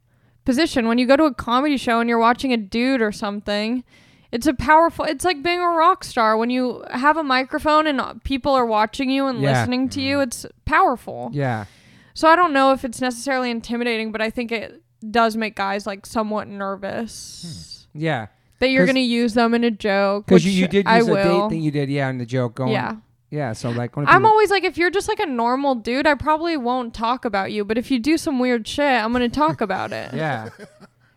position. When you go to a comedy show and you're watching a dude or something, it's a powerful. It's like being a rock star. When you have a microphone and uh, people are watching you and
Yeah.
listening to you, it's powerful.
yeah
So I don't know if it's necessarily intimidating, but I think it does make guys like somewhat nervous
yeah
that you're
Hmm. 'Cause-
going to use them in a joke.
because
Because
you, you did
I
use a
will.
date thing you did yeah and the joke going
yeah.
yeah so like when
I'm
people-
always like, if you're just like a normal dude, I probably won't talk about you. But if you do some weird shit, I'm gonna talk about it.
yeah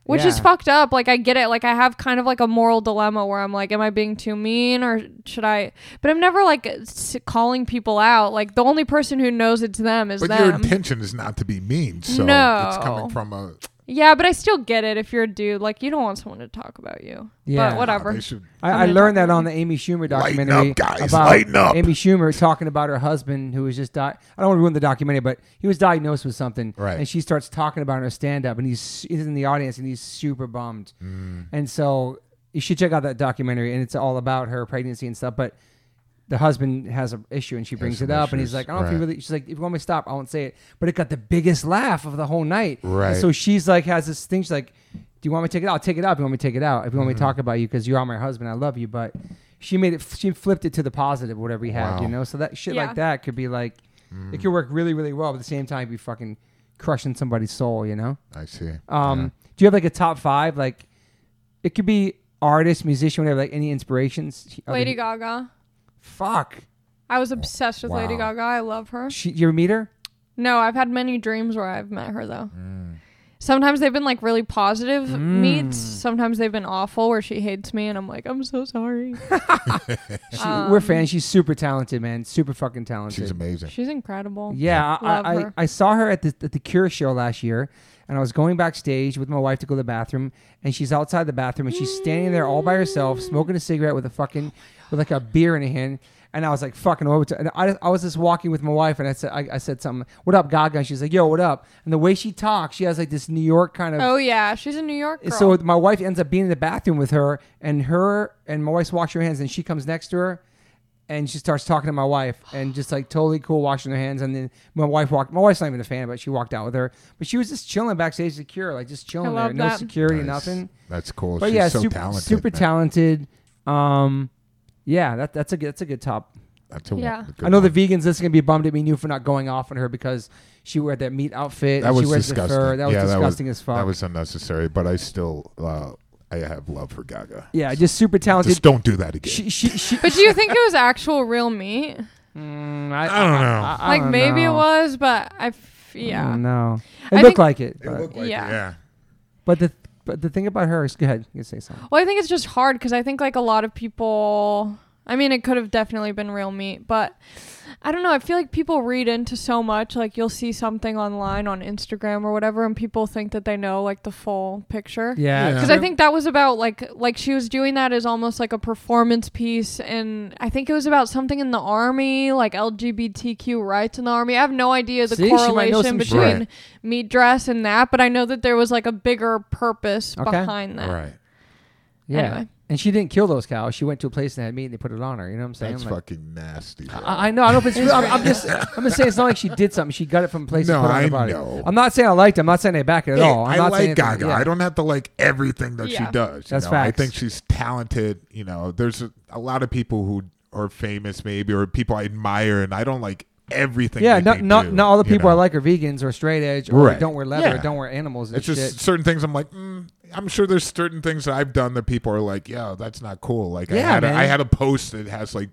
Which is
yeah.
fucked up. Like I get it. Like I have kind of like a moral dilemma where I'm like, am I being too mean or should I? But I'm never like uh, s- calling people out. Like the only person who knows it's them is
But your
them.
intention is not to be mean, so it's
No.
coming from a.
yeah, but I still get it. If you're a dude, like you don't want someone to talk about you.
Yeah.
But
Ah,
whatever.
they should-
I,
I'm
I
gonna
learned
talk
that on the Amy Schumer
Lighten
documentary
up, guys.
about
Lighten up.
Amy Schumer talking about her husband who was just di- I don't want to ruin the documentary, but he was diagnosed with something,
Right.
And she starts talking about it in her stand up, and he's, he's in the audience, and he's super bummed.
Mm.
And so you should check out that documentary, and it's all about her pregnancy and stuff. But the husband has an issue, and she brings
some
it up, and he's
issues,
like, "I don't know if you
right.
really." She's like, "If you want me to stop, I won't say it." But it got the biggest laugh of the whole night, And
Right.
so she's like, has this thing. She's like, "Do you want me to take it out? I'll take it out. If you want me to take it out, if you want me to
Mm-hmm.
talk about you, because you are my husband, I love you." But she made it. She flipped it to the positive, whatever he had,
Wow. Mm.
you know. So that shit
Yeah.
like that could be like, it could work really, really well. But at the same time, be fucking crushing somebody's soul, you know.
I see.
Um, Do you have like a top five? Like, it could be artist, musician, whatever. Like any inspirations? Other-
Lady Gaga.
Fuck.
I was obsessed with Lady
Wow.
Gaga. I love her.
She, you ever meet her?
No, I've had many dreams where I've met her though.
Mm.
Sometimes they've been like really positive meets. Sometimes they've been awful where she hates me and I'm like, I'm so sorry.
She,
Um,
we're fans. She's super talented, man. Super fucking talented.
She's amazing.
She's incredible.
Yeah,
Love
I, I,
her.
I saw her at the, at the Cure show last year, and I was going backstage with my wife to go to the bathroom, and she's outside the bathroom, and she's standing there all by herself, smoking a cigarette with a fucking, with like a beer in her hand. And I was like fucking over to, and I, I was just walking with my wife, and I said I, I said something. What up, Gaga? And she's like, Yo, what up? And the way she talks, she has like this New York kind of.
Oh yeah, she's a New York girl.
So my wife ends up being in the bathroom with her, and her and my wife's washing her hands, and she comes next to her, and she starts talking to my wife, and just like totally cool washing her hands. And then my wife walked. My wife's not even a fan, but she walked out with her. But she was just chilling backstage, secure, like just chilling there,
love
no
that.
security,
Nice.
nothing.
That's cool.
But
She's
yeah,
so
super
talented.
super
man.
talented. Um, yeah, that, that's a good- that's a good top.
That's a,
Yeah.
a good
I know
one.
the vegans listening gonna be bummed at me new for not going off on her because she wore that meat outfit.
That
and
was
she wears
disgusting.
The fur. That was
yeah,
disgusting
that was,
as fuck.
That was unnecessary, but I still uh, I have love for Gaga.
yeah, just super talented.
Just don't do that again.
Oh, she, she, she,
but do you think it was actual real meat?
Mm, I,
I don't know.
I
like
don't
maybe
know. Mm,
it was, but I f-
I
yeah.
don't know. It
I
looked
think-
like it.
it
but-
looked like
yeah.
it, yeah.
But the but the thing about her is, go ahead, you can say something.
Well, I think it's just hard because I think like a lot of people. I mean, it could have definitely been real meat, but I don't know. I feel like people read into so much. Like you'll see something online on Instagram or whatever, and people think that they know like the full picture.
Yeah,
Yeah.
Because I think that was about like like she was doing that as almost like a performance piece, and I think it was about something in the army, like LGBTQ rights in the army. I have no idea the
See, she might know
correlation
some
between
shit. Right.
meat dress and that, but I know that there was like a bigger purpose
Okay.
behind that.
Right.
yeah.
Anyway.
And she didn't kill those cows. She went to a place and had meat, and they put it on her. You know what I'm saying?
That's
Like,
fucking nasty. bro.
I, I know. I don't know if it's. real. I'm, I'm just. I'm just saying it's not like she did something. She got it from a place. and
No,
put it on her
I
body.
know.
I'm not saying I liked it. I'm not saying I back it at
Hey,
all. I'm
I
not saying
like
anything.
Gaga.
Yeah.
I don't have to like everything that
Yeah.
she does. you
That's
know? I
facts.
think she's talented. You know, there's a, a lot of people who are famous, maybe, or people I admire, and I don't like everything.
Yeah,
that
not
they
not
do,
not all the
you
people I
know?
like are vegans or straight edge or
Right.
don't wear leather or
Yeah.
don't wear animals and
It's just
shit.
certain things I'm like, mm, I'm sure there's certain things that I've done that people are like, "Yeah, that's not cool." Like I
Yeah,
had a,
man.
I had a post that has like,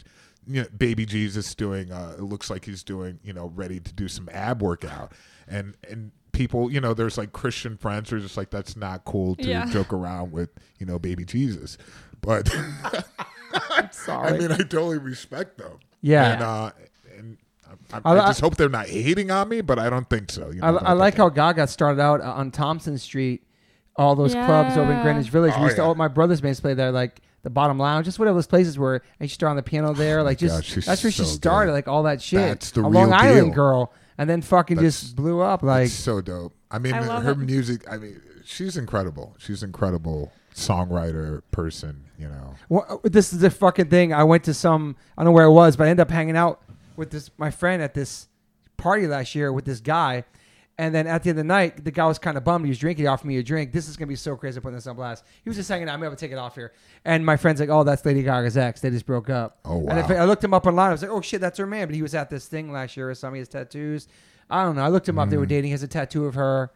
you know, baby Jesus doing. Uh, it looks like he's doing, you know, ready to do some ab workout, and and people, you know, there's like Christian friends who are just like, "That's not cool to
Yeah.
joke around with, you know, baby Jesus," but
Sorry.
I mean, I totally respect them.
yeah.
And, uh, and I, I,
I li-
just hope they're not hating on me, but I don't think so. You know,
I,
don't
I like
think-
how Gaga started out uh, on Thompson Street, all those clubs over in
Yeah.
Greenwich Village.
Oh,
we used to,
yeah.
all my brothers made us play there, like the Bottom Lounge, just whatever those places were. And she started on the piano there, like just
God, she's
that's where she
so
started,
good.
like all that shit.
That's the
a Long
real
Island
deal.
girl, and then fucking
That's-
just blew up. Like
It's so dope. I mean,
I love
her
it.
music. I mean, she's incredible. She's incredible songwriter person. You know,
Well, this is the fucking thing. I went to some, I don't know where it was, but I ended up hanging out with this my friend at this party last year with this guy. And then at the end of the night, the guy was kind of bummed. He was drinking. He offered me a drink. This is gonna be so crazy putting this on blast. He was just hanging out. I'm gonna take it off here. And my friend's like, "Oh, that's Lady Gaga's ex. They just broke up."
Oh,
And if
wow.
I looked him up online. I was like, "Oh shit, that's her man." But he was at this thing last year or something. He has tattoos. I don't know. I looked him up. They were
Hmm.
dating. He has a tattoo of her.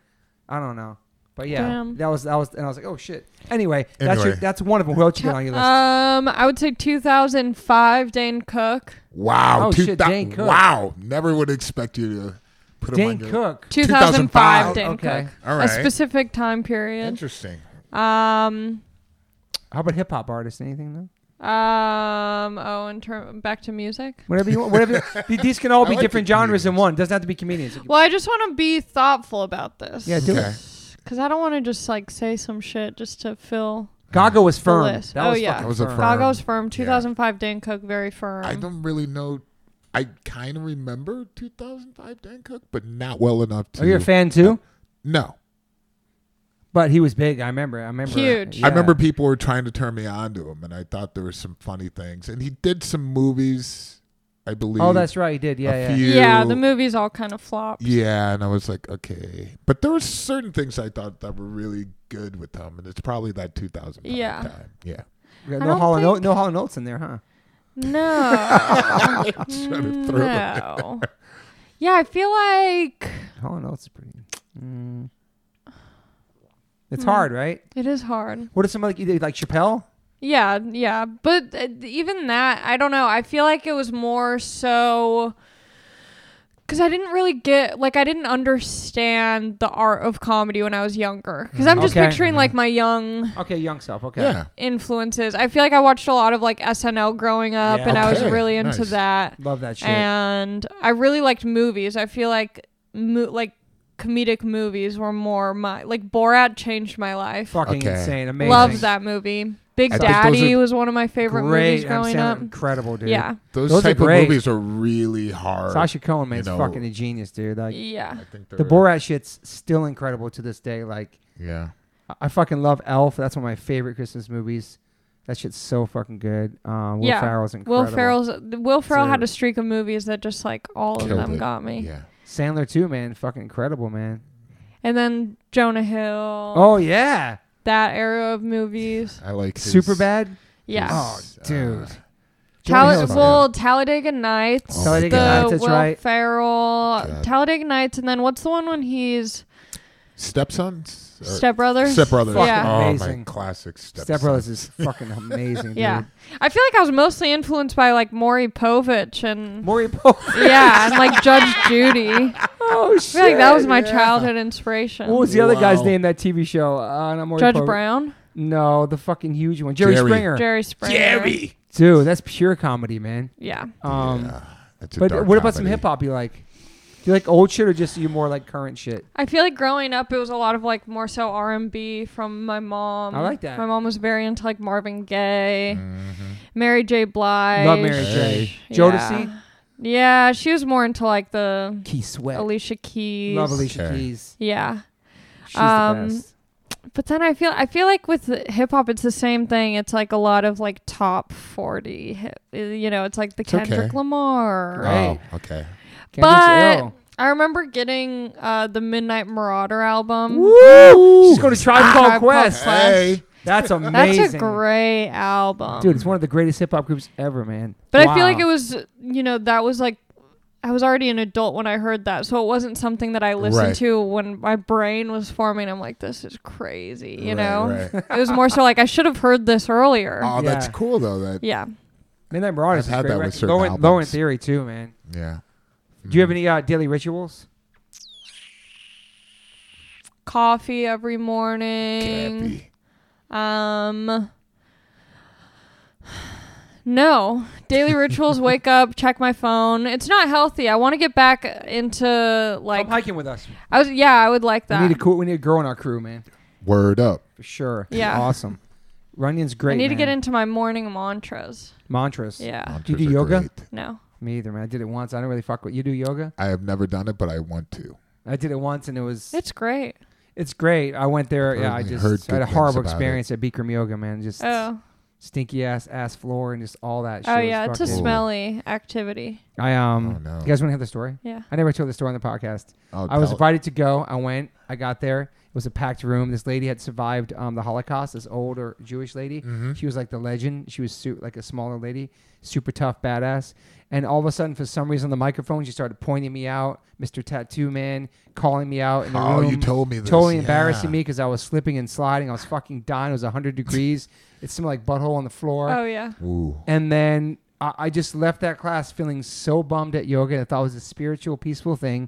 I don't know. But yeah,
Damn.
that was that was, and I was like, "Oh shit." Anyway, that's
Anyway.
your, that's one of them. Who else you got on your list?
Um, I would say 2005 Dane Cook,
wow.
Oh,
2000
shit, Dane Cook.
Wow, never would expect you to put him
Dane
on your-
Cook.
2005.
2005 Dane
Okay.
Cook,
All right,
a specific time period.
interesting.
Um,
How about hip hop artists? Anything though?
um, oh, and turn back to music.
Whatever you want. Whatever. th- These can all
I
be
like
different
the
genres in
comedians.
one. Doesn't have to be comedians. It could-
Well, I just want to be thoughtful about this.
Yeah, do
Okay,
it.
Cause I don't want to just like say some shit just to fill.
Gaga was firm.
list.
That
Oh,
was
yeah.
fucking
That was a
firm.
firm-
Gaga was firm. 2005 Dan Cook very firm.
I don't really know. I kind of remember 2005 Dan Cook, but not well enough to.
Oh, you're a fan too,
No,
but he was big. I remember. I remember.
Huge.
Yeah.
I remember people were trying to turn me on to him, and I thought there were some funny things. And he did some movies, I believe.
Oh, that's right. He did. Yeah,
a
yeah.
few.
yeah, the movies all kind of flopped.
Yeah, and I was like, okay, but there were certain things I thought that were really good with him, and it's probably that 2000
Yeah.
time. Yeah,
We got
I
No
don't
hollow
think-
no hollow notes in there, huh?
No.
to
Mm.
throw it
no. Yeah, I feel like
Hollow notes is pretty. Mm.
Hmm.
It's hard, right?
it is hard.
What are some like you did, like Chappelle?
Yeah, yeah, but uh, even that, I don't know. I feel like it was more so because I didn't really get like I didn't understand the art of comedy when I was younger. Because I'm just
Mm, Okay. Mm-hmm.
picturing like my young
Okay, young self. Okay.
yeah,
influences. I feel like I watched a lot of like SNL growing up,
Yeah.
and I was
Okay,
really into
nice.
that.
Love that shit.
and I really liked movies. I feel like mo- like comedic movies were more my like Borat changed my life.
fucking
Okay.
insane. Amazing.
Love that movie. Big
I think those
Daddy
are-
was one of my favorite
Great.
movies
I'm
growing
saying,
up.
Incredible, dude.
Yeah.
those,
Those are
type of
great.
movies are really hard.
Sasha Cohen, man,
You
is
know-
fucking a genius, dude. Like
Yeah.
I think
The
they're-
Borat shit's still incredible to this day. Like
Yeah,
I- I fucking love Elf. That's one of my favorite Christmas movies. That shit's so fucking good. Um, Will
Yeah.
Ferrell's incredible.
Will Ferrell's Will Ferrell had
Dude.
a streak of movies that just like all of
Killed
them
it.
got me.
yeah.
Sandler too, man. Fucking incredible, man.
And then Jonah Hill,
Oh yeah,
that era of movies.
I like his-
super bad.
Yeah.
Oh,
his, uh,
dude.
Tall-
Jonah Hill's-
well, Talladega Nights,
Oh, Talladega
the
Nights, that's
Will
right.
Ferrell,
God.
Talladega Nights, and then what's the one when he's
stepsons,
Uh,
Or-
Step Brothers?
Step Brothers.
Fucking
Yeah.
Oh my,
amazing.
classic Step,
Step Brothers is fucking amazing.
Yeah,
dude.
I feel like I was mostly influenced by like Maury Povich and
Maury Povich.
yeah, and like Judge Judy. I
Oh shit.
feel like that was my
Yeah.
childhood inspiration.
What was the other guy's
Wow.
name? That TV show. Uh, not Maury
Judge
Povich.
Brown,
No, the fucking huge one. Jerry,
Jerry.
Springer.
Jerry Springer,
Jerry.
Dude, that's pure comedy, man.
Yeah,
Um,
Yeah, that's a
But
dark
what about some
comedy.
hip hop you like? Do you like old shit or just you more like current shit?
I feel like growing up it was a lot of like more so R and B from my mom.
I like that.
My mom was very into like Marvin Gaye, Mary J. Blige.
Love Mary
Mm-hmm. Hey.
J. Jodeci,
Yeah, she was more into like the
Key Sweat.
Alicia Keys.
Love Alicia
Okay.
Keys.
Yeah,
She's
Um,
the best.
but then I feel I feel like with hip hop, it's the same thing. It's like a lot of like top forty. Hip, you know, it's like the
okay.
Kendrick Lamar.
Right.
Oh, okay.
But
Kendrick's ill.
I remember getting uh, the Midnight Marauder album.
Woo! She's going to Tribe Called
um, Tribe Called
Quest.
Quest.
Hey,
That's
That's
amazing.
a great album,
Dude, it's one of the greatest hip hop groups ever, man.
But I feel like
Wow.
it was, you know, that was like I was already an adult when I heard that, so it wasn't something that I listened
Right.
to when my brain was forming. I'm like, this is crazy, you
Right,
know.
right.
It was more so like I should have heard this earlier.
oh, that's
Yeah.
cool though. That
yeah.
Midnight Marauders
I've
is
had
great.
that with
record.
certain
Low in, Low in
albums. Mm-hmm.
Theory too, man.
yeah. Hmm.
Do you have any uh, daily rituals?
Coffee every morning.
Cappy.
Um No. Daily rituals wake up, check my phone. It's not healthy. I want to get back into like
Come hiking with us.
I was yeah, I would like that.
Oh, We need a cool. We need a girl in our crew, man,
Word up.
for sure.
Yeah.
awesome. Runyon's great.
I need to
man.
get into my morning mantras.
mantras.
Yeah.
Do you
Mantras
do
are
yoga?
great.
No.
Me either, man. I did it once. I don't really fuck with you. Do yoga?
I have never done it, but I want to.
I did it once, and it was
It's great.
it's great. I went there. Yeah,
Heard-
I just I
heard
had
good
a
things
horrible
about it.
experience at Bikram Yoga, man. Just
Oh.
stinky ass ass floor and just all that. shit
Oh
was
yeah, it's a
fucking-
Ooh.
smelly activity.
I um.
Oh, no.
You guys want to hear the story?
Yeah.
I never told the story on the podcast.
Oh,
I was
tell-
invited to go. I went. I got there. It was a packed room. This lady had survived um, the Holocaust. This older Jewish lady.
Mm-hmm.
She was like the legend. She was su- like a smaller lady, super tough, badass. And all of a sudden, for some reason, on the microphone, she started pointing me out, Mr. Tattoo Man, calling me out in the
Oh, you
room,
told me this.
Totally embarrassing
Yeah.
me because I was slipping and sliding. I was fucking dying. It was 100 degrees. It smelled like butthole on the floor.
Oh yeah.
Ooh.
And then I, I just left that class feeling so bummed at yoga. I thought it was a spiritual, peaceful thing.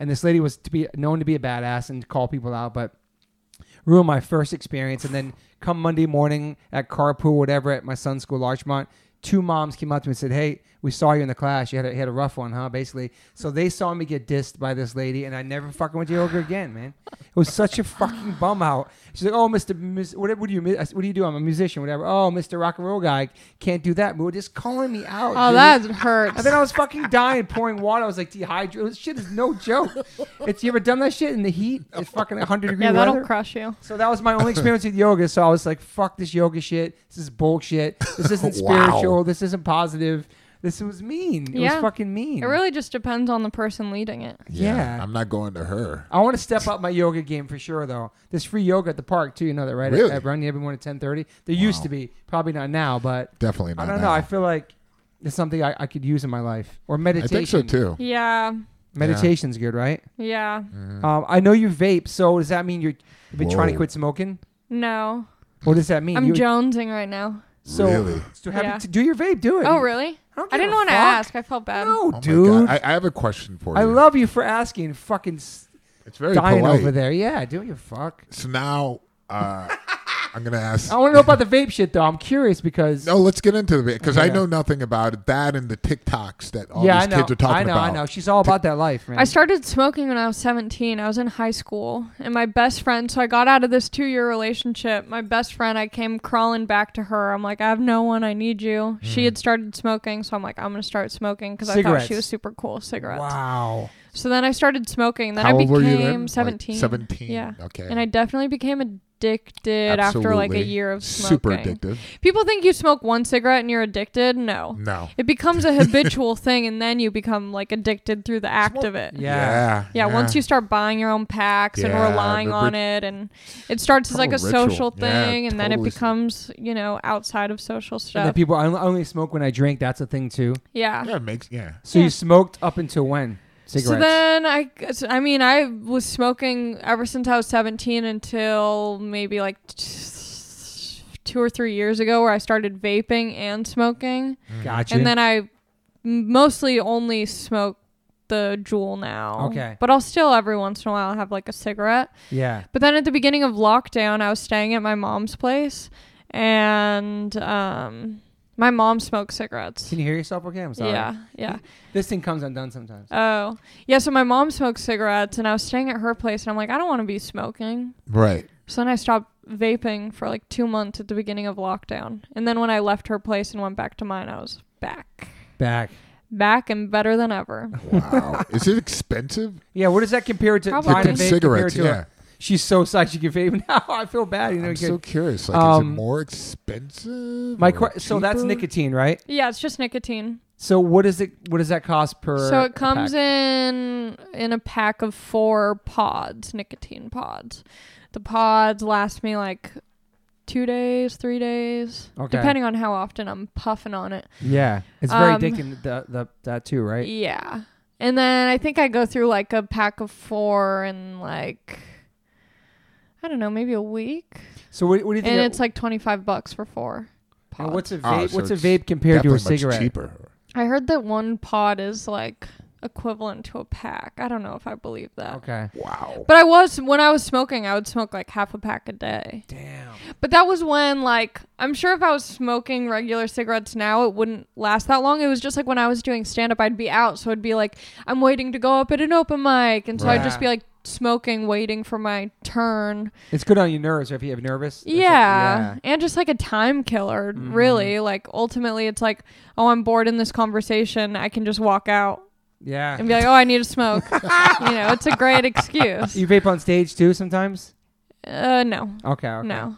And this lady was to be known to be a badass and to call people out, but ruined my first experience. And then come Monday morning at carpool, whatever, at my son's school, Larchmont, two moms came up to me and said, "Hey, we saw you in the class. You had a, you had a rough one, huh?" Basically, so they saw me get dissed by this lady, and I never fucking went to yoga again, man. It was such a fucking bum out. She's like, "Oh, Mister, Ms. what, what do you mi- I said, what do you do? I'm a musician, whatever. Oh, Mister Rock and Roll guy, can't do that. We're just calling me out.
Oh,
dude.
that hurts.
And then I was fucking dying, pouring water. I was like dehydrated. This shit is no joke. It's you ever done that shit in the heat? It's fucking 100 degree
yeah,
weather.
that'll crush you.
So that was my only experience with yoga. So I was like, fuck this yoga shit. This is bullshit. This isn't
Wow.
spiritual. This isn't positive. This was mean. It
Yeah.
was fucking mean.
It really just depends on the person leading it.
Yeah.
I'm not going to her.
I want to step up my yoga game for sure, though. There's free yoga at the park too. You know that, right?
Really?
At, at Runyon every morning at 10:30. There used to be, probably not now, but
Definitely not.
I don't know.
now.
I feel like it's something I, I could use in my life or
I
meditation.
think so too.
Yeah.
Meditation's good, right?
Yeah.
Um, I know you vape. So does that mean you're, you've been trying to
Whoa.
quit smoking?
No.
What does that mean?
I'm
You-
jonesing right now.
So,
Really?
so have
Yeah.
to do your vape. Do it.
Oh, really?
I, don't
I
give
didn't
a
want to
fuck.
ask. I felt bad.
No,
Oh my
dude.
God. I, I have a question for
I,
you.
love you for asking. Fucking s-
It's very
dying
polite.
over there. Yeah, do you fuck.
So now uh, I'm gonna ask.
I want to know about the vape shit though. I'm curious because
No, let's get into the because I
Yeah.
know nothing about it. That and the TikToks that all
yeah, I
these
know.
kids are
I
talking
know. I
about.
know. She's all about that life, man.
I started smoking when I was 17. I was in high school, and my best friend. So I got out of this two-year relationship. My best friend. I came crawling back to her. I'm like, I have no one. I need you. She had started smoking, so I'm like, I'm gonna start smoking because I thought
Cigarettes.
she was super cool. Cigarettes.
Wow.
So then I started smoking. Then
How
I
old
became
were you then? Like Oh,
17.
17.
Yeah.
Okay.
And I definitely became addicted after like a
Absolutely.
year of smoking.
Super addictive.
People think you smoke one cigarette and you're addicted. No.
No.
It becomes a habitual thing and then you become like addicted through the act of it.
Yeah.
Yeah, once you start buying your own packs
Yeah,
and relying
the
on
ri-
it and it starts as like a
Total ritual.
social thing
Yeah,
and then it
totally.
becomes, you know, outside of social
And then
stuff.
people, I on- I only smoke when I drink. That's a thing too.
yeah.
Yeah, it makes yeah.
So
Yeah.
you smoked up until when? Cigarettes.
So then I, I mean, I was smoking ever since I was 17 until maybe like t- two or three years ago, where I started vaping and smoking.
gotcha.
And then I mostly only smoke the jewel now.
Okay.
But I'll still every once in a while have like a cigarette.
yeah.
But then at the beginning of lockdown, I was staying at my mom's place and um, my mom smoked cigarettes.
Can you hear yourself okay? I'm sorry.
Yeah, yeah.
This thing comes undone sometimes.
Oh, yeah. So my mom smokes cigarettes, and I was staying at her place, and I'm like, I don't want to be smoking.
Right.
So then I stopped vaping for like two months at the beginning of lockdown. And then when I left her place and went back to mine, I was back.
Back.
Back and better than ever.
Wow. Is it expensive?
Yeah, what does that compare to?
Probably.
buying a
Like
vape
the
compared
cigarettes,
to a-
yeah.
She's so psyched she can vape now. I feel bad. You know,
I'm
you
so curious. Like, is
Um,
it more expensive?
My
or
que- so that's
cheaper?
nicotine, right?
Yeah, it's just nicotine.
So what is it? What does that cost per?
So it comes in in a pack of four pods, nicotine pods. The pods last me like two days, three days,
Okay.
depending on how often I'm puffing on it.
Yeah, it's very
Um,
addicting. The, the that too, right?
Yeah. And then I think I go through like a pack of four in like I don't know, maybe a week.
So what, what do you think?
And
a-
it's like twenty five bucks for
and
four. pods.
what's a
Ah,
vape?
so
what's a
it's
vape compared to a
Definitely much
cigarette?
cheaper.
I heard that one pod is like equivalent to a pack. I don't know if I believe that.
Okay.
Wow.
But I was when I was smoking, I would smoke like half a pack a day.
Damn.
But that was when like I'm sure if I was smoking regular cigarettes now, it wouldn't last that long. It was just like when I was doing stand up, I'd be out, so it'd be like I'm waiting to go up at an open mic, and so I'd just
Right.
be like smoking, waiting for my turn.
It's good on your nerves if you have nervous. that's
Yeah.
like-
And just like a time killer,
Mm-hmm.
really. Like ultimately it's like, oh, I'm bored in this conversation. I can just walk out
yeah.
and be like, oh, I need to smoke. you know, it's a great excuse.
you vape on stage too sometimes.
Uh, no.
Okay. okay.
No.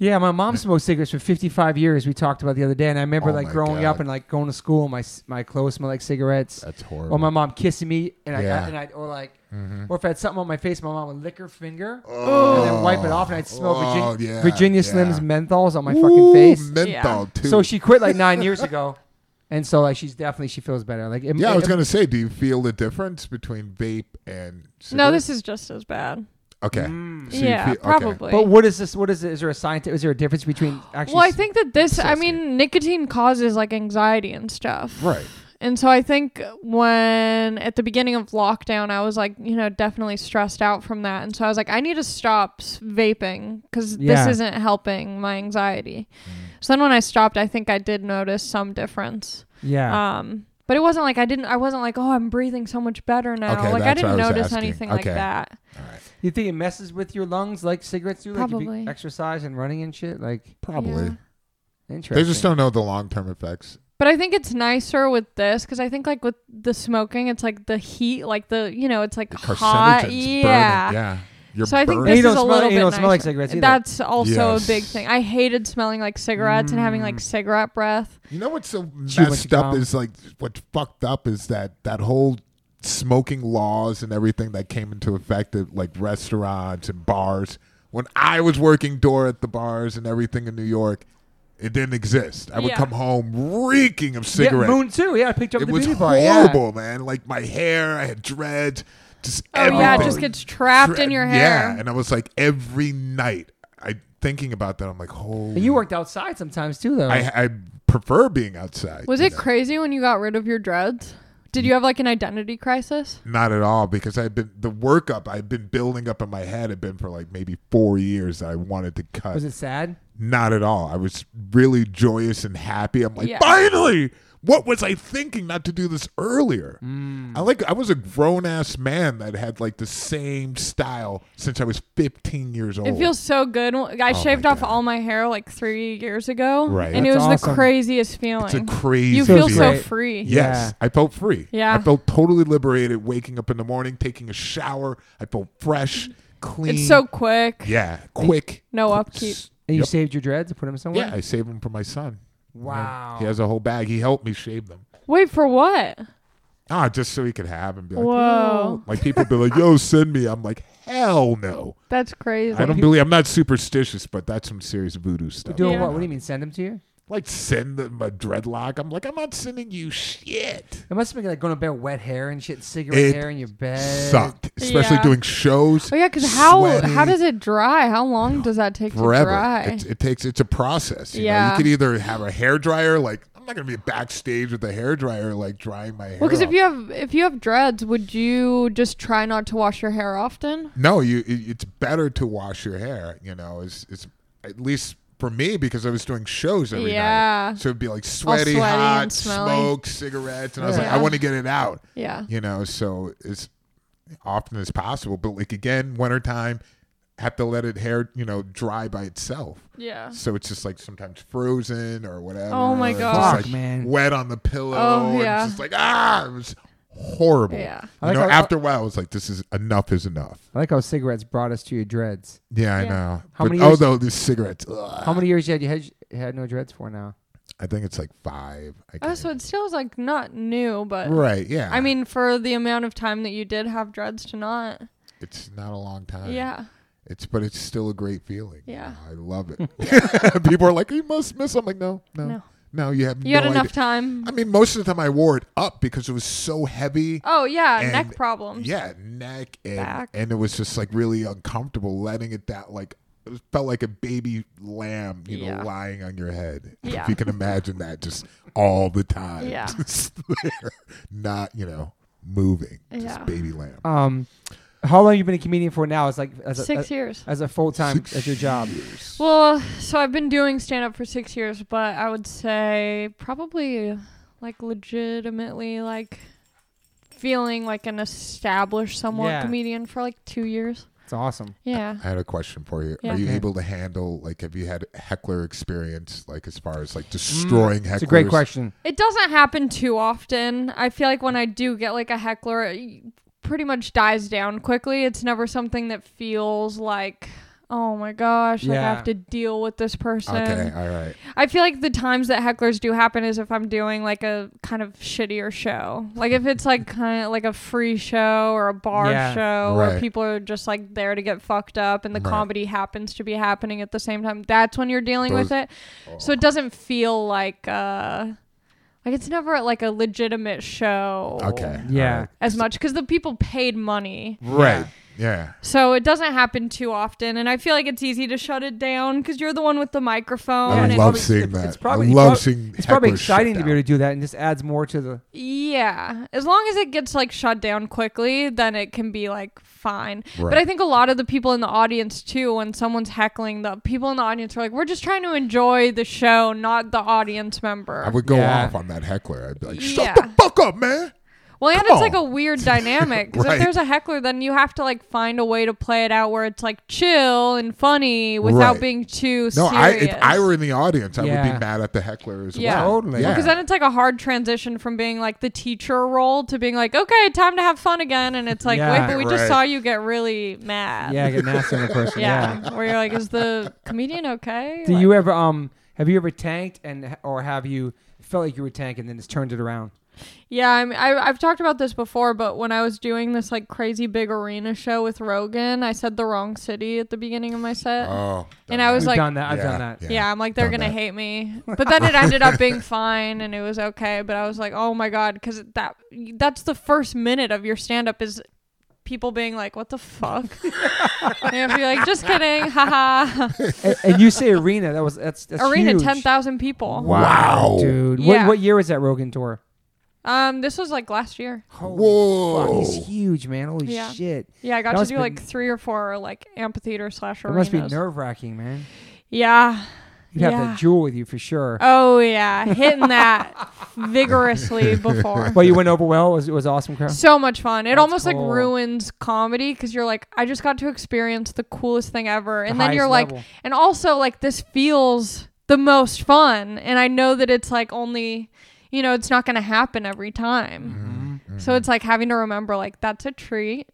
Yeah, my mom smoked cigarettes for 55 years. We talked about the other day, and I remember
Oh
like
my
growing
God.
up and like going to school. My s- my clothes smell like cigarettes.
That's horrible.
Or my mom kissing me, and I
Yeah. Mm-hmm.
and I or like, or if I had something on my face, my mom would lick her finger and then wipe it off, and I'd smell
Oh,
Virgin-
yeah,
Virginia
yeah.
Slims menthols on my
Ooh,
fucking face.
Menthol
Yeah.
too.
So she quit like nine years ago, and so like she's definitely she feels better. Like it-
yeah, I
it-
was gonna say, do you feel the difference between vape and?
No,
cigarette?
this is just as bad.
Okay.
Mm.
So you
yeah,
feel- okay.
probably.
But what is this? What is it? Is there a science? Is there a difference between actually?
well, I
s-
think that this, I
Sisky.
mean, nicotine causes like anxiety and stuff.
Right.
And so I think when at the beginning of lockdown, I was like, you know, definitely stressed out from that. And so I was like, I need to stop s- vaping because
Yeah.
this isn't helping my anxiety.
Mm.
So then when I stopped, I think I did notice some difference.
yeah.
Um, but it wasn't like I didn't, I wasn't like, oh, I'm breathing so much better now.
Okay,
like I
that's what
didn't
I was
notice
asking.
anything like
Okay.
that.
All right.
you think it messes with your lungs like cigarettes do? Like if
Probably.
you exercise and running and shit. Like
Probably.
Yeah.
interesting.
They just don't know the long term effects.
But I think it's nicer with this because I think like with the smoking, it's like the heat, like the you know, it's like
The carcinogens
hot.
burning.
Yeah.
Yeah. You're
so I think
And
burning.
this
you
is
don't
a
smell-
little
and you
bit
don't smell like
nicer.
cigarettes either.
That's also
Yes.
a big thing. I hated smelling like cigarettes and having like
Mm.
cigarette breath.
You know what's so
Chew what
messed
you
up
gum.
is like what's fucked up is that that whole smoking laws and everything that came into effect at like restaurants and bars. When I was working door at the bars and everything in New York, it didn't exist. I would
Yeah.
come home reeking of
Yeah,
cigarettes.
Moon too. Yeah, I picked up
it
the
was
beauty bar. yeah.
horrible, man. Like my hair, I had dreads, just
Oh
everything.
yeah, it just gets trapped in
Dread-
your
Yeah,
hair.
and I was like every night, I thinking about that. I'm like, holy.
And you worked outside sometimes too, though.
I, I prefer being outside.
Was
you
it
know?
crazy when you got rid of your dreads? Did you have like an identity crisis?
Not at all, because I've been the workup I've been building up in my head had been for like maybe four years. That I wanted to cut.
was it sad?
Not at all. I was really joyous and happy. I'm like,
Yeah.
finally. What was I thinking not to do this earlier?
Mm.
I like I was a grown ass man that had like the same style since I was 15 years old.
It feels so good. I shaved
Oh. my
off
God.
all my hair like three years ago,
Right.
and it
That's
was
awesome.
the craziest feeling.
it's a crazy.
you feel so
Great.
free.
Yes, I felt free.
Yeah.
I felt totally liberated waking up in the morning, taking a shower. I felt fresh, clean.
It's so quick.
yeah, quick.
No upkeep.
S-
And you
Yep.
saved your dreads and put them somewhere.
Yeah, I saved them for my son.
Wow.
He has a whole bag. He helped me shave them.
Wait for what?
Ah, just so he could have and be like,
Whoa,
like people be like, "Yo, send me." I'm like, "Hell no."
that's crazy.
I don't believe. I'm not superstitious, but that's some serious voodoo stuff.
Doing
Yeah.
what? What do you mean? Send them to you?
Like send them a dreadlock. I'm like, I'm not sending you shit.
It must have been like going to bed, with wet hair and shit, cigarette
It
hair in your bed.
Sucked, especially
Eh, Yeah.
doing shows.
Oh yeah, because how
sweaty.
how does it dry? How long does that take to
forever.
dry?
It's, it takes. It's a process. You know, you
Yeah.
could either have a hair dryer. Like I'm not gonna be backstage with a hair dryer, like drying my hair.
well, because if
off.
you have if you have dreads, would you just try not to wash your hair often?
no, you it- it's better to wash your hair. You know, it's it's at least for me because I was doing shows every
Yeah.
night. So it'd be like sweaty,
sweaty and
hot,
smelly.
smoke, cigarettes, and I was like,
Yeah.
I want to get it out.
Yeah.
You know, so it's often as possible. But like again, wintertime, have to let it hair you know dry by itself.
Yeah.
So it's just like sometimes frozen or whatever.
Oh my
It's
gosh.
just,
Fuck,
like,
man.
Wet on the pillow.
Oh,
and
yeah.
It's just like ah, it was horrible.
Yeah.
I
You
like
know,
how- uh,
after a while, I was like, this is enough is enough.
I like how cigarettes brought us to your dreads.
Yeah, I
Yeah.
know.
How
but
many years-
although these cigarettes, ugh.
How many years you had you had, had no dreads for now?
I think it's like five. I
Oh,
can't-
so it still is like not new, but
right, yeah.
I mean, for the amount of time that you did have dreads to not,
it's not a long time.
yeah,
It's but it's still a great feeling. Ah, you
Yeah.
know, I love it. People are like, you must miss. I'm like, no, no,
No.
No, you have
You
no
had enough
idea.
time.
I mean, most of the time I wore it up because it was so heavy.
oh yeah,
and-
neck problems.
Yeah, neck and
Back.
and it was just like really uncomfortable letting it down. Like it felt like a baby lamb, you
Yeah.
know, lying on your head.
Yeah.
If you can imagine that, just all the time.
Yeah.
Just there, not you know moving. Just
Yeah.
baby lamb.
Um, how long you been a comedian for now? As like as a,
Six years.
as a full time
Six
as your job.
years.
Well, so I've been doing stand up for six years, but I would say probably like legitimately like feeling like an established somewhat
Yeah. Uh,
comedian for like two years.
It's awesome.
Yeah.
I had a question for you.
Yeah.
Are you
Okay.
able to handle like have you had heckler experience like as far as like destroying hecklers?
It's Mm, a great question.
It doesn't happen too often. I feel like when I do get like a heckler, it pretty much dies down quickly. It's never something that feels like, oh my gosh, like I
Yeah.
have to deal with this person.
Okay, all right.
I feel like the times that hecklers do happen is if I'm doing like a kind of shittier show. Like if it's like kind of like a free show or a bar
Yeah.
show where
Right.
people are just like there to get fucked up and the
Right.
comedy happens to be happening at the same time. That's when you're dealing with
Those-
it. So it doesn't feel like uh like it's never at like a legitimate show.
Okay.
Yeah.
As much cuz the people paid money.
all right. Right. Yeah.
So it doesn't happen too often and I feel like it's easy to shut it down cuz you're the one with the microphone
I
and
love
Oh, it's-
seeing
it's-
that.
it's probably-
I
it's
love
prob-
seeing.
It's probably
hecklers shut
exciting to be
down.
able to do that, and just adds more to the.
Yeah, as long as it gets like shut down quickly, then it can be like fine. But
Right.
I think a lot of the people in the audience too, when someone's heckling, the people in the audience are like, "We're just trying to enjoy the show, not the audience member."
I would go
Yeah.
off on that heckler. I'd be like, "Shut
Yeah.
the fuck up, man!"
well, and
Come
it's like a
on.
weird dynamic because
Right.
if there's a heckler, then you have to like find a way to play it out where it's like chill and funny without
Right.
being too
No,
serious.
I if I were in the audience, I would
Yeah.
be mad at the heckler as
Yeah.
well.
Totally.
Yeah.
because then it's like a hard transition from being like the teacher role to being like, okay, time to have fun again, and it's like,
Yeah.
wait, but we just
Right.
saw you get really mad.
Yeah, get nasty on the person. yeah.
Yeah, where you're like, is the comedian okay?
Do
Like-
you ever um have you ever tanked and or have you felt like you were tanked and then just turned it around?
Yeah, I mean, I, I've talked about this before, but when I was doing this like crazy big arena show with Rogan, I said the wrong city at the beginning of my set,
Oh,
and I was
We've
like,
done that. I've done
yeah,
that.
yeah. I'm like, they're
done
gonna
that.
hate me. But then it ended up being fine, and it was okay. But I was like, oh my god, because that that's the first minute of your stand up is people being like, what the fuck? and you have to be like, just kidding, haha.
and, and you say arena. That was that's, that's
arena,
huge.
ten thousand people.
Wow.
dude.
Yeah.
What what year was that Rogan tour?
Um, this was like last year.
Fuck,
Whoa.
he's huge, man. Holy
Yeah.
shit.
Yeah, I got
That
to
must
do
been-
like three or four like amphitheater slash
It
arenas.
must be nerve wracking, man.
yeah.
You'd have
Yeah.
that jewel with you for sure.
Oh yeah, hitting that vigorously before.
But you went over well. It was, it was awesome crowd.
So much fun. It
That's
almost
cool.
like ruins comedy because you're like, I just got to experience the coolest thing ever, and then you're
highest
like,
level.
and also like this feels the most fun, and I know that it's like only. You know, it's not going to happen every time.
Mhm.
Mm-hmm.
So it's like having to remember, like, that's a treat.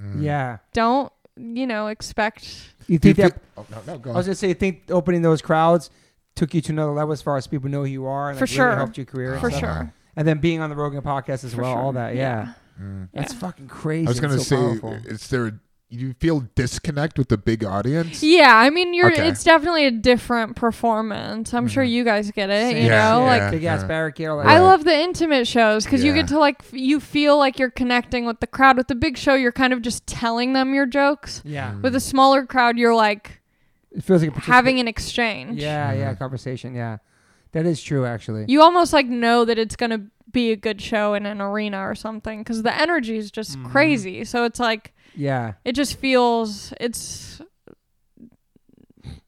Mm-hmm.
Yeah.
Don't, you know, expect.
You
Do you
think that?
thi- oh, no, no, go
I
on.
was gonna say, you think opening those crowds took you to another level as far as people know who you are, and
For
like,
sure.
really helped your career. and
For
stuff?
sure.
And then being on the Rogan podcast as
For
well,
sure.
all that. Yeah.
Yeah.
That's
Yeah.
fucking crazy.
Mm. I was gonna
It's so
say, uh,
powerful.
is there? You feel disconnect with the big audience?
Yeah, I mean, you're.
Okay.
It's definitely a different performance. I'm
Mm-hmm.
sure you guys get it. You
Yeah,
know,
yeah.
like
big ass
yeah.
barricade. All that.
I
Right.
love the intimate shows because you get
Yeah.
to like f- you feel like you're connecting with the crowd. With the big show, you're kind of just telling them your jokes.
yeah.
With a smaller crowd, you're like
It feels like a participant-
having an exchange.
Yeah, yeah, conversation. Yeah, that is true actually.
You almost like know that it's gonna be a good show in an arena or something because the energy is just
Mm-hmm.
crazy. So it's like
yeah,
it just feels it's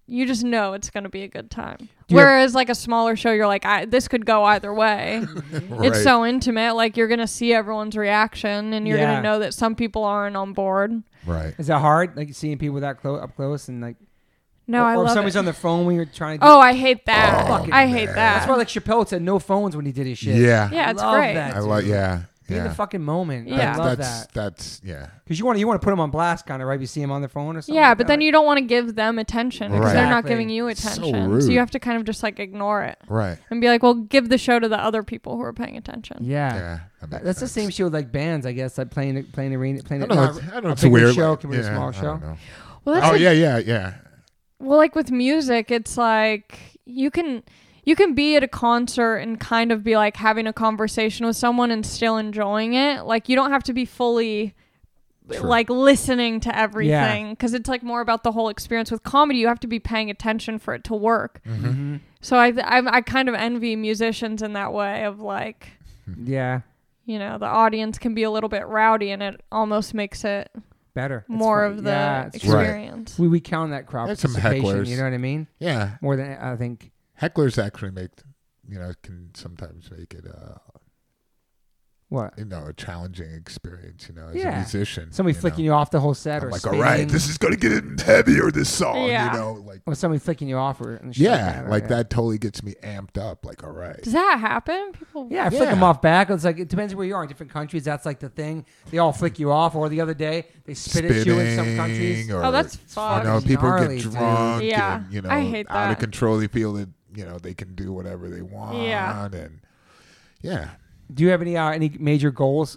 you just know it's going to be a good time
Do you have-
whereas like a smaller show you're like I, this could go either way
Right.
it's so intimate like you're going to see everyone's reaction and you're
Yeah.
going to know that some people aren't on board
right.
is that hard? Like seeing people that close up close and like.
no
or, or
i
if
love
somebody's
it.
on their phone when you're trying to. Do,
oh i hate that
Oh, Fucking
i hate
man.
that
that's why like Chappelle said no phones when he did his shit.
Yeah.
Yeah, it's
Love
great.
that,
I like.
dude.
Yeah.
Be in
Yeah.
the fucking moment.
Yeah.
I love
that's
that
that's yeah.
because you want to you want to put him on blast, kind of right? You see him on their phone or something.
yeah
like
but
that,
then
like-
you don't want to give them attention because they're not
Exactly.
giving you
So
attention so,
rude.
you have to kind of just like ignore it
Right.
and be like well give the show to the other people who are paying attention
Yeah.
Yeah. that
That-
makes
That's the
sense.
same shit with like bands, I guess. Like playing playing arena,
I
playing
don't know.
not
it's- I
a
don't know. It's
bigger
weird.
show
like-
can be
yeah,
a small
I don't
show.
know.
well that's
Oh
like-
yeah, yeah, yeah.
well like with music it's like you can you can be at a concert and kind of be like having a conversation with someone and still enjoying it. Like you don't have to be fully like listening to everything because it's like more about the whole experience with comedy. You have to be paying attention for it to work.
Mm-hmm.
Mm-hmm.
So I, th- I I kind of envy musicians in that way of like
Mm-hmm.
Yeah.
you know the audience can be a little bit rowdy and it almost makes it
Better. It's
more
fun.
of the
Yeah, it's
Right.
experience.
We we count that crowd
There's some
participation.
hecklers.
You know what I mean?
Yeah,
More than I think.
hecklers actually make you know can sometimes make it uh
What?
you know a challenging experience. You know, as
Yeah.
a musician,
Somebody
you
flicking you
know.
off the whole set,
I'm
or
like,
spinning,
all right, this is gonna get in heavier. This song,
Yeah.
you know, like
Or somebody flicking you off, or and shit
yeah,
or-
like that totally gets me amped up. Like, all right,
Does that happen? People
Yeah, I flick them
Yeah.
off back. It's like it depends where you are in different countries. That's like the thing. They all flick you off, or the other day they spit at you in some countries.
spitting or
Oh, that's
you
fucked.
know, people
Gnarly,
get
dude.
drunk.
Yeah.
and, you know,
I hate
out of
that.
control. They feel that you know they can do whatever they want.
Yeah.
and yeah,
Do you have any uh, any major goals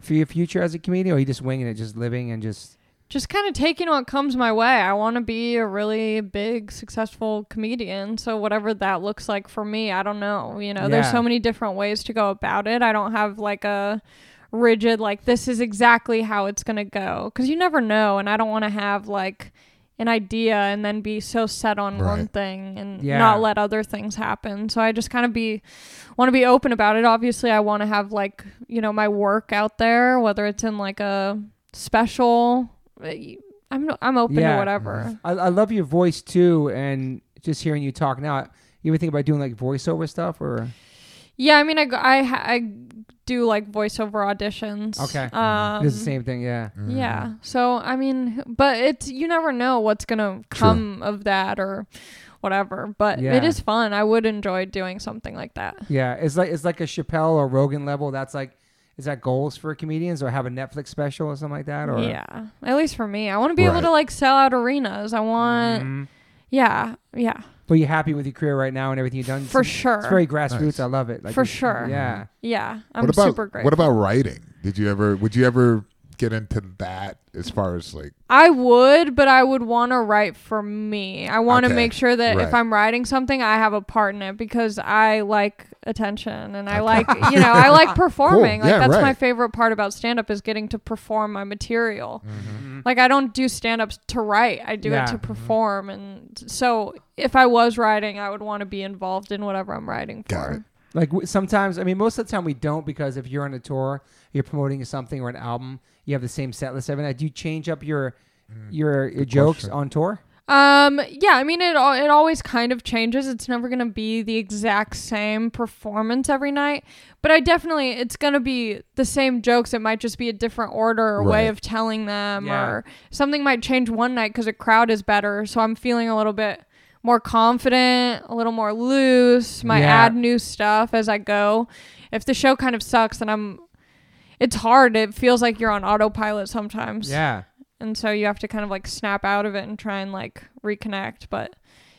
for your future as a comedian, or are you just winging it, just living and just
just kind of taking what comes my way. I want to be a really big, successful comedian. So whatever that looks like for me, I don't know. You know, there's
Yeah.
so many different ways to go about it. I don't have like a rigid like this is exactly how it's gonna go because you never know, and I don't want to have like an idea and then be so set on one
Right.
thing and
Yeah.
not let other things happen. So I just kind of be want to be open about it. Obviously, I want to have like, you know, my work out there, whether it's in like a special uh, I'm I'm open
Yeah. Mm-hmm.
to whatever.
I, I love your voice too, and just hearing you talk now. You ever think about doing like voiceover stuff, or
Yeah, I mean I go- I ha- I do like voiceover auditions.
Okay. Mm-hmm.
Um,
it's the same thing? Yeah,
Mm-hmm.
Yeah. So I mean, but it's you never know what's gonna come of that or whatever. But
Yeah.
it is fun. I would enjoy doing something like that.
yeah. It's like it's like a Chappelle or Rogan level. That's like, is that goals for comedians, or have a Netflix special or something like that, or
Yeah. At least for me, I want to be able
Right.
to like sell out arenas. I want.
Mm-hmm.
Mhm.
Yeah. Yeah.
But you're happy with your career right now and everything you've done.
For
It's-
sure.
It's very grassroots.
Nice.
I love it. Like
For
it's-
sure.
Yeah.
Yeah, I'm
what about
super grateful.
what about writing? Did you ever? Would you ever get into that as far as like
I would, but I would want to write for me. I want
Okay,
to make sure that
right.
if I'm writing something, I have a part in it because I like attention and I like, you know, I like performing. Like
yeah,
that's my
right.
favorite part about stand up is getting to perform my material.
Mm-hmm.
Like I don't do stand ups to write. I do
Yeah.
it to perform and so if I was writing, I would want to be involved in whatever I'm writing for.
Got it.
Like w- sometimes, I mean, most of the time we don't because if you're on a tour, you're promoting something or an album, you have the same set list every night. Do you change up your your, your jokes
Mm. question.
on tour?
Um. Yeah. I mean, it al- it always kind of changes. It's never gonna be the exact same performance every night, but I definitely it's gonna be the same jokes. It might just be a different order or
Right.
way of telling them,
Yeah.
or something might change one night because a crowd is better. So I'm feeling a little bit more confident, a little more loose. Might
Yeah.
add new stuff as I go. If the show kind of sucks, then I'm. It's hard. It feels like you're on autopilot sometimes
Yeah.
and so you have to kind of like snap out of it and try and like reconnect but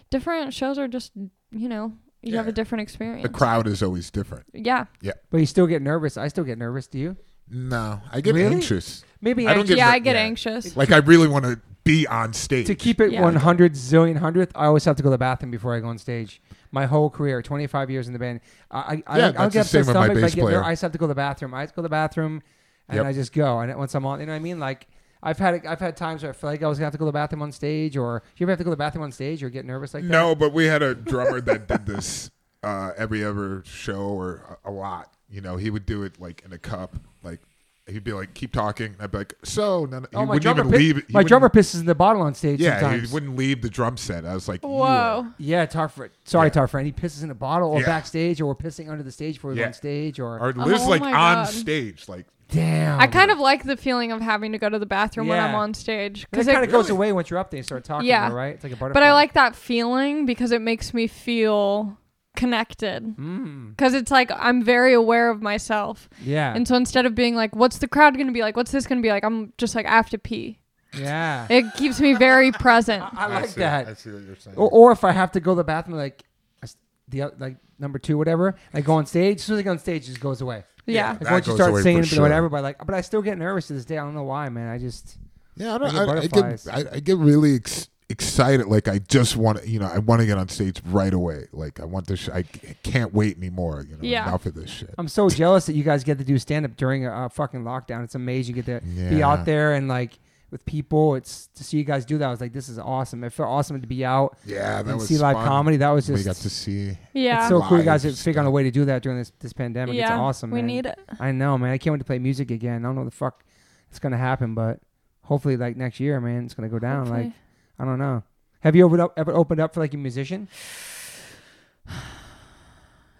different shows are just you know you have
Yeah.
a different experience
the crowd is always different?
yeah
But you still get nervous. I still get nervous. Do you?
No, I get
Really?
anxious.
Maybe
I don't
anxious-
get
yeah
ner-
i get
yeah.
anxious
Like I really want to be on stage.
to keep it
Yeah.
100 zillion hundredth. I always have to go to the bathroom before I go on stage. My whole career, 25 years in the band, I, I,
Yeah,
I, I
that's
don't get
the same
upset
with my
stomach. but I,
bass
get ner-
player.
I just have to go to the bathroom. I just go to the bathroom, and
Yep.
I just go. And once I'm on, you know what I mean? Like I've had I've had times where I feel like I was gonna have to go to the bathroom on stage, or you ever have to go to the bathroom on stage or get nervous like that?
No, but we had a drummer that did this uh, every ever show or a, a lot. You know, he would do it like in a cup. Like he'd be like, "Keep talking." And I'd be like, "So," none,
Oh,
he
my
wouldn't
drummer,
even
pi-
leave. he
my
wouldn't-
drummer pisses in the bottle on stage
Yeah,
sometimes.
he wouldn't leave the drum set. I was like, "You Oh
whoa
are-
yeah, Tarfred. Sorry,
Yeah.
Tarfred. He pisses in a bottle or
Yeah.
backstage, or we're pissing under the stage before we go
Yeah.
on stage, or,
Or Liz
Oh
like
my
on
God.
stage, like
damn.
i kind of like the feeling of having to go to the bathroom when i'm
Yeah.
on stage
Because
because
it kind
it
of goes away once you're up there and start talking,
Yeah.
though, right? It's like a butterfly.
but i like that feeling because it makes me feel connected
Mm,
because it's like i'm very aware of myself
yeah.
and so instead of being like what's the crowd gonna be like what's this gonna be like i'm just like i have to pee
yeah.
it keeps me very present
I like
see- I
that. Oh,
see what you're saying.
Or, or if I have to go to the bathroom, like I s- the oth- like number two, whatever, I go on stage. As soon as I go on stage, it just goes away.
yeah.
Like
That
once you
goes
start
away for
singing,
sure.
whatever, but like, but I still get nervous to this day. I don't know why, man. I just
Yeah, I
I get
don't. I, I,
butterflies.
get. I, I get really ex- excited. Like I just want to, you know, I want to get on stage right away. Like I want this. Sh- I c- can't wait anymore. You know,
Yeah.
enough of this shit.
I'm so jealous that you guys get to do stand up during a, uh fucking lockdown. It's amazing. You get to be
Yeah.
out there and like with people. It's to see you guys do that. I was like, this is awesome. It felt awesome to be out
Yeah, that
and
was
see live
fun.
comedy. That was
we
just
got to see.
Yeah.
it's so cool. You
Live
guys have figured out a
stuff.
way to do that during this this pandemic.
yeah.
it's awesome.
We
man.
need it.
I know, man. I can't wait to play music again. I don't know the fuck it's gonna happen, but hopefully, like next year, man, it's gonna go down. Like
Hopefully.
I don't know. Have you opened up ever opened up for like a musician?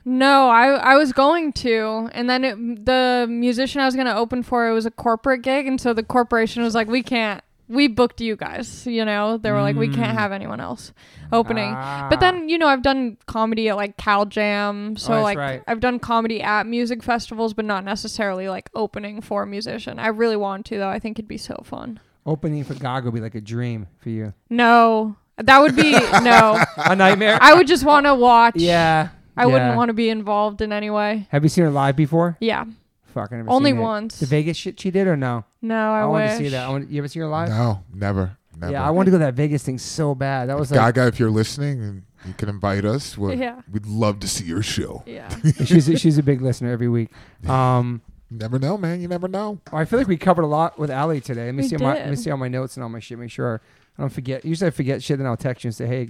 No, I I was going to, and then it, the musician I was going to open for it was a corporate gig, and so the corporation was like, "We can't. We booked you guys. You know, they were like, we can't
Mm.
have anyone else opening."
Ah. Oh,
But then you know I've done comedy at like Cal Jam, so
that's
like
right.
I've done comedy at music festivals, but not necessarily like opening for a musician. I really want to though. I think it'd be so fun.
opening for Gaga would be like a dream for you,
No, that would be no.
a nightmare.
I would just want to watch.
yeah,
I wouldn't
yeah.
want to be involved in any way.
Have you seen her live before?
Yeah,
Fucking never
only
seen it.
once.
The Vegas shit she did or no?
no, I,
I
wish.
wanted to see that. I want, you ever see her live?
No, never, never.
Yeah, I wanted to go to that Vegas thing so bad. That was like
Gaga, if you're listening, and you can invite us. We'll,
Yeah.
We'd love to see your show.
Yeah.
she's a, she's a big listener every week. Um,
You never know, man. You never know.
Oh, I feel like we covered a lot with Ali today. Let me
We
see my let me
did.
see all my notes and all my shit. Make sure I don't forget. Usually I forget shit, then I'll text you and say, "Hey."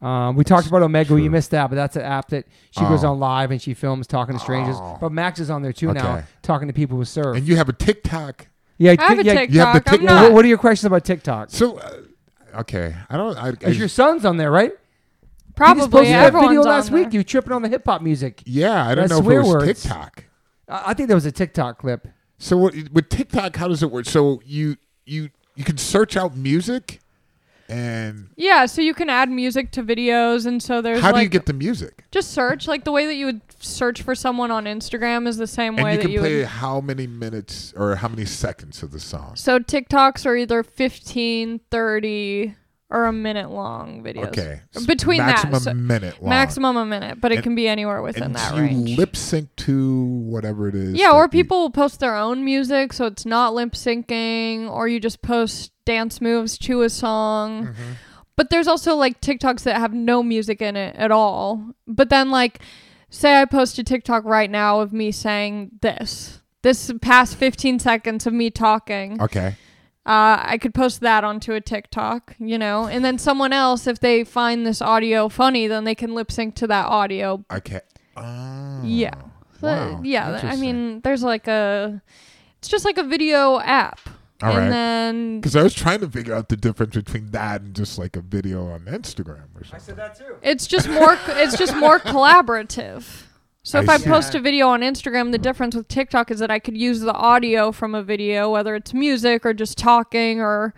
Um, we talked about Omega.
True.
You missed that, but that's an app that she goes
Oh.
on live and she films talking to strangers.
Oh.
But Max is on there too now,
Okay.
talking to people who serve.
And you have a TikTok.
yeah,
I have a
yeah.
TikTok.
you have the
I'm
tick-
What,
not.
what are your questions about TikTok?
So, uh, okay, I don't. I, I
Because your son's on there, right? you just
Probably
posted that
everyone's
video
on
last week.
there.
You tripping on the hip hop music?
yeah, I
That's
don't know if
swear
it was
words.
TikTok.
I I think that was a TikTok clip.
So what, with TikTok, how does it work? So you you you can search out music, and
Yeah, so you can add music to videos, and so there's
how do
like
you get the music?
just search like the way that you would search for someone on Instagram is the same
And
way
you
that
can
you
play
would.
how many minutes or how many seconds of the song?
So TikToks are either 15, 30, or a minute long videos.
Okay,
Between that,
maximum
so-
minute long.
Maximum a minute, but it
And-
can be anywhere within
and
that
you
range.
lip sync to whatever it is.
yeah,
that
or
you-
people will post their own music, so it's not lip syncing, or you just post dance moves to a song.
Mhm.
But there's also like TikToks that have no music in it at all. But then like say I post a TikTok right now of me saying this. This past 15 seconds of me talking, uh,
Okay.
I could post that onto a TikTok, you know, and then someone else, if they find this audio funny, then they can lip sync to that audio.
Okay. Oh,
Yeah. So,
Wow.
yeah. I
Interesting.
mean, there's like a, it's just like a video app.
All
and
right.
then
Because I was trying to figure out the difference between that and just like a video on Instagram or something.
that too.
It's just more. it's just more collaborative. So if
I
I,
see.
post a video on Instagram, the difference with TikTok is that I could use the audio from a video, whether it's music or just talking or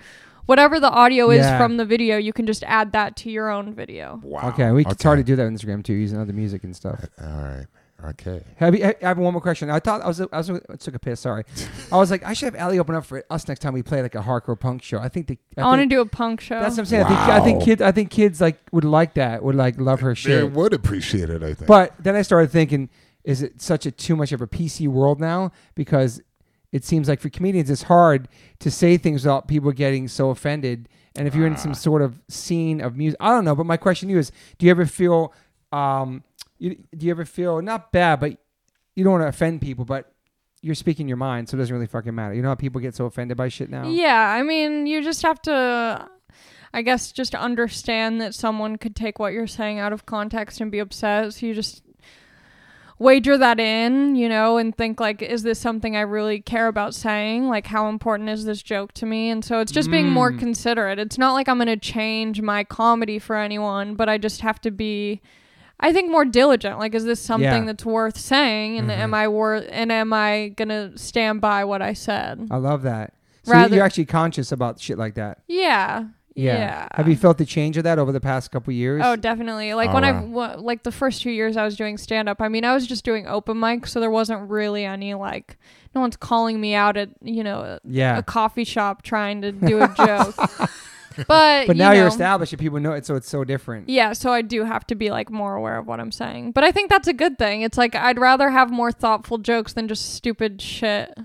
whatever the audio is
Yeah.
from the video. You can just add that to your own video.
Wow.
Okay, we could start to do that on Instagram too, using other music and stuff.
All right. Okay.
Have you, I have one more question. I thought I was, I was I took a piss. Sorry, I was like I should have Ali open up for us next time we play like a hardcore punk show. I think the
I,
I
want to
think,
do a punk show.
that's what I'm saying. I, think, I think
Wow.
kids I think kids like would like that would like love her
They
shit.
would appreciate it, I think.
But then I started thinking, is it such a too much of a PC world now? Because it seems like for comedians, it's hard to say things without people getting so offended. And if you're in some sort of scene of music, I don't know. But my question to you is, do you ever feel, um, you, do you ever feel not bad, but you don't want to offend people, but you're speaking your mind, so it doesn't really fucking matter. You know how people get so offended by shit now.
Yeah, I mean, you just have to, I guess, just understand that someone could take what you're saying out of context and be upset. So you just wager that in, you know, and think like, is this something I really care about saying? Like, how important is this joke to me? And so it's just being more
Mm.
considerate. It's not like I'm going to change my comedy for anyone, but I just have to be. I think more diligent. Like, is this something
Yeah. Mm-hmm.
that's worth saying, and
Mhm.
am I worth? And am I gonna stand by what I said?
I love that. So
Rather-
you're actually conscious about shit like that.
Yeah. Yeah.
Have you felt the change of that over the past couple years?
Oh, definitely. Like
Oh,
when I w- like the first two years I was doing stand up. I mean, I was just doing open mic, so there wasn't really any like no one's calling me out at you know
yeah.
a coffee shop trying to do a joke. but
But now
you
you are
know,
established and people know it, so it's so different.
Yeah, so I do have to be like more aware of what I'm saying. But I think that's a good thing. It's like I'd rather have more thoughtful jokes than just stupid shit. Mm.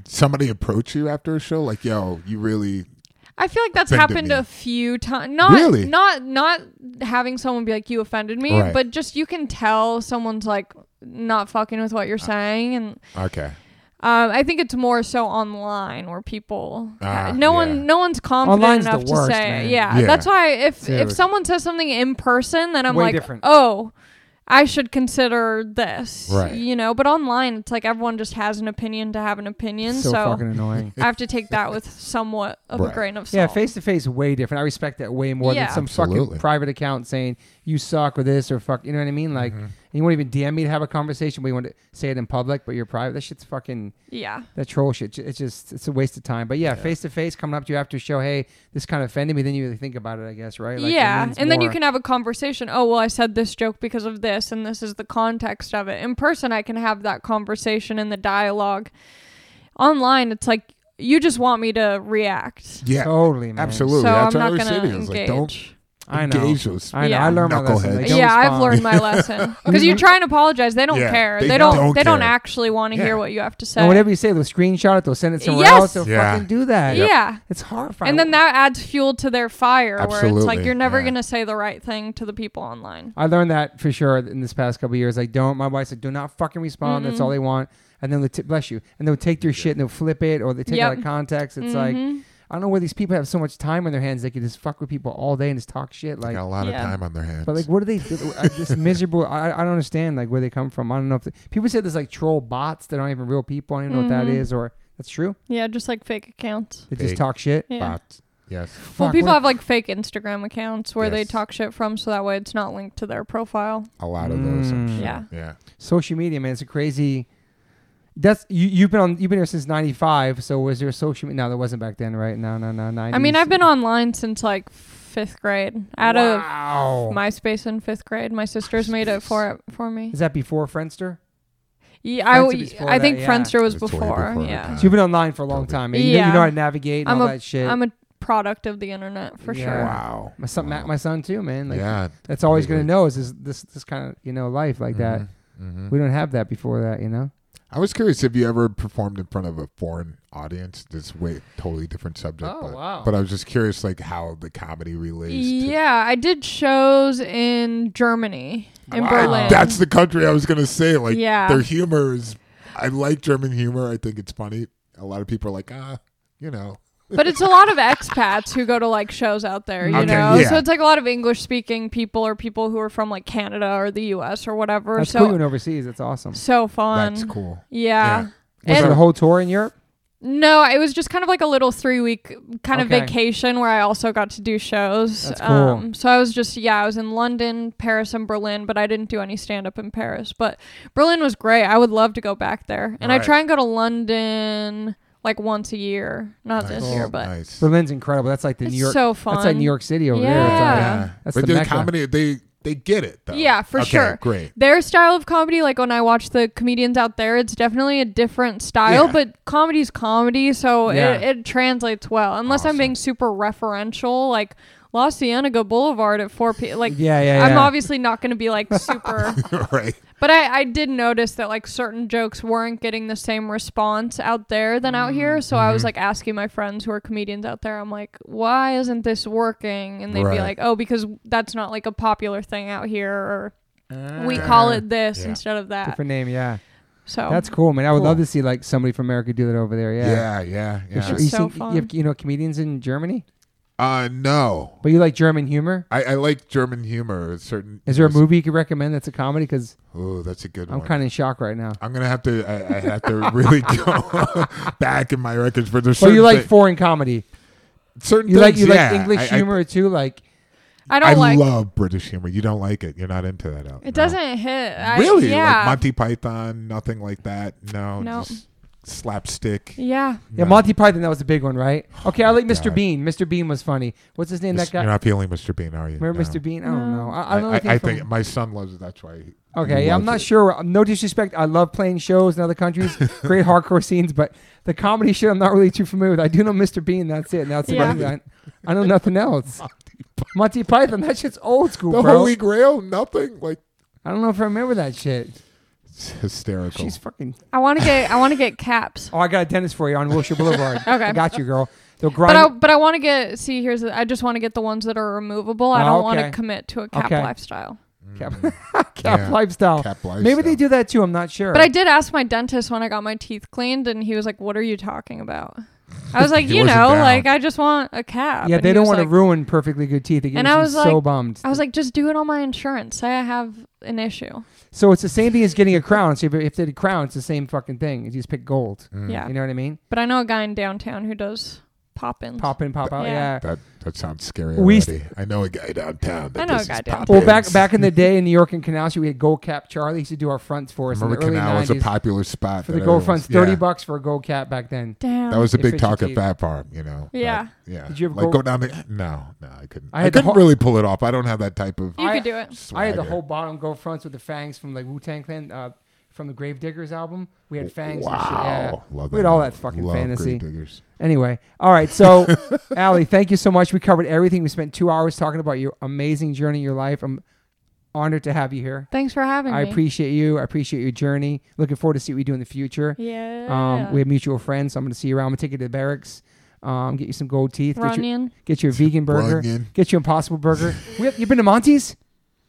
right. Somebody approach you after a show, like, yo, you really
I feel like that's
Offended
happened
me.
a few times. Not
Really?
not not having someone be like you offended me,
Right.
but just you can tell someone's like not fucking with what you're
Ah.
saying and
Okay.
um, I think it's more so online where people
Ah,
no
yeah.
one no one's confident
Online's the
enough
worst,
to say
man.
yeah.
Yeah.
That's why if if
Seriously.
someone says something in person, then I'm
Way
like,
different.
oh, I should consider this,
Right.
you know. But online, it's like everyone just has an opinion to have an opinion, so,
so fucking annoying.
I have to take that with somewhat of
Right.
a grain of salt.
Yeah, face to face, way different. I respect that way more
Yeah.
than some
Absolutely.
fucking private account saying you suck or this or fuck. You know what I mean? Like,
Mm-hmm.
you won't even DM me to have a conversation. We want to say it in public, but you're private. That shit's fucking
Yeah.
that troll shit. It's just it's a waste of time. But yeah, face to face, coming up to you after a show, hey, this kind of offended me. Then you think about it, I guess, right? Like, it
yeah,
means
and then you
more.
can have a conversation. Oh, well, I said this joke because of this, and this is the context of it. In person, I can have that conversation and the dialogue. Online, it's like you just want me to react.
Yeah.
totally, man.
Absolutely.
So
That's
I'm
what I
not gonna
always say to you. It's Like,
engage.
don't
I know.
engage those.
I know.
Yeah.
I learned my lesson. They
Knuckleheads.
don't
yeah, I've
respond.
learned my lesson because you try and apologize, they don't
Yeah,
care.
they
They, don't.
don't
they don't
care.
actually want to
Yeah.
hear what you have to say.
And whatever you say, they'll screenshot it. They'll send it somewhere
Yes.
else. They'll
Yeah.
fucking do that.
Yeah.
It's horrifying.
And then that adds fuel to their fire, where it's like
Absolutely,
you're never
yeah.
gonna say the right thing to the people online.
I learned that for sure in this past couple of years. Like, don't. My wife said, do not fucking respond. That's all
Mm-hmm.
they want. And then they'll t- bless you. And they'll take your shit and they'll flip it or they take it out of
Yep.
context. It's like
Mhm.
I don't know where these people have so much time on their hands. They can just fuck with people all day and just talk shit. Like,
got a lot
Yeah.
of time on their hands.
but like, what do they? I- this miserable. I, I don't understand like where they come from. I don't know if they, people say there's like troll bots that aren't even real people. I don't even know what that
Mhm.
is or that's true.
yeah, just like fake accounts.
They
Fake.
just talk shit.
Yeah.
Bots. Yes.
Well,
Fuck,
people
what-
have like fake Instagram accounts where they
Yes.
talk shit from, so that way it's not linked to their profile.
A lot of those. I'm
Mm.
sure.
Yeah.
Yeah.
social media, man. It's a crazy. That's you. You've been on. You've been here since '95. So was there social? media? No, there wasn't back then, right? No, no, no. 90s.
I mean, I've been online since like fifth grade. Out
wow.
of MySpace in fifth grade, my sisters made it for for me.
Is that before Friendster?
Yeah, I,
Friendster was
w-
before
I
that,
think
yeah.
Friendster was
It's way
before.
before
yeah,
that.
So you've been online for a long
Probably.
time. Man. You, know, you
Yeah.
know how to navigate and
I'm
all
a-
that shit.
I'm a product of the internet for
Yeah.
sure.
Wow.
my son,
Wow.
my son too, man. Like
yeah.
that's all he's gonna
Completely.
know is this this, this kind of you know life like that.
hmm
We don't have that before that, you know.
I was curious if you ever performed in front of a foreign audience. This way totally different subject.
Oh,
but,
wow.
But I was just curious, like how the comedy relates. to-
Yeah, I did shows in Germany, in
Wow.
Berlin.
That's the country I was gonna say. Like
Um, Yeah.
their humor is. I like German humor. I think it's funny. A lot of people are like, ah, you know,
but it's a lot of expats who go to like shows out there, you
Okay,
know.
yeah.
So it's like a lot of English speaking people or people who are from like Canada or the U.S. or whatever.
That's
so
cool. When overseas, that's awesome.
so fun.
that's cool.
Yeah.
Yeah.
Was it
And
a whole tour in Europe?
no, it was just kind of like a little three week kind of
Okay.
vacation where I also got to do shows.
That's cool.
Um, so I was just, yeah, I was in London, Paris, and Berlin, but I didn't do any stand up in Paris. But Berlin was great. I would love to go back there. And
Right.
I try and go to London like once a year. Not
Nice.
this year, but
oh, nice.
Berlin's incredible. That's like the
it's
New York.
so fun.
That's like New York City over there. It's like-
Yeah.
Yeah,
That's
but
the
the
Mecca.
comedy they they get it though.
Yeah, for
Okay,
sure.
Great.
Their style of comedy, like when I watch the comedians out there, it's definitely a different style,
Yeah.
but comedy's comedy, so
Yeah.
it, it translates well. Unless I'm being super referential, like La Cienega Boulevard at 4 p. Like,
Yeah, yeah,
I'm
yeah.
obviously not going to be like super.
right.
but I, I did notice that like certain jokes weren't getting the same response out there than out here.
Mm,
So I
mm-hmm.
was like asking my friends who are comedians out there, I'm like, why isn't this working? And they'd
Right.
be like, oh, because that's not like a popular thing out here or we call it this
Ah. Yeah.
instead of that.
Different name, yeah.
So
That's cool, man. I would
Cool.
love to see like somebody from America do that over there. Yeah.
Yeah, yeah,
Is
yeah.
your- you,
So
sing- you have you know comedians in Germany,
Uh, no,
but you like German humor.
I, I like German humor. It's Certain.
Is there a movie you could recommend that's a comedy? Because
Oh, that's a good
I'm
one.
kind of in shock right now.
I'm gonna have to. I, I have to really go back in my records, but there's
So
certain.
you like
thi-
foreign comedy?
certain.
You like
things,
you
yeah,
like English
I- I-
humor too? Like
I
I,
don't like
love British humor. You don't like it. You're not into that. Out.
it doesn't hit. I,
really. Like
Yeah.
Monty Python. Nothing like that. No.
No.
Just slapstick.
yeah.
yeah,
No. Oh
Monty Python. That was a big one, right? Okay, I like Mr.
God.
Bean. Mr. Bean was funny. What's his name?
Mis-
That guy.
You're not feeling Mr. Bean, are you?
Remember
No.
Mr. Bean? I don't
No.
know. I, I don't know.
I, I
anything
think
from-
my son loves it. That's why. he-
Okay,
he
yeah, I'm not
loves it.
sure. No disrespect. I love playing shows in other countries, great hardcore scenes, but the comedy shit I'm not really too familiar with. I do know Mr. Bean, that's it. and That's
Yeah.
about it. I, I know nothing else. Monty Python, that shit's old school,
The
bro.
Holy Grail. Nothing like
I don't know if I remember that shit.
it's hysterical.
She's fucking.
I want to get I want to get caps.
Oh, I got a dentist for you on Wilshire Boulevard.
Okay.
I got you, girl. They'll
But
grind.
I, but I want to get see here's the, I just want to get the ones that are removable. I
Oh,
don't want
okay.
to commit to a cap
Okay.
lifestyle.
Cap,
Mm.
cap
Yeah.
lifestyle.
Cap
Maybe they
lifestyle.
do that too. I'm not sure.
But I did ask my dentist when I got my teeth cleaned, and he was like, "What are you talking about?" I was like,
He
"You
wasn't
know,
down.
like I just want a cap."
yeah,
And
they
he
don't
was
want to
like-
ruin perfectly good teeth. It gets
And I
you
was
so
like-
bummed.
I was like, "Just do it on my insurance. Say I have an issue."
so it's the same thing as getting a crown. So if, if they did a crown, it's the same fucking thing. You just pick gold.
Mm.
Yeah.
You know what I mean?
But I know a guy in downtown who does pop-ins.
Pop in, pop out.
Yeah.
Yeah.
That that sounds scary.
We
already.
st-
I know a guy downtown. That
I know a
does
guy
his
downtown.
Well, back
pop-ins.
back in the day in New York and Canal Street, we had Gold Cap Charlie. He used to do our fronts for us in the
Remember
early
Canal was a
90s.
popular spot
For the
that
gold
everyone-
fronts, 30
yeah.
bucks for a gold cap back then.
Damn.
That was a
It
big
fits your
talk at
teeth.
Fat Farm, you know. but-
Uh-huh. Yeah.
yeah.
Did you ever
like
go-
go, down the? No, no, I couldn't.
I
I,
had the
couldn't
whole-
really pull it off. I don't have that type of.
you
I-
could do it.
Swagger.
I had the whole bottom gold fronts with the fangs from like Wu Tang Clan, uh, from the Gravediggers album. We had fangs and shit. Yeah.
Wow. Love
We had all
album.
that fucking
Love Grave
fantasy.
Diggers.
Anyway, all right. So, Allie, thank you so much. We covered everything. We spent two hours talking about your amazing journey in your life. I'm honored to have you here.
Thanks for having
I
me.
appreciate you. I appreciate your journey. Looking forward to see what we do in the future.
Yeah.
Um, we have mutual friends, so I'm going to see you around. I'm going to take you to the barracks, um, get you some gold teeth, get your,
Runyon.
get your vegan burger,
Runyon.
get your impossible burger. we have, you been to Monty's?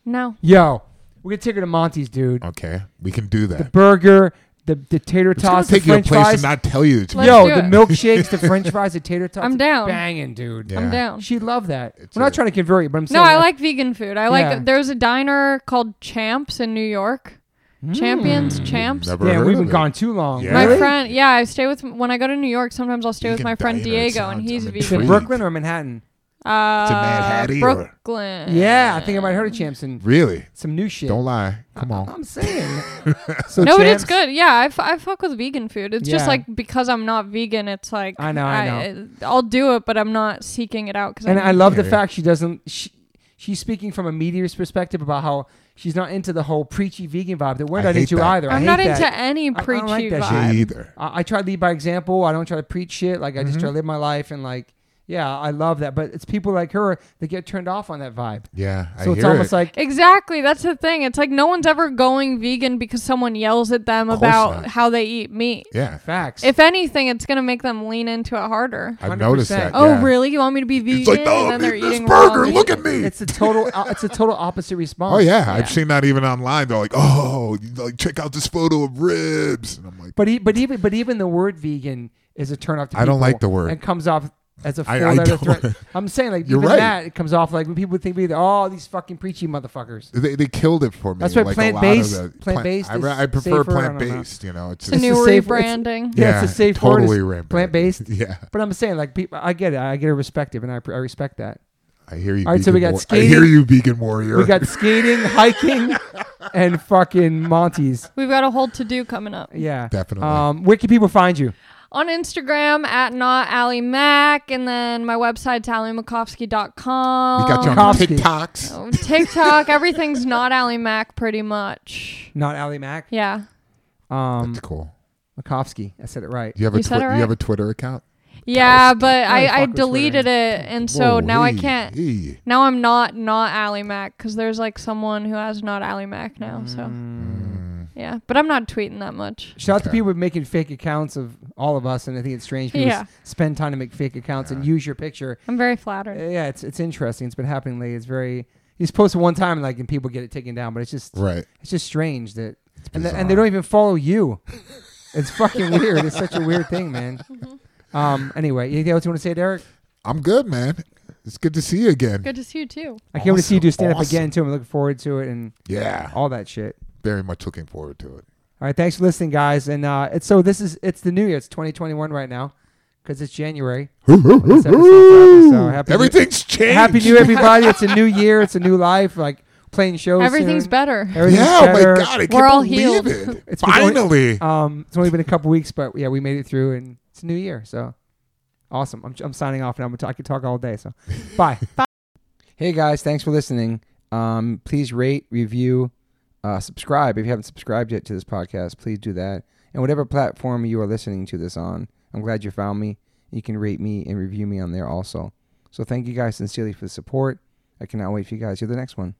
No.
Yo, we're going to take her to Monty's, dude.
Okay, we can do that.
The burger, the, the tater
It's gonna
tots, the
take you a
french
place and
fries.
not tell you that you.
Let's
Yo,
do
the
it.
milkshakes, the french fries, the tater tots.
I'm
it's
down.
Banging, dude.
Yeah.
I'm down.
She'd love that.
It's
We're not
a-
trying to convert you, but I'm saying
No, I
that-
like vegan food. I like
Yeah.
there's a diner called Champs in New York.
Hmm.
Champions, Champs.
Never
Yeah,
heard
we've
of
been
it.
gone too long.
Yeah.
My
Really?
friend, yeah, I stay with when I go to New York. Sometimes I'll stay with
Vegan
my friend
diner
Diego, and
sounds-
he's
I'm
vegan.
In
Breed.
Brooklyn or Manhattan?
Uh,
Manhattan or-
Brooklyn.
Yeah, I think I might have heard of Champs and
Really?
some new shit.
Don't lie. Come on.
I'm saying. so
No, but
Champs-
it's good. Yeah, I, f- I fuck with vegan food. It's just
Yeah.
like because I'm not vegan, it's like
I know, I know.
I, will do it, but I'm not seeking it out because
And I love the
Yeah.
fact she doesn't. She, she's speaking from a meteor's perspective about how she's not into the whole preachy vegan vibe that we're
I
not
hate
into
that.
either. I
I'm
hate
not
that.
into any
I- I
preachy
don't like that shit
vibe.
Me either.
I, I try to lead by example. I don't try to preach shit. Like I
Mm-hmm.
just try to live my life and like, yeah, I love that. But it's people like her that get turned off on that vibe.
Yeah, I
So it's
hear
almost
it.
like
Exactly. That's the thing. It's like no one's ever going vegan because someone yells at them
Of course
about
not.
how they eat meat.
yeah,
facts.
If anything, it's going to make them lean into it harder.
I've noticed
100%.
that.
Oh,
yeah.
really? You want me to be vegan?
It's like, oh,
and then
I'm
they're
eating this
eating
burger.
raw
Look
meat.
at me.
it's a total, o- it's a total opposite response.
Oh yeah,
Yeah.
I've seen that even online. They're like, "Oh, you, like check out this photo of ribs," and I'm like,
But he, but even but even the word vegan is a turn off to
I don't
people
like the word.
and comes off as a four
I- I
letter
don't-
threat. I'm saying like
You're
even
right.
that it comes off like when people think we oh these fucking preachy motherfuckers.
they, they killed it for me.
That's why
like,
plant-based-
A lot of the,
plant-based
I,
is
I
safer, I
prefer
don't know.
plant based. You know, it's
It's a
It's
just-
the
new
safe-
rebranding.
Yeah, it's a safe word,
totally
it's
rampant.
plant-based.
Yeah,
But I'm saying like people, I get it. I get a perspective, and I, I respect that.
I hear you.
All right, so we
vegan
got
war- I hear
skating.
you, vegan warrior.
We got skating, hiking, and fucking Monty's.
We've got a whole to do coming up.
Yeah,
Definitely.
Um, where can people find you?
On Instagram at not Ally Mac, and then my website's
we
allymakovsky.com.
got you on
Kofsky.
TikToks.
Oh, TikTok. Everything's not Ally Mac, pretty much.
Not Ali Mac.
Yeah.
Um,
That's cool.
Makovsky. I said it right.
Do you have a
You
twi-
said it
you have
right.
a Twitter account?
Yeah, but
How the
I, I
fuck was Twitter?
deleted it, and so now I
Holy-
can't.
Hey.
Now I'm not not Ally Mac because there's like someone who has not Ally Mac now. So
Mm.
yeah, but I'm not tweeting that much.
Shout out to
Okay.
people making fake accounts of all of us, and I think it's strange people
Yeah.
s- spend time to make fake accounts and
Yeah.
use your picture.
I'm very
Uh,
flattered.
Yeah, it's it's interesting. It's been happening lately. It's very. He's posted one time, like, and people get it taken down, but it's just
Right.
it's just strange that
It's
and, th-
bizarre.
and they don't even follow you. it's fucking weird. It's such a weird thing, man. Um. Anyway, anything else you want to say, Derek?
I'm good, man. It's good to see you again.
Good to see you too.
I can't wait to see you do
Awesome,
stand up
awesome.
again too. I'm looking forward to it and
Yeah.
all that shit.
Very much looking forward to it.
All right, thanks for listening, guys. And uh, it's so this is it's the new year. It's 2021 right now because it's January. When this episode's out, so happy new-
Everything's changed.
Happy New Year, everybody! It's a new year. It's a new life. Like playing shows.
Everything's
soon.
better.
Everything's
yeah, oh
better.
my God. I
We're
can't
all
believe
healed.
it.
It's been going-
Finally.
Um, it's only been a couple weeks, but yeah, we made it through, and it's a new year. So awesome! I'm, I'm signing off now. I'm gonna talk, I could talk all day. So bye. bye. Hey guys, thanks for listening. Um, please rate, review, uh, subscribe if you haven't subscribed yet to this podcast. Please do that, and whatever platform you are listening to this on, I'm glad you found me. You can rate me and review me on there also. So thank you guys sincerely for the support. I cannot wait for you guys to hear the next one.